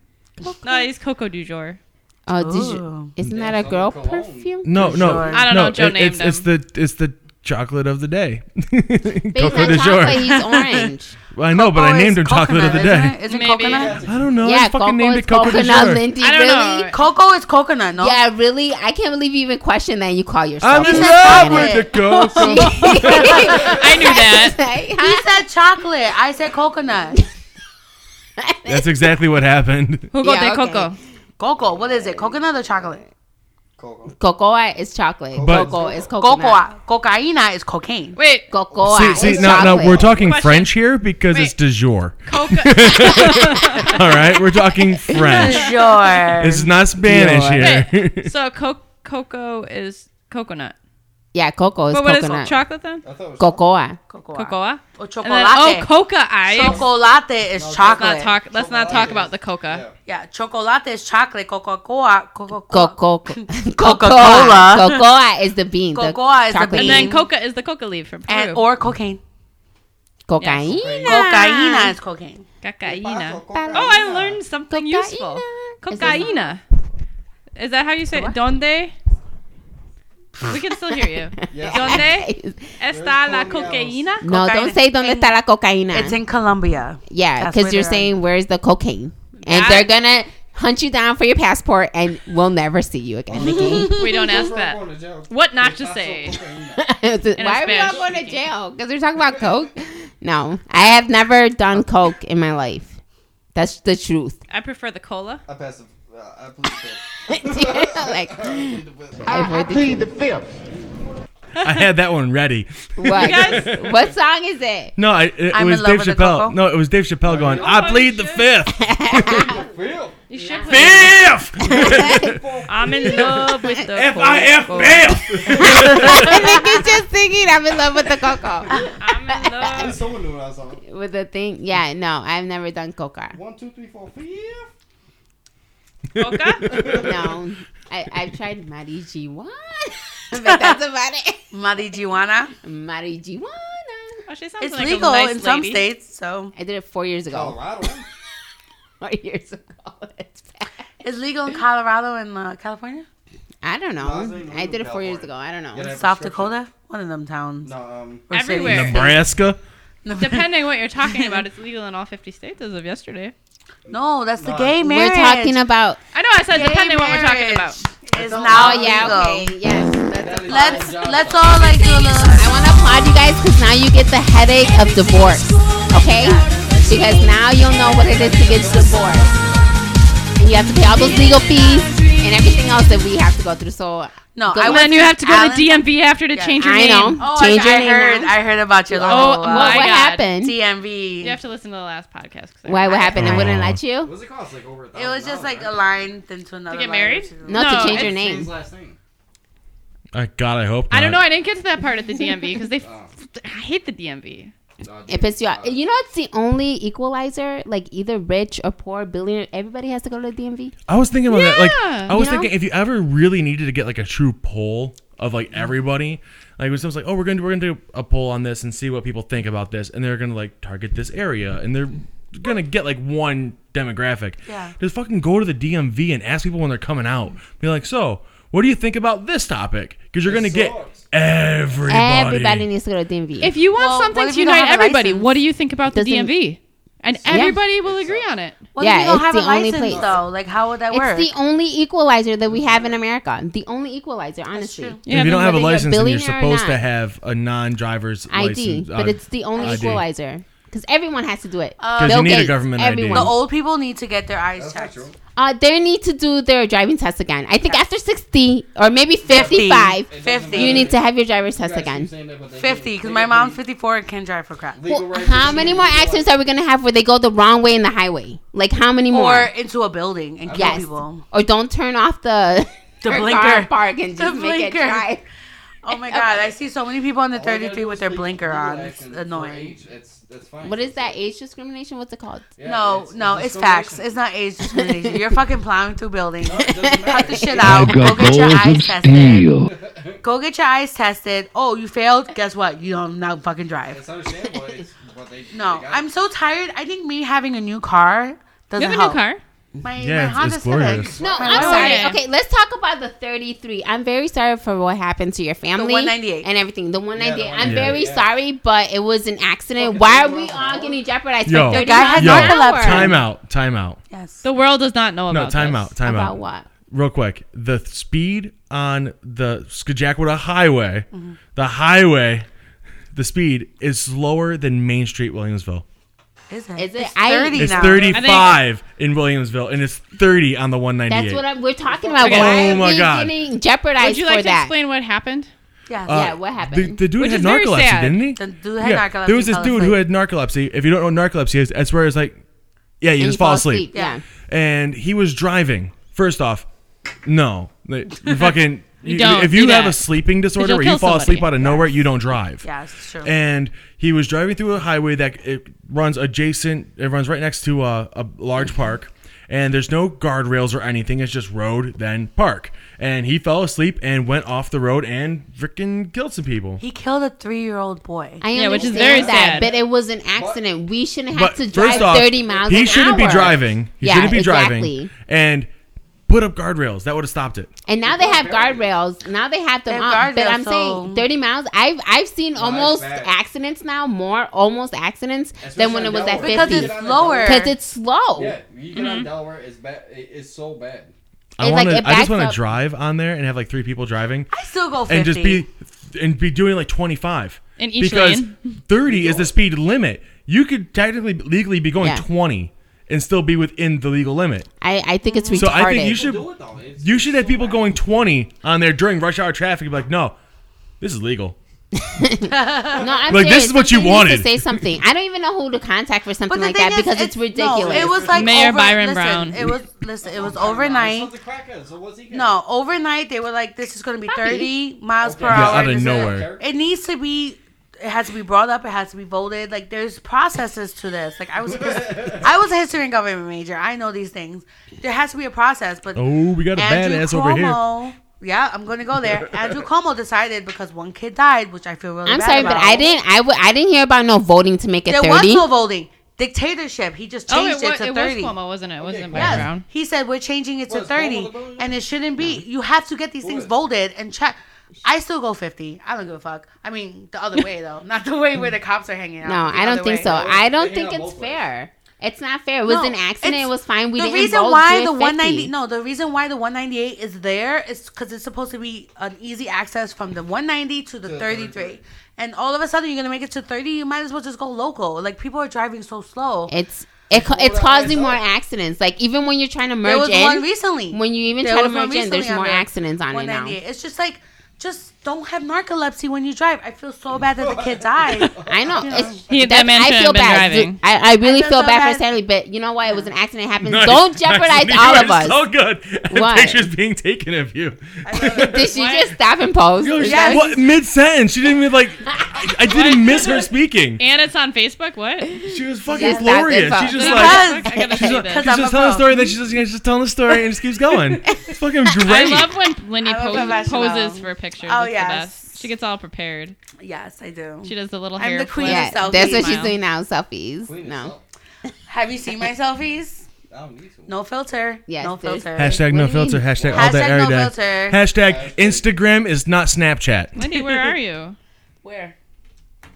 No, he's Coco du jour. Oh, did you, Ooh. isn't that There's a girl some cologne. perfume? No, For no, sure. I don't no, know, Joe it- it's, named it's the it's the chocolate of the day. But he's Coco not de jour. chocolate. He's orange. I know, but I Always named him chocolate of the Oh, coconut, day. Isn't it, Isn't Maybe. coconut? Cats are I don't know. yeah, I fucking Coco named is it Coco de coconut, jour. Lindy. I don't really? know. Cocoa is coconut, no? Yeah, really. I can't believe you even question that. and You call I'm yourself. in said love chocolate. with the cocoa. I knew that. He said chocolate. I said coconut. That's exactly what happened. Who got Yeah, that okay. Coco? Cocoa, what is it? Coconut or chocolate? Cocoa. Cocoa is chocolate. But- Cocoa is coconut. Cocoa. Cocaina is cocaine. Wait, Cocoa. see, see, is no, no, chocolate. we're talking Question. French here because it's Wait. de jour. Coco. All right, we're talking French. Sure. It's not Spanish Jour. here. So co- cocoa is coconut. Yeah, cocoa is But what is coconut. chocolate then? I thought it was Cocoa. Cocoa. Cocoa. Or And then, chocolate. oh, coca I. chocolate is Let's not chocolate. talk. Let's not Chocolate. talk about the coca. yeah, chocolate is chocolate. Cocoa. Cocoa. Cocoa. Coca-Cola. Cocoa is the bean. the Cocoa is the chocolate And bean. bean. then coca is the coca leaf from Peru. And or cocaine. Cocaine. Cocaina is cocaine. Cocaina. Cocoa. Oh, I learned something Cocaina. useful. Is it- Cocaina. Is that how you say it? Donde? We can still hear you. Yeah. Donde está la Colombianos. cocaína? No, Cocaine. don't say donde está la cocaína. It's in Colombia. yeah, That's because where you're they're at. saying where's the cocaine, and That- they're gonna hunt you down for your passport, and we'll never see you again. Nikki. We don't ask We're going that. to jail. What not to Cocaina. say? Why are we all Spanish. going to jail? Because we're talking about coke. No, I have never done coke in my life. That's the truth. I prefer the cola. I pass. the- Uh, I plead like, the fifth. I avoid the truth. I had that one ready. What? what song is it? No, I, it, I'm in was love Dave with the Chappelle. cocoa. No, it was Dave Chappelle going, yeah. I Oh, plead the shit. fifth. Fifth. You should put Fifth! I'm in love with the F I F coco. fifth! I think it's just singing. I'm in love with the cocoa. I'm in At least love. someone knew what I was on. With the thing, yeah, no, I've never done coca. One, two, three, four, fifth. Oh. Coca? No, I, I've tried marijuana, but that's about it. Marijuana. Marijuana. Oh, she sounds It's like legal a nice in some lady. states, so I did it four years ago. Colorado. Four years ago. It's bad. it's legal in Colorado and uh, California, I don't know. No, it's legal I did it four in years California. ago. I don't know. Yeah, they have South prescription. Dakota, one of them towns. No, um, Or cities. Everywhere. Nebraska? Depending what you're talking about, it's legal in all 50 states as of yesterday. No, that's the No. gay marriage. We're talking about. I know. I said Gay depending what we're talking marriage. about. It's Oh, now Oh yeah. legal. Okay. Yes. That's a- Let's let's all like do a little. I want to applaud you guys because now you get the headache of divorce. Okay. Because now you'll know what it is to get divorced. and you have to pay all those legal fees and everything else that we have to go through. So uh, No, Go I with- And went then you have to go to Alan- DMV after to Yes. change your I name. know. Oh, Change I, your I name heard. now. I heard about your Oh, little what, my uh, what God. happened? DMV. You have to listen to the last podcast. 'cause I- Why? What happened? It wouldn't Oh. let you. What's it cost? Like over a thousand. It was just dollars, like right? a line then to another. get line, married? to- No, No, to change your it's- Change his name. last name. I, God, I hope. Not. I don't know. I didn't get to that part at the DMV because they. Oh. I hate the DMV. Uh, It pissed you uh, off. You know, it's the only equalizer. Like either rich or poor, billionaire. Everybody has to go to the DMV. I was thinking about that. Like, Yeah. I was You know? thinking if you ever really needed to get like a true poll of like everybody, like when someone's like, "Oh, we're gonna we're gonna do a poll on this and see what people think about this," and they're gonna like target this area, and they're gonna get like one demographic. Yeah. Just fucking go to the DMV and ask people when they're coming out. Be like, "So, what do you think about this topic?" Because you're gonna This get sucks. everybody. Everybody needs to go to DMV. If you want Well, what something if to you don't unite have a everybody, license? what do you think about the Doesn't- DMV? And everybody will uh, agree on it. Well, Yeah, yeah, you don't it's have a the only license place. though. Like, how would that it's work? the only equalizer that we have in America. The only equalizer, honestly. true. And if you don't have a whether you're license, then you're billionaire or supposed not. to have a non-driver's ID, license, but uh, it's the only ID. equalizer because everyone has to do it. 'Cause Bill you need a Gates, government ID. everyone. Uh, the old people need to get their eyes That's not checked. true. Uh, they need to do their driving test again. I think after 60 or maybe 50. 55, 50. you need to have your driver's You test guys keep again. saying that, but they Fifty, can't- because they my can't mom's be fifty-four and can drive for crap. legal Well, right to how shoot many you, more but- accidents are we going to have where they go the wrong way in the highway? Like, how many more? Or into a building and kill yes. people. Or don't turn off the, The your car blinker. park and The just make it blinker. drive. Oh my god, I see so many people on the All you gotta thirty-three do with is their leave blinker legal on. It's action for annoying. age. It's, that's fine. What is that? Age discrimination? What's it called? Yeah, no, no, it's facts. It's not age discrimination. You're fucking plowing through buildings. doesn't Cut the matter. shit out. Go get your eyes tested. Go get your eyes tested. Oh, you failed. Guess what? You don't now fucking drive. It's understandable. It's what they No, they got. I'm so tired. I think me having a new car You doesn't have a help. new car. My, Yeah, my it's- Honda it's Civic. glorious. No, My I'm wife- sorry. wife. Okay, let's talk about the 33. I'm very sorry for what happened to your family. 198. And everything. The 198. Yeah, the I'm 198, very yeah. sorry, but it was an accident. Fucking Why are thirty we miles an all hour. getting jeopardized Yo. for 30 The guy miles had an Yo, narcolepsy. hour? time out, time out, Yes. The world does not know about no, time this. out, time About out. what? real quick the th- speed on the Skajakwita highway the highway the speed is slower than main street williamsville Is it? Is it? It's I- thirty it's now. 35 in williamsville and it's 30 on the 198 That's what I'm, we're talking about. Okay. Why Oh are my we God. getting jeopardized Would you like for to that? explain what happened? Yes. Uh, yeah, what happened? The, the dude Which had is very narcolepsy, sad. didn't he? The dude had narcolepsy, There was this fell dude who asleep. had narcolepsy. If you don't know what narcolepsy is, that's where it's like, yeah, you And just fall asleep. Yeah. and he was driving. First off, no, Like, you fucking. You don't if do you have that. a sleeping disorder you'll where you kill fall somebody. asleep out of nowhere, you don't drive. Yes, it's true. And he was driving through a highway that it runs adjacent. It runs right next to a, a large park, and there's no guardrails or anything. It's just road then park. And he fell asleep and went off the road and freaking killed some people. He killed a three-year-old boy. I Yeah, understand which is very that, sad. but it was an accident. we shouldn't have to first drive off, 30 miles He an shouldn't hour. be driving. He Yeah, shouldn't be exactly. driving. And put up guardrails. That would have stopped it. And now they have guardrails. Now they have them They have up. But guardrails, I'm so- saying 30 miles. I've I've seen almost bad. accidents now, more almost accidents than when it was at Especially Because 50. it's Get on the lower. Mm-hmm. road. Because it's slow. Yeah, you get on Delaware, it's bad. It, it's so bad. I It, want like, to. it I just backs want to up- drive on there and have like three people driving I still go 50. and just be and be doing like 25 In each because lane. 30 is the speed limit. You could technically legally be going Yeah. 20 and still be within the legal limit. I, I think it's retarded. So I think you should Do it though. It's, you should have people going 20 on there during rush hour traffic and be like, "No, this is legal." no, I'm Like, saying this is what you somebody needs wanted. To say something. I don't even know who to contact for something like thing that is, because it's, ridiculous. No, it was like Mayor over- Byron listen, Brown. It was listen. It was He's overnight. not the crackhead, so what's he got? No, overnight they were like, "This is going to be 30 miles Okay. per Yeah, hour." out of This is- nowhere. It needs to be. It has to be brought up. It has to be voted. Like there's processes to this. Like I was, a his- I was a history and government major. I know these things. There has to be a process. But Oh, we got a badass over here. over here. Yeah, I'm gonna go there. Andrew Cuomo decided because one kid died, which I feel really. I'm bad sorry, but about. I didn't. I w- I didn't hear about no voting to make it There was 30. no voting. Dictatorship. He just Oh, it, changed wa- it to it was 30. Cuomo, wasn't it? It wasn't Okay, Byron cool. Brown. He said we're changing it to Well, it's voting 30, on the voting. and it shouldn't be. You have to get these things Good. voted and check. I still go 50. I don't give a fuck. I mean, the other way though, not the way where the cops are hanging out. No, The I other don't think way. so. I don't Yeah, think it's both ways. fair. It's not fair. It was No, an accident. it's- It was fine. We the didn't reason vote why to the 190. 190 no the reason why the 198 is there is because it's supposed to be an easy access from the 190 to the To the 33 33. and all of a sudden you're gonna make it to 30 you might as well just go local like people are driving so slow It's It, ca- it's that causing lines more up. accidents. Like even when you're trying to merge There was in, one recently. when you even There try to was one merge in, there's recently on more the accidents on it now. 198. It's just like, just don't have narcolepsy when you drive. I feel so bad that the kid died. I know. It's, He- that that's- man shouldn't I have feel been bad. driving. Dude, I, I really I feel feel so bad, for bad. Stanley, but you know what? It was an accident. It happened. Nice. Don't jeopardize Nice. all You of are So us. good. And What? Pictures being taken of you. Did she What? just stop and pose? Yo, she- Yes. what mid sentence? She didn't even like. I, I didn't miss her speaking. And it's on Facebook. What? She was fucking Yes, that's glorious. info. She's just It like. was. I gotta She's, see like, this. she's I'm just a telling a pro. story, then she's just, she's just telling the story, and just keeps going. It's fucking I great. love when Lindy I'm a poses, professional. poses for pictures. Oh, It's the yes. best. She gets all prepared. yes, I do. She does the little I'm hair. the queen flip. yeah, Yes. Selfie that's what she's smile. doing now. Selfies. Clean No. yourself. Have you seen my selfies? I don't need to. No filter. Yes, no there's- filter. Hashtag What no do you mean? filter. Hashtag all Hashtag that every no day. filter. Hashtag Instagram is not Snapchat. Lindy, where are you? Where?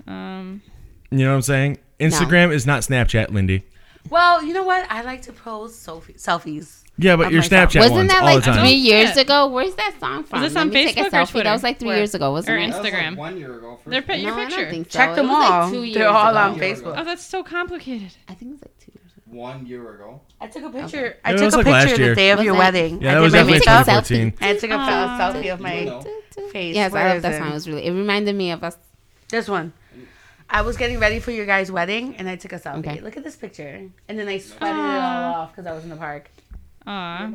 Um, You know what I'm saying? Instagram is not Snapchat, Lindy. Well, you know what? I like to post selfie- selfies. Yeah, but Of your myself. Snapchat Wasn't ones that all the like time. three years Yeah. ago? Where's that song from? this Let on me take a Facebook or selfie. Twitter? That was like three Where? years ago, wasn't Or it? That was, Instagram. Like one year ago. First They're put No, your I don't picture. think so. Check It them was like all. two years They're all ago. on Years ago. Facebook. Oh, that's so complicated. I think it's like two years ago. one year ago. I took a picture. I It took was a like last picture year. the day of Was your it? wedding. Yeah, I that was did my definitely makeup. 2014. I took a selfie of You my. know. Face, Yes, where I is love that it? song. It was really. It reminded me of us. This one. I was getting ready for your guys' wedding, and I took a selfie. Okay. Look at this picture, and then I sweated it all off because I was in the park. Aw.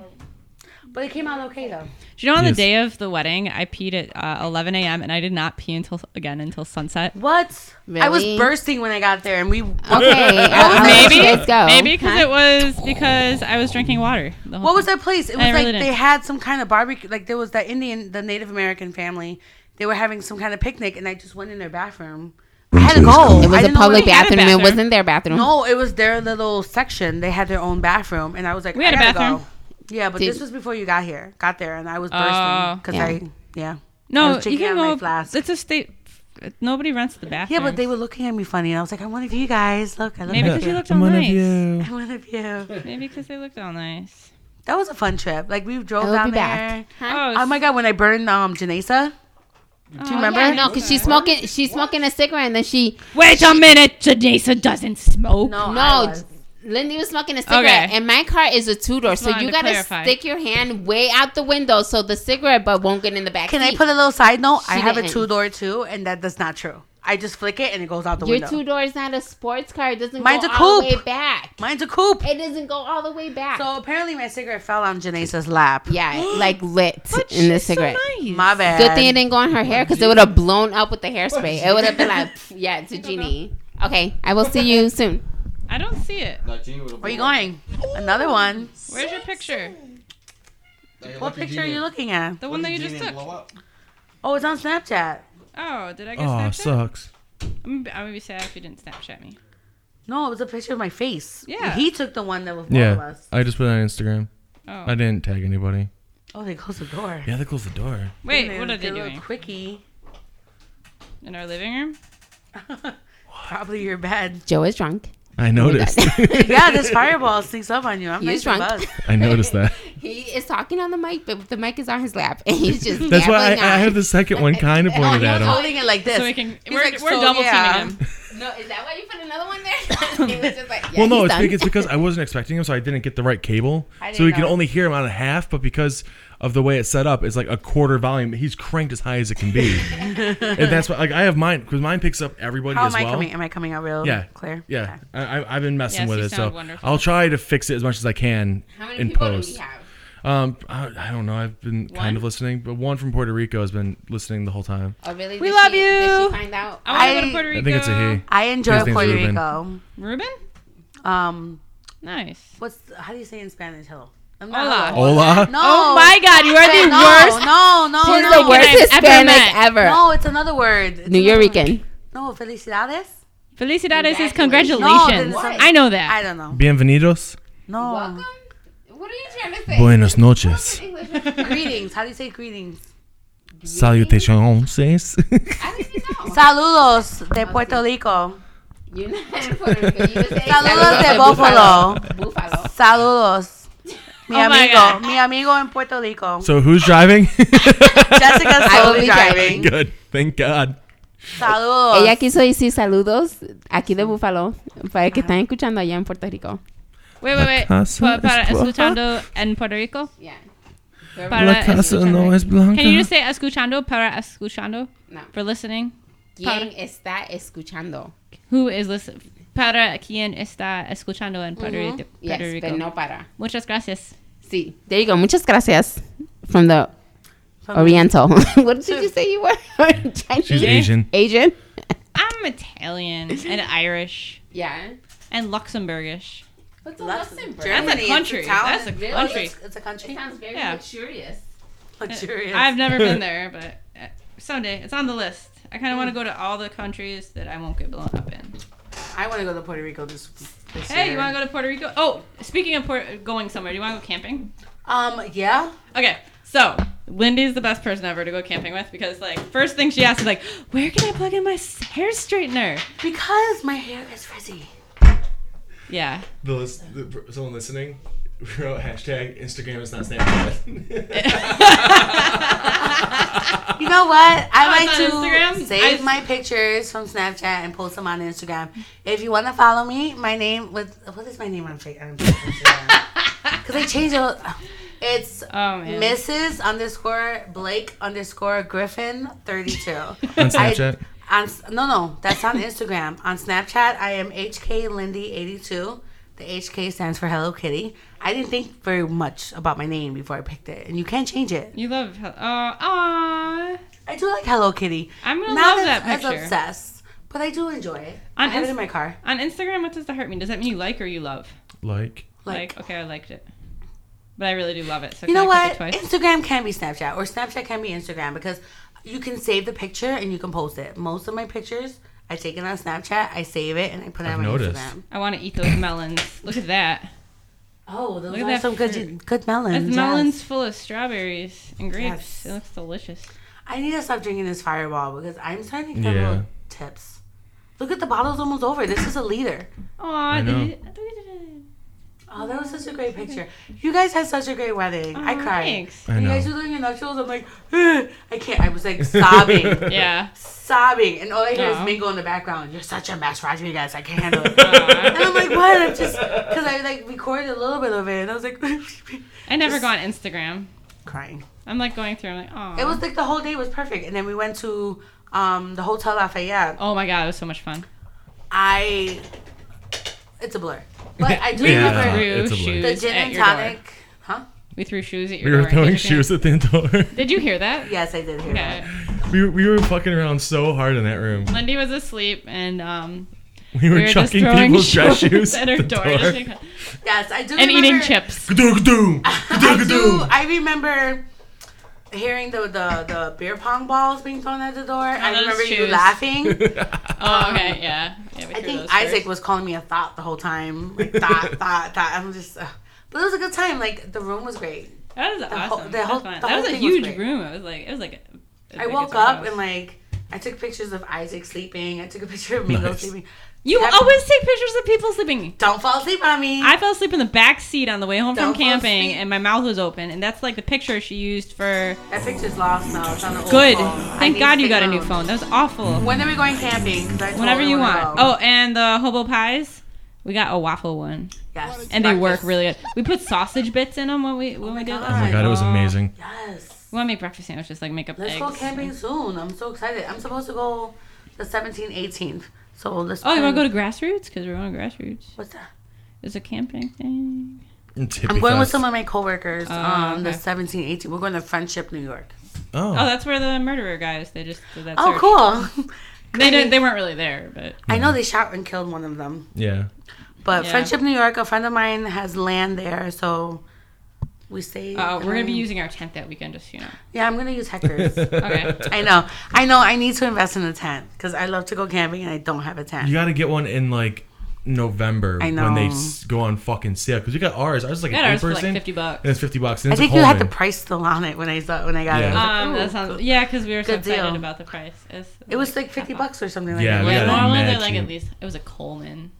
But it came out okay though. Do you know on Yes. the day of the wedding, I peed at uh, 11 a.m. and I did not pee until again until sunset. What? I was Really? bursting when I got there, and we. Okay, I'll, I'll let you Maybe- guys Oh. go. Maybe because it was because I was drinking water. The whole What was that place? It was I like really they didn't. had some kind of barbecue. Like there was that Indian, the Native American family. They were having some kind of picnic, and I just went in their bathroom. I had to go. Oh, It was a a public had a bathroom. It bathroom. wasn't their bathroom. No, it was their little section. They had their own bathroom, and I was like, We had I a gotta bathroom. Go. Yeah, but Did- this was before you got here. Got there, and I was Oh. bursting because Yeah. I yeah. I No, was you drinking can out of my go. flask. It's a state. Nobody rents the bathroom. Yeah, but they were looking at me funny, and I was like, I'm one of you guys. Look, I look Maybe like because you you. looked all nice. I'm one of you. Maybe because they looked all nice. That was a fun trip. Like we drove I'll down be there. back. Oh, Oh my god, when I burned um Janessa. do you Oh, remember? Yeah, no, because she's smoking. She's smoking a cigarette, and then she. Wait a minute, Janessa doesn't smoke. No, Oh, I No, was. Lindy was smoking a cigarette, Okay. and my car is a two door, so wanted you to gotta clarify. stick your hand way out the window so the cigarette butt won't get in the back. Can I seat. put a little side note? I She have didn't. a two door too, and that that's not true. I just flick it and it goes out the Your window. two door is not a sports car. It doesn't Mine's go a all the coupe. way back. Mine's a coupe. It doesn't go all the way back. So apparently my cigarette fell on Janesa's lap. yeah, like lit in the cigarette. My bad. Good thing it didn't go on her hair because it would have blown up with the hairspray. It would have been like, pff, yeah, to Genie. Okay, I will see you soon. I don't see it. Like, Jeannie would've Where you been like, going? Another one. Where's your picture? like, What lucky picture are Jeannie- you looking at? The one that lucky you just Jeannie took. blow up. Oh, it's on Snapchat. Oh, did I get Oh, Snapchat? sucks. I'm, I'm gonna be sad if you didn't Snapchat me. No, it was a picture of my face. Yeah. He took the one that was all of Yeah, us. I just put it on Instagram. Oh, I didn't tag anybody. Oh, they closed the door. Yeah, that closed the door. wait, what are they Did a little doing Quickie. in our living room? Probably your bed. Joe is drunk. I noticed. Yeah, this fireball sneaks up on you. I'm He's nice drunk. and buzzed. I noticed that. He is talking on the mic, but the mic is on his lap, and he's just. That's why I, gabbling I on. have the second one kind of Oh, he pointed was at him. holding it like this. So we can. He's We're, like, we're so, double yeah. teaming him. No, is that why you put another one there? He was just like, yeah, Well, no, he's it's, done. be- it's because I wasn't expecting him, so I didn't get the right cable. I So we didn't can know. only hear him on a half, but because of the way it's set up, it's like a quarter volume. He's cranked as high as it can be, and that's why. Like I have mine because mine picks up everybody How as am I well. coming? Am I coming out real yeah, clear? Yeah, Okay. I, I, I've been messing Yes, with you it, so sound wonderful. I'll try to fix it as much as I can How many in people post. do we have? Um, I, I don't know. I've been kind of listening, but one from Puerto Rico has been listening the whole time. Oh, really? We Did love she, Did you. she find out? I want to go to I- Puerto I Rico. think it's a he. I His enjoy name's Puerto Ruben. Rico. Ruben? Um, Nice. what's how do you say in Spanish? Hello. I'm Hola. hello. Hola. No. Oh my God, you are the no, worst. No, no, She's no. the worst I've ever Hispanic met. ever. No, it's another word. It's New Year another- weekend. No, felicidades. Felicidades is Congratulations. congratulations. No, then I know that. I don't know. Bienvenidos. No. Welcome. What are you trying to say? Buenas noches. Greetings. How do you say greetings? Salutations. I don't even know. Saludos de Puerto Rico. You're not in Puerto Rico. You would say Saludos de Buffalo. Buffalo. Buffalo. Saludos. Mi Oh my amigo. God. Mi amigo in Puerto Rico. so who's driving? Jessica's I will slowly be driving. Good. Thank God. Saludos. Ella quiso decir saludos aquí de Búfalo para que están escuchando allá en Puerto Rico. Wait, wait, wait. casa Pa- para es roja. escuchando en Puerto Rico. Yeah. Para La casa escuchando. no es blanca. Can you just say escuchando para escuchando No. for listening? ¿Quién está escuchando? Who is listening? Para quien está escuchando en Puerto, Mm-hmm. Rico- Yes, Puerto Rico. pero no para. Muchas gracias. Sí. There you go. Muchas gracias from the Oriental. what did you say you were? Chinese? She's Asian. Asian? I'm Italian and Irish Yeah. and Luxembourgish. What's That's a country. That's a Really? country. It's a country. sounds very Yeah. luxurious. Luxurious. I've never been there, but uh, someday it's on the list. I kind of want to go to all the countries that I won't get blown up in. I want to go to Puerto Rico this, this Hey, you want to go to Puerto Rico? Oh, speaking of Puerto, going somewhere, do you want to go camping? go? Um, yeah. Okay, so Lindy's the best person ever to go camping with because, like, first thing she asked is like, "Where can I plug in my s- hair straightener?" Because my hair is frizzy. Yeah, The list, the, someone listening wrote hashtag Instagram is not Snapchat. You know what? Oh, I it's like to on Instagram? save I- my pictures from Snapchat and post them on Instagram. If you want to follow me, my name with what is my name on Fa- on Instagram? Because I changed it. It's Oh, man. Mrs. underscore Blake underscore Griffin thirty two. On Snapchat? on s- no no that's on Instagram. on Snapchat, I am HK Lindy eighty two. The HK stands for Hello Kitty. I didn't think very much about my name before I picked it, and you can't change it. you love. hel- Uh, aw, I do like Hello Kitty. I'm gonna Not love as- that picture. As obsessed, but I do enjoy it. I On have it in Inst- my car. On Instagram, what does the heart mean? Does that mean you like or you love? like, Like, Like, okay, I liked it, but I really do love it. So you can know I click what? It twice? Instagram can be Snapchat, or Snapchat can be Instagram because you can save the picture and you can post it. Most of my pictures, I take it on Snapchat, I save it, and I put it on my noticed. Instagram. I want to eat those melons. Look at that. Oh, those Look at are that some fruit. good, good melons. It's yes. melons full of strawberries and grapes. Yes. It looks delicious. I need to stop drinking this Fireball because I'm starting to get Yeah. little tips. Look at the bottle's almost over. This is a liter. Aw, know. did you- Oh, that was such a great picture. You guys had such a great wedding. I Aw, cried. Oh, thanks. I You know. guys were doing your nuptials. I'm like, "Ugh, I can't. I was like sobbing, Yeah. sobbing, and all I hear Aw. is Mingo in the background. You're such a mess, Rodriguez. I can't handle it. Aw. and I'm like, what? I'm just because I like recorded a little bit of it, and I was like, I never go on Instagram. crying. I'm like going through. I'm like, oh. It was like the whole day was perfect, and then we went to um the hotel Lafayette. Oh my god, it was so much fun. I, it's a blur, but I Yeah. do We remember threw it's a blur. shoes the gin at and your tonic. door. Huh? We threw shoes at your we door. were throwing Did you hear- shoes at the door. Did you hear that? Yes, I did hear that. Okay. we, were- we were fucking around so hard in that room. Lindy was asleep, and um, We were, we were just chucking throwing people's dress shoes shoes at her the door, door. Just like- Yes, I do. and eating remember- chips. Ka-doo-ka-doo! I do. Ka-doo-ka-doo! I remember hearing the, the the beer pong balls being thrown at the door. I Oh, those remember you shoes. laughing. Oh, okay, yeah. yeah we I threw think those Isaac first. was calling me a thought the whole time. Like thought, thought, thought. I'm just. Uh, but it was a good time. Like the room was great. That was whole- awesome. the That was whole- fun. the that whole was a thing was huge great. room. It was like it was like. a- I like woke it's our up house. and like I took pictures of Isaac sleeping. I took a picture of Mingo Nice. sleeping. You Yep. always take pictures of people sleeping. Don't fall asleep on me. I fell asleep in the back seat on the way home from Don't fall camping, asleep. and my mouth was open, and that's like the picture she used for. that picture's lost now. It's on the old Good. phone. Oh, I Thank need God to you take got a my new own. phone. That was awful. When are we going camping? 'Cause I told Whenever her you when to want. go. Oh, and the hobo pies. We got a waffle one, yes. and they work Breakfast. really good. We put sausage bits in them when we when we my did. God. them. Oh my god, it was amazing. Yes. We want to make breakfast sandwiches, like make up Let's eggs. go camping soon. I'm so excited. I'm supposed to go the 17th, 18th. So let's. Oh, you want to plan- go to Grassroots? Because we're going to Grassroots. What's that? It's a camping thing. I'm going with some of my coworkers on the okay. 17th, 18th. We're going to Friendship, New York. Oh, Oh, that's where the murderer guys. They just did that. Oh, search. cool. They didn't. They weren't really there, but I know they shot and killed one of them. yeah. But Yeah. Friendship, New York, a friend of mine has land there, so we stay. uh, we're gonna be Um, using our tent that weekend, just so you know. Yeah, I'm going to use Hector's. Okay. I know. I know. I need to invest in a tent because I love to go camping and I don't have a tent. You gotta get one in like November I when they know. s- go on fucking sale because we got ours. Ours is like We an had eight ours for person. like fifty bucks. And it's fifty bucks. And I it's think a you had the Coleman. price still on it when I saw when I got Yeah. it. I Um, was like, that "Ooh, sounds yeah, because we were so Oh, Good excited deal. about the price. It's, It was like fifty bucks or something like Yeah, that. we Yeah, got it normally mad they're like cheap. at least it was a Coleman.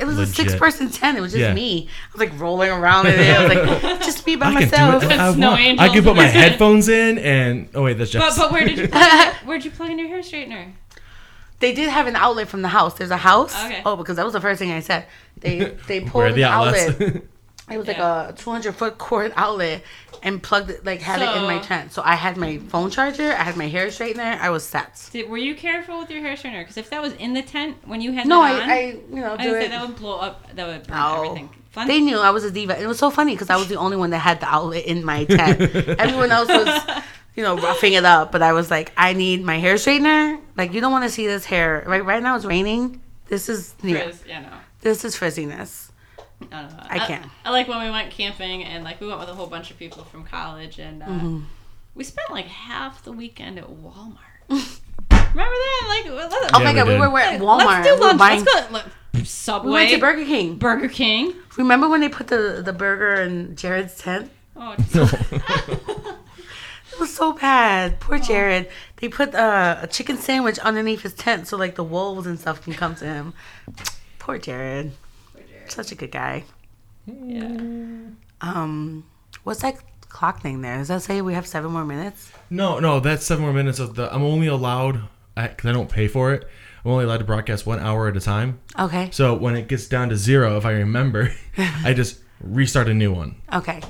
It was Legit. a six person tent. It was just Yeah. me. I was like rolling around in it. I was like, just me by I can myself. do it. I, Snow want. I angels. can put my headphones in and oh wait, that's But just. but where did you plug in, where'd you plug in your hair straightener? They did have an outlet from the house. There's a house. Okay. Oh, because that was the first thing I said. They they pulled Where are the the outlets? outlet. It was Yeah. like a 200 foot cord outlet and plugged it, like had it in my So- tent. So I had my phone charger, I had my hair straightener, I was set. Did, were you careful with your hair straightener? Because if that was in the tent when you had No, that I, on, I, you know, I do would say it. that would blow up. That would burn No. everything. Fun. They knew I was a diva. And it was so funny because I was the only one that had the outlet in my tent. Everyone else was, you know, roughing it up. But I was like, I need my hair straightener. Like, you don't want to see this hair. Right, right now it's raining. This is, yeah, Frizz, yeah, no, this is frizziness. I don't know. I can't. I, like when we went camping and like we went with a whole bunch of people from college and uh, Mm-hmm. we spent like half the weekend at Walmart. Remember that? Like, well, let- Oh Yeah, my we God, we did. were, we were at Walmart. Let's do We were lunch. buying- Let's go look, Subway. we went to Burger King. Burger King. Remember when they put the, the burger in Jared's tent? Oh, It was so bad. Oh. Poor Jared. They put uh, a chicken sandwich underneath his tent so like the wolves and stuff can come to him. Poor Jared. Such a good guy. yeah. Um, what's that clock thing there? Does that say we have seven more minutes? No, no, that's seven more minutes of the. I'm only allowed because I don't pay for it. I'm only allowed to broadcast one hour at a time. Okay. So when it gets down to zero, if I remember, I just restart a new one Okay.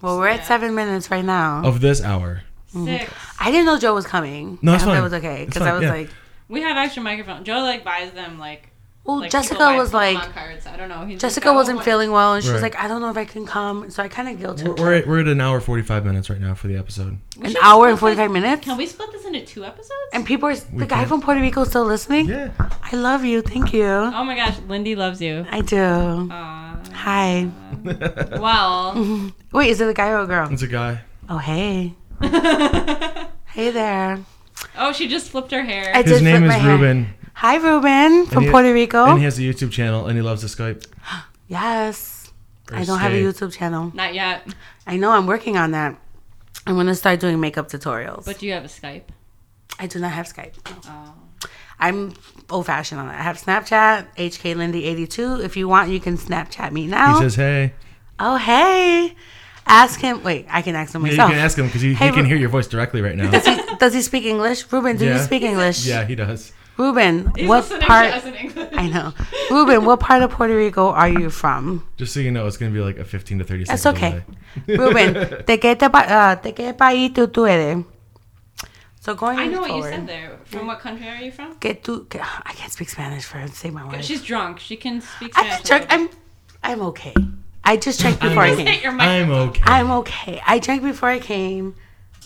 Well, we're at seven minutes right now. of this hour. Mm-hmm. Six. I didn't know Joe was coming. No, it's I hope fine. that was okay It's because I fine, was yeah. like, We have extra microphone. Joe like buys them like. well, like, people Oh, Jessica buy was Pokemon like, Cards. I don't know. He's oh, just Jessica got a wasn't whole bunch- feeling well, and she was Right. like, I don't know if I can come. So I kind of guilted We're, her. we're, at, we're at an hour forty five minutes right now for the episode. We An should hour split and 45 this- minutes? Can we split this into two episodes? And people are, the guy can't- from Puerto Rico is still listening? Yeah. I love you. Thank you. oh my gosh, Lindy loves you. I do. Uh, Hi. well. Wait, is it a guy or a girl? It's a guy. Oh, hey. Mm-hmm. Hey there. oh, she just flipped her hair. I His did name flip is my Oh. hair. Ruben, Hi, Ruben from he- Puerto Rico. and he has a YouTube channel, and he loves the Skype. yes. or I don't have a Skype. YouTube channel. Not yet, I know I'm working on that. I'm going to start doing makeup tutorials. but do you have a Skype? I do not have Skype. No. Oh. I'm old fashioned on it. I have Snapchat, HKLindy82. If you want, you can Snapchat me He now. says, "Hey, oh, hey. Ask him. Wait, I can ask him Yeah, you myself. can ask him because he, Hey, he can Ru- hear your voice directly right now." Does he, does he speak English? Ruben, do you Yeah. speak English? yeah, he does. Ruben, He's what listening part? to us in English. I know. Ruben, what part of Puerto Rico are you from? Just so you know, it's gonna be like a fifteen to thirty That's second okay. delay. Ruben, ¿de qué, te, pa- uh, ¿de qué país tú, tú eres? So going I know what forward, you said there. From what country are you from? Que tú, que, ah, I can't speak Spanish for say my word. She's drunk. She can speak I Spanish. just drank. I'm, I'm okay. I just drank before I I'm, came. hit your I'm microphone. okay. I'm okay. I drank before I came.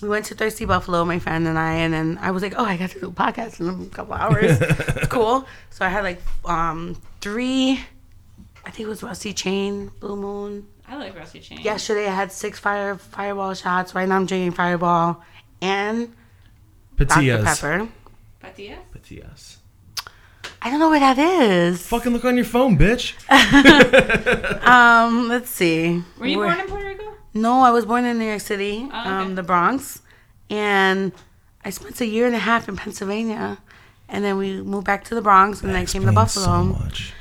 We went to Thirsty Buffalo, my friend and I, and then I was like, "Oh, I got to do a podcast in a couple hours. it's cool." So I had like um three. I think it was Rusty Chain, Blue Moon. I like Rusty Chain. Yesterday I had six fire fireball shots. Right now I'm drinking Fireball and Dr Patias. Pepper. Patia? Patias. I don't know what that is. Fucking look on your phone, bitch. Um, let's see. Were you We're- born in Puerto Rico? No, I was born in New York City, Oh, okay. um, the Bronx, and I spent a year and a half in Pennsylvania, and then we moved back to the Bronx, and then I came to Explains Buffalo. So much.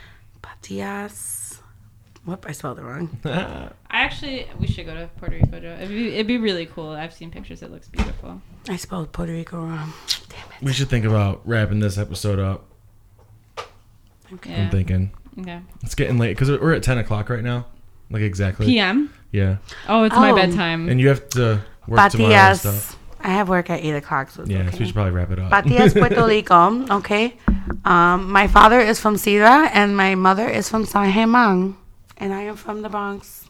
Patias. Whoop, I spelled it wrong. I actually, we should go to Puerto Rico, Joe. It'd be, it'd be really cool. I've seen pictures. It looks beautiful. I spelled Puerto Rico wrong. Damn We it. should think about wrapping this episode up. I'm Yeah. thinking Okay. it's getting late because we're at ten o'clock right now, like exactly. PM. Yeah, Oh, it's my Oh. bedtime. and you have to work tomorrow and stuff. Patias. I have work at 8 o'clock, so it's Yeah, so we okay. should probably wrap it up. Patias, Puerto Rico, okay? Um, my father is from Sierra, and my mother is from San Germán, and I am from the Bronx.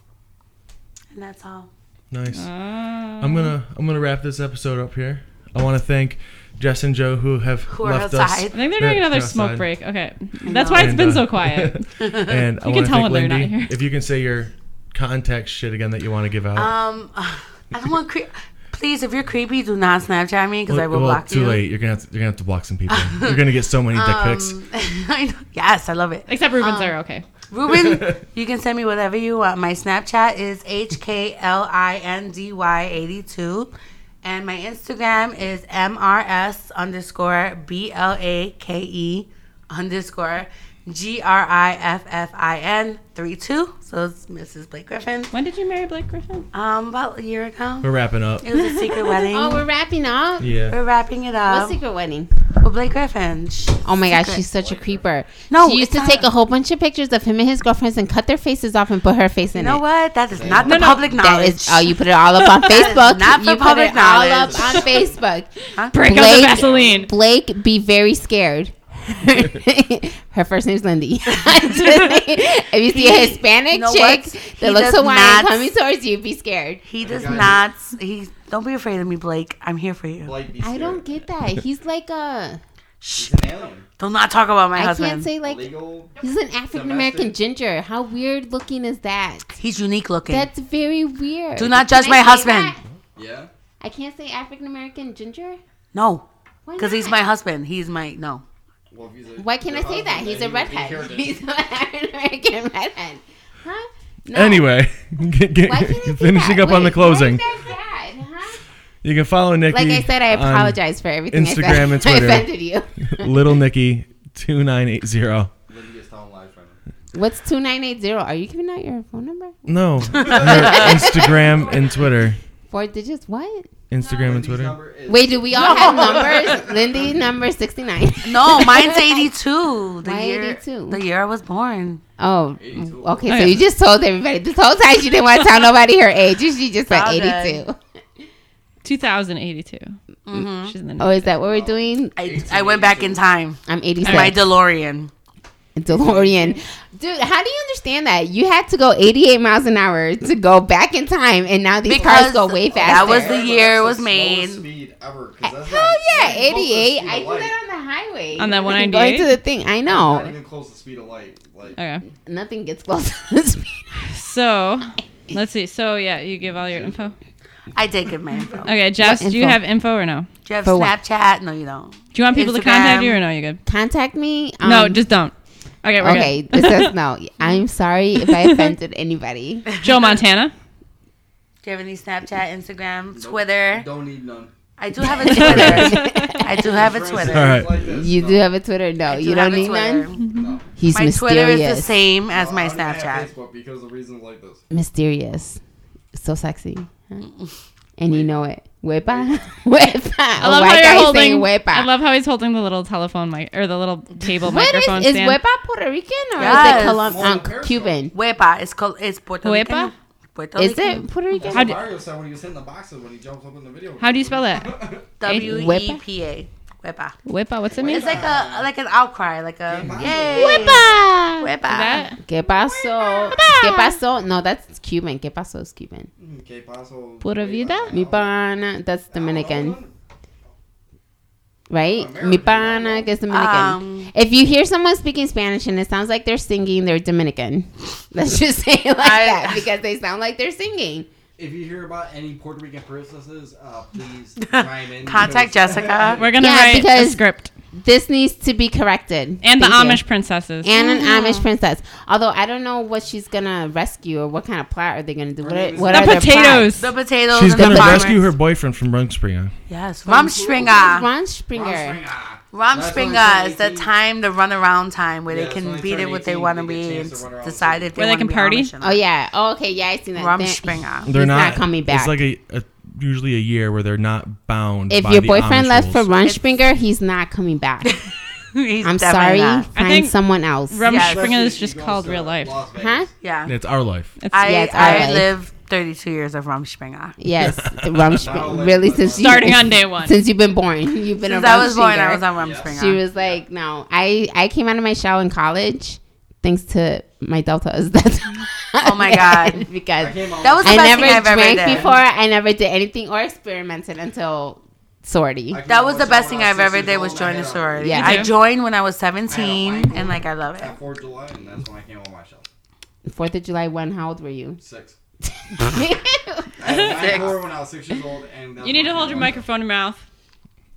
And that's all. nice. Ah. I'm gonna I'm gonna wrap this episode up here. I want to thank Jess and Joe who have Who are left outside. I think they're doing Yeah, another outside. smoke break. Okay. That's why it's And, been uh, so quiet. us, and I You can want to tell thank when they're not Lindy. here. If you can say your contact shit again that you want to give out. Um, I don't want creep. Please, if you're creepy, do not Snapchat me because I will Well, block too you. late. You're gonna have to, you're gonna have to block some people. you're gonna get so many dick pics. Um, I know- yes, I love it. Except Ruben's Um, are okay. Ruben, you can send me whatever you want. My Snapchat is hklindy82, and my Instagram is mrs underscore b l a k e underscore g r i f f i n three two. So it's Mrs. Blake Griffin. When did you marry Blake Griffin? Um, about a year ago, We're wrapping up. it was a secret wedding. Oh, we're wrapping up. Yeah. We're wrapping it up. What's secret wedding? With Blake Griffin. Sh- Oh my gosh, Secret. she's such a creeper. No, she used it's to not- take a whole bunch of pictures of him and his girlfriends and cut their faces off and put her face in You know it. what? That is not No, the no. public That knowledge. is, oh, you put it all up on Facebook. not for you put public it all up knowledge. on Facebook. Huh? Break out the Blake- Vaseline. Blake, be very scared. her first name's Lindy. if you see a He- Hispanic you know chick what? He that looks does Hawaiian not- coming towards you, be scared. He does guys. not. He don't be afraid of me, Blake. I'm here for you. Like, be I don't scared. get that. He's like a. Shh. He's an alien. Do not talk about my I husband. can't say like. Illegal. He's an African American Domestic. ginger. How weird looking is that? He's unique looking. That's very weird. Do not Can judge I my say husband. that? Yeah. I can't say African American ginger. no, Why because he's not? my husband. He's my no. Well, if he's a, Why can't I your say that? husband, He's a then he would redhead. be He's here an African American redhead. Huh? No. Anyway, get- get- Why can't I say finishing that? up on the Wait, why is closing. that bad, huh? You can follow Nikki. Like I said, I on apologize for everything. I said. Instagram and Twitter. I offended you. Little Nikki two nine eight zero. to- Lydia is telling lies right now. What's two nine eight zero? Are you giving out your phone number? No, her Instagram and Twitter. Four digits? What? Instagram and Lindy's Twitter. number is- Wait, do we all have numbers? Lindy number sixty nine. No, mine's 82. The Why year 82? the year I was born. Oh, 82. okay. I So am- you just told everybody this whole time she didn't want to tell nobody her age. She just said Proud of. eighty two. 2082. Mm-hmm. She's in the Oh, is that what we're doing? I, I went back in time. I'm eighty In my six. DeLorean. DeLorean. Dude, how do you understand that? You had to go 88 miles an hour to go back in time, and now these cars go way faster. that was the But year that's it was the made. slowest Speed ever, 'cause that's Hell not- yeah, that's not close to the 88. speed I of do light. that on the highway. On that Like, Going to 198? the thing. I Not know. even close to the speed of light. Like, Okay. Nothing gets close to the speed. So let's see. So yeah, you give all your info. I did give my info. Do Okay, Jess, do you info? have info or no? you have For what? Snapchat? No, you don't. Do you want people to contact Instagram. you or no? You good? Contact me. um, no, just don't. Okay, we're Okay, good. this says no. I'm sorry if I offended anybody. Joe Montana. Do you have any Snapchat, Instagram, nope, Twitter? Don't need none. I do have a Twitter. I do have a Twitter. All right. You do have a Twitter? No, I you have don't a need Twitter. none. He's My Twitter mysterious. is the same as my Snapchat. Facebook because of reasons like this. Mysterious. So sexy. huh? And you know it. Wepa. Wepa. I love how Why you're guys holding. saying Wepa. I love how he's holding the little telephone mic or the little table What is microphone is stand. Wepa Puerto Rican or Yes. Oh, is it Colum- Well, um, Periscope. Cuban? Huepa. It's called. It's Puerto Huepa? Rican. Puerto Is Rican. it Puerto Rican? How How do- Mario said when he was hitting the boxes when he jumps up in the video. How do you spell that? W E P A. Huepa. Wepa. What's it mean? It's like a like an outcry, like a yay. Wepa. Huepa. That? ¿Qué pasó? ¿Qué pasó? No, that's Cuban. ¿Qué pasó is Cuban? Que paso. Pura vida? Mi pana, that's Dominican, right? Mi pana, que es Dominican. Um, if you hear someone speaking Spanish and it sounds like they're singing, they're Dominican. Let's just say it like I- that because they sound like they're singing. If you hear about any Puerto Rican princesses, uh, please chime in. Contact because- Jessica. We're gonna Yeah, write a because- script This needs to be corrected. and the Thank you. Amish princesses. and an Amish princess. Although I don't know what she's gonna rescue or what kind of plot are they gonna do. What are, what the are their potatoes. The potatoes. She's and the gonna farmers. rescue her boyfriend from Rumspringa. Yes, Rumspringa. plots? Ron Springer. Rumspringa. That's when Rumspringa it's is the only time, the runaround time where Yeah, they it's can only beat it turn what they 18, want to they get a be and chance to run around decide too. if they Where they want to can be party? Amish or Oh not. yeah. Oh okay. Yeah, I seen that. Then- Rumspringa. They're He's not coming back. It's like a, a usually a year where they're not bound. If by your the boyfriend Amish left for rules. Ron Springer, he's not coming back. He's I'm sorry. definitely not. Find think- someone else. Rum Yes. Springer Especially is if just he goes called to real life. Las Vegas. Huh? Yeah. it's our life. It's, I Yeah, it's our I life. lived 32 years of Rumspringa. yes, Ron Springer. Solid. Really, since you- starting on day one. since you've been born, you've been. Since a I Ron was born, I Springer. was on Yeah. Rumspringa. She was like, "No, I I came out of my shell in college, thanks to my deltas. That's Oh my God. I because came on. That was the I best never thing I've ever drank done. before. I never did anything or experimented until sorority. I came That on was the myself best thing when I I've six ever years did old was and I join a had a- sorority. Yeah. Me I too. joined when I was 17, and like I love it. At 4th of July, and that's when I came on my shelf. Fourth of July. When? How old were you? Six. That's I had nine core when I was six years old, and that's You need when to I hold came your on. microphone in your mouth.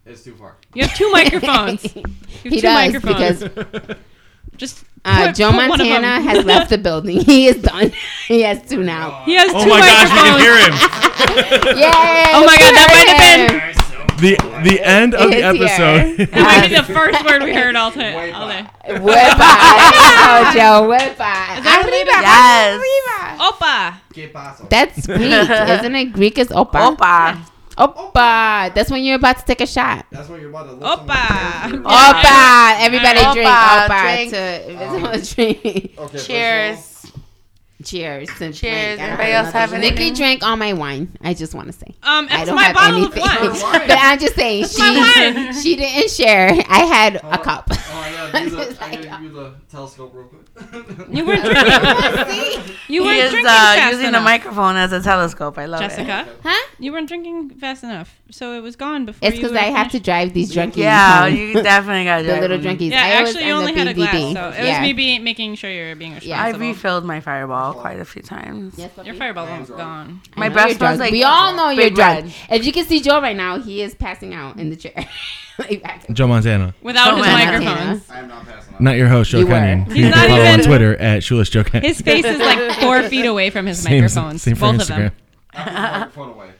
It's too far. You have two microphones. You have He two does microphones. because just uh, put- Joe put one of Montana them. has left the building. He is done. he has two now. He has two Oh my gosh, we microphones. can hear him. Yay! Oh my God, that might have been- The the end of the It's episode. That might be the first word we heard all, t- all day. Whip out, Oh, Joe. Whip out. that Arriba, Arriba? Yes. arriba. Opa. Que paso. That's Greek, isn't it? Greek is opa. Opa. Opa. That's when you're about to take a shot. That's when you're about to lift Opa. someone's Yeah. Opa. Everybody Opa, drink Opa drink. to Um, invisible drink. Okay, first of all, Cheers. Cheers. and Cheers. drink. I don't Anybody have else nothing. have Nikki anything? drank all my wine. I just want to say. Um, I it's don't my have bottle anything. of Her wine. wine. but I'm just saying, my she she didn't share. I had a Oh, cup. Oh my god, do the, I'm Like, gonna give you the telescope real quick. You weren't drinking. See? you He weren't is drinking uh, fast using the enough, microphone as a telescope. I love it. Jessica. Huh? You weren't drinking fast enough, so it was gone before. It's you because were I have to finished. drive these drunkies. Yeah, home. you definitely got the little drink. drunkies. Yeah, I always actually, you end only up had a being glass, BB. so it was Yeah. me being, making sure you're being Yeah. I responsible. refilled my fireball quite a few times. Yes, puppy. Your fireball I'm one's drunk. gone. I My know breath you're smells drunk. like We all know you're Big drunk. Red. If you can see Joe right now, he is passing out in the chair. like, I can- Joe Montana, Without Oh, his my microphone. Montana. I am not passing out. not your host, Joe You were. Kenyon. He's You can not follow on even- Twitter at Shoeless Joe Kenyon. His face is like four feet away from his Same- microphones. same for both of Instagram. them. I put the microphone away.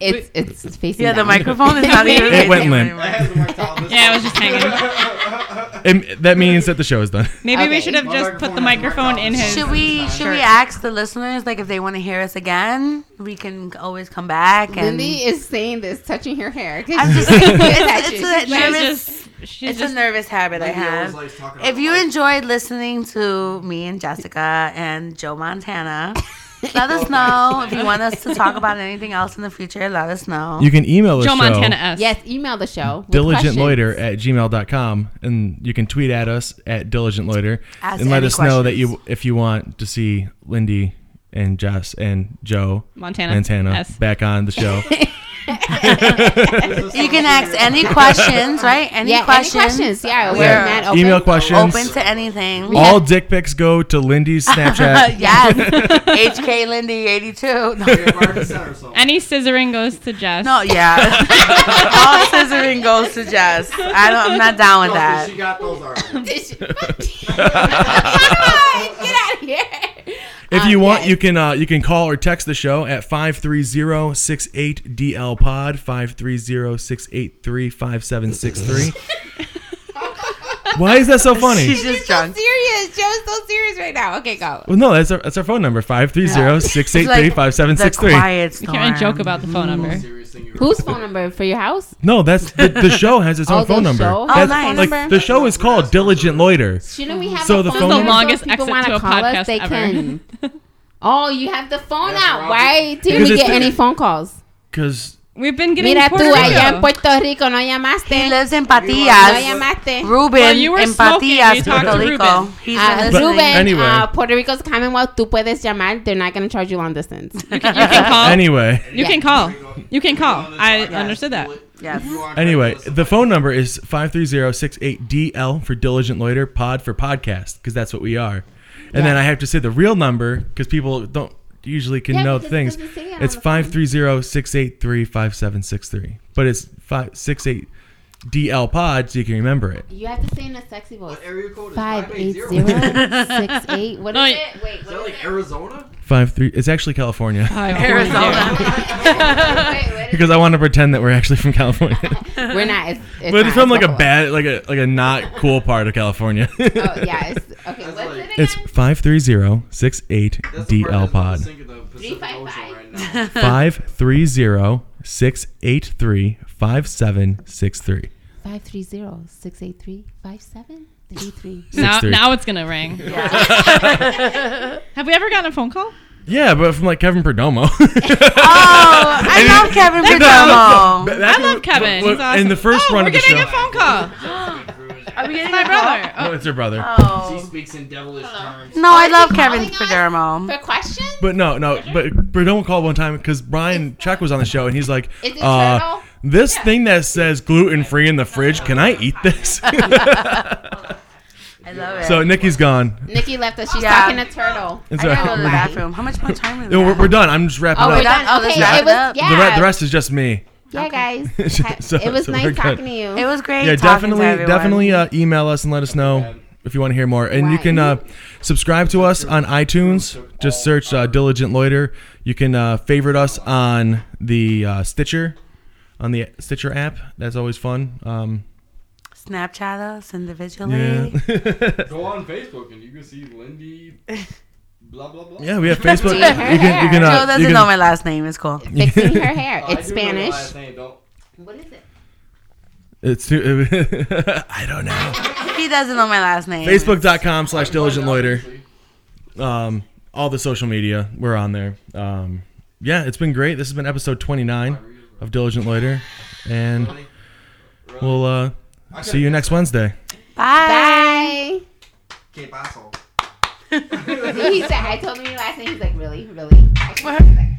It's it's facing. Yeah, the down. microphone is not even. It went limp. I anymore. had the microphone on this Yeah, it side. was just hanging. And that means that the show is done. Maybe we Okay. should have My just put the microphone microphone is in my his. Should we should we ask the listeners like if they want to hear us again? We can always come back and Lindy is saying this, touching her hair. I'm just She's touching. it's, it's a She's nervous just. She's it's just. a nervous habit I Maybe I was, have. like, uh, talking If about you life. enjoyed listening to me and Jessica and Joe Montana, let us know if you want us to talk about anything else in the future. Let us know. You can email the Joe show Montana S. yes, email the show. with questions. diligentloiter at gmail.com and you can tweet at us at diligentloiter Ask and let any us know that questions. you if you want to see Lindy and Jess and Joe Montana. Montana S. back on the show. You can ask any questions, right? Any Yeah, questions? any questions? Yeah, we're Yeah. not open. Email questions. Open to anything. All dick pics go to Lindy's Snapchat. yes. HK Lindy 82. No, If I already said or something. Any scissoring goes to Jess. no, yeah. All scissoring goes to Jess. I don't, I'm not down with No, 'cause that. She got those already. Get out of here. If Um, you want, yes. you can uh, you can call or text the show at 530-68 DL pod 530-683-5763. Why is that so funny? She's just drunk. serious. Joe's so serious right now. Okay, go. Well, no, that's our, that's our phone number 530-683-5763. The quiet You can't storm. joke about the phone number. Serious thing you were Whose told. phone number for your house? No, that's the, the show has its Oh, own the phone number. show That's- has a phone like number? the show is called Diligent Loiter. Shouldn't Oh. we have So a the phone phone number number- so Longest people exit wanna to a call us, podcast they ever. can. Oh, you have the phone That's out. right. Why didn't Because we it's get the- any phone calls? Because We've been getting Mira tú, Puerto allá en Rico. Puerto Rico no He llamaste. lives in No Patillas. llamaste. Ruben Well, you were in smoking. We Patillas, talked Puerto to Rico. Ruben. He's Uh, been Ruben, listening. anyway. uh, Puerto Rico's Commonwealth, tú puedes llamar. They're not going to charge you long distance. You can call. anyway, You Yeah. can call. You can call. I understood that. Yes. You aren't anyway, gonna the phone number is 530-68DL for Diligent Loiter, pod for podcast because that's what we are. And then I have to say the real number because people don't usually can Yeah, know because it things. doesn't say it on It's the phone. 530-683-5763. But it's 568 DL pod so you can remember it. You have to say in a sexy voice. What area code is Five eight 580? zero six eight. What No, is you- it? Wait, Is that what is like Arizona? 53 It's actually California. Arizona. it? Wait, what is because I want to pretend that we're actually from California. it? We're not. It's, it's But not, it's from like a Buffalo. bad, like a like a not cool part of California. Oh yeah. It's, okay. What's like- it again? It's five three zero six eight That's the part DL that's on the pod sink of the Pacific five Ocean five. right now. five three zero six eight three five seven six three. five three zero six eight three five seven three three. Now, three. now it's gonna ring. Have we ever gotten a phone call? Yeah, but from like Kevin Perdomo. Oh, I love Kevin Perdomo. I love Kevin. He's awesome. In the first oh, run we're of the getting show, a phone call. Are we getting My brother. no, it's her brother. Oh. She speaks in devilish terms. No, I love you Kevin calling Perdomo. For questions? But no, no. But Perdomo called one time because Brian Chuck was on the show and he's like, Is it uh, turtle? "This thing that says gluten free in the fridge, can I eat this?" I love it. so Nikki's gone. Nikki left us. She's Yeah. talking to Turtle. It's I gotta go to the all right. bathroom. How much more time do we No, we're, have? we're done. I'm just wrapping Oh, we're up. done. Oh, this okay, wrapped it was up? yeah. The, re- the rest is just me. yeah, guys. So- it was so we're nice good. talking to you. It was great. yeah, talking definitely, to everyone. definitely uh, email us and let us know if you want to hear more. And you Right. can uh, subscribe to us on iTunes. Just search uh, Diligent Loiter. You can uh, favorite us on the uh, Stitcher, on the Stitcher app. That's always fun. Um, Snapchat us individually. yeah. Go on Facebook and you can see Lindy Blah blah blah. Yeah, we have Facebook. Fixing you her can you hair. can. Joe Uh, doesn't you can know my last name. It's cool. Fixing her hair. Uh, I it's do know your Spanish. last name, don't. What is it? it's too, I don't know. He doesn't know my last name. Facebook.com slash diligent loiter. Obviously. Um, all the social media, we're on there. Um, yeah, it's been great. This has been episode 29 of Diligent Loiter, and we'll uh, see you next Wednesday. Bye. Que paso. he said, I told him your last name. He's like, really? Really? I can't do that.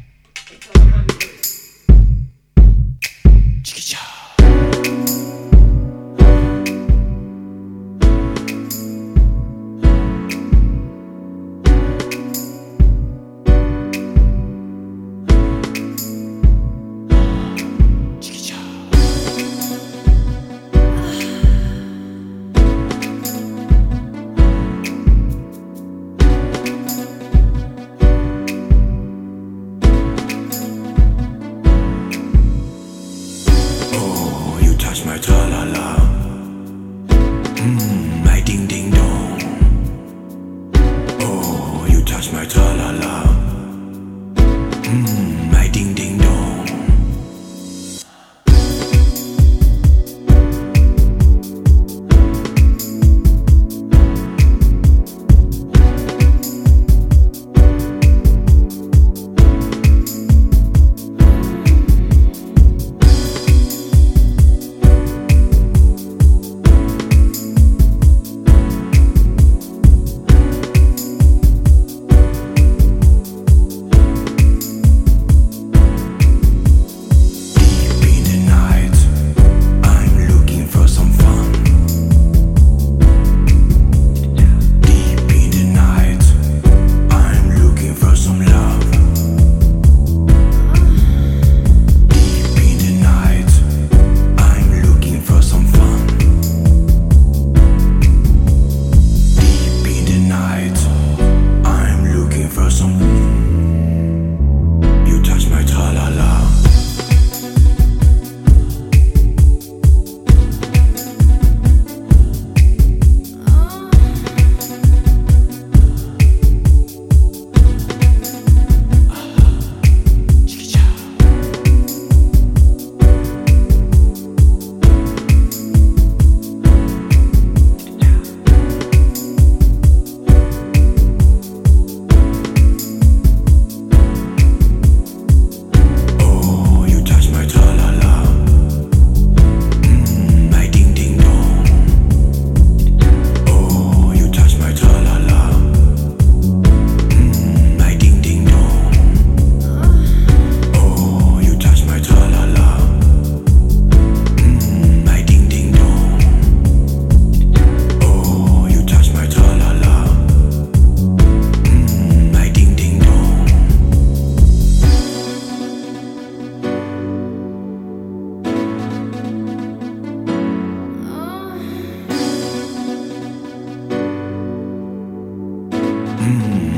Oh, you touch my tra la la. Mmm, my ding ding dong. Oh, you touch my tra la la. Mmm, my ding ding dong. Deep in the night, I'm looking for some fun. Deep in the night, I'm looking for some love. Deep in the night, I'm looking for some fun. Deep in the night, I'm looking for some. You touch my tra la la. Oh, you touch my tra la la. Mmm, my ding ding dong. Oh, you touch my tra la la. Mmm, my ding ding dong. Oh, you touch my tra la la. Mmm, my ding ding dong. Oh, you touch my tra la la. Mmm, my ding ding dong. Oh.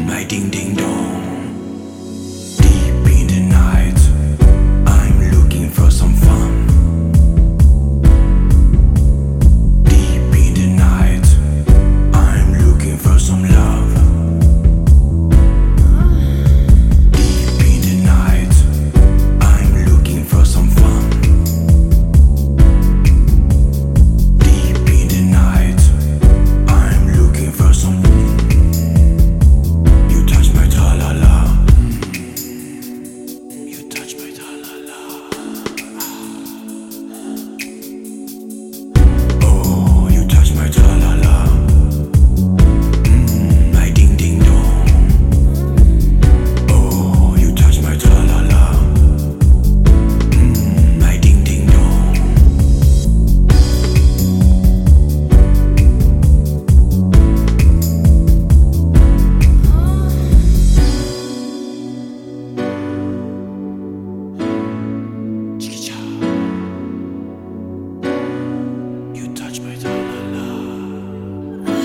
my ding ding dong. Deep in the night, I'm looking for some fun. Deep in the night, I'm looking for some love. Deep in the night, I'm looking for some fun. Deep in the night, I'm looking for some. You touch my tra la la. You touch my tra la la. Oh, you touch my tra la la. Mmm, my ding ding dong. Oh, you touch my tra la la. Mmm, my ding ding dong. Chicha. You touch my tra la la.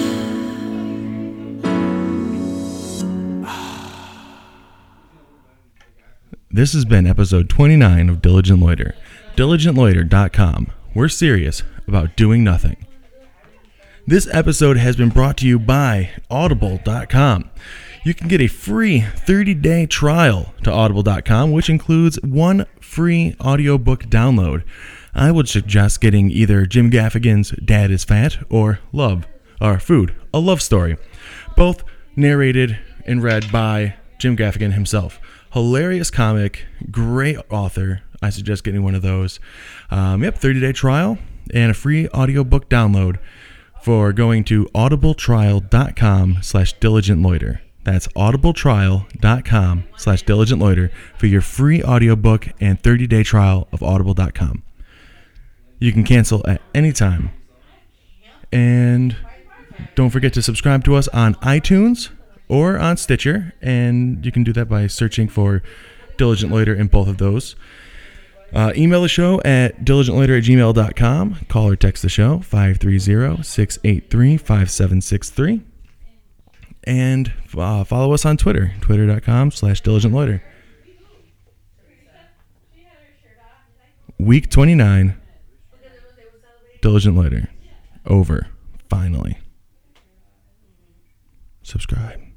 This has been episode 29 of Diligent Loiter. DiligentLoiter.com. We're serious about doing nothing. This episode has been brought to you by Audible.com. You can get a free 30 day trial to audible.com, which includes one free audiobook download. I would suggest getting either Jim Gaffigan's Dad is Fat or Love, or Food, a Love Story, both narrated and read by Jim Gaffigan himself. Hilarious comic, great author. I suggest getting one of those. Um, yep, 30 day trial and a free audiobook download for going to audibletrial.com slash diligent loiter. That's audibletrial.com slash diligent loiter for your free audiobook and 30 day trial of audible.com. You can cancel at any time. And don't forget to subscribe to us on iTunes or on Stitcher. And you can do that by searching for Diligent Loiter in both of those. Uh, email the show at diligentloiter at gmail.com. Call or text the show 530 683 5763. And uh, follow us on Twitter, twitter.com slash diligentloiter. Week 29, Diligent Loiter. Over, finally. Subscribe.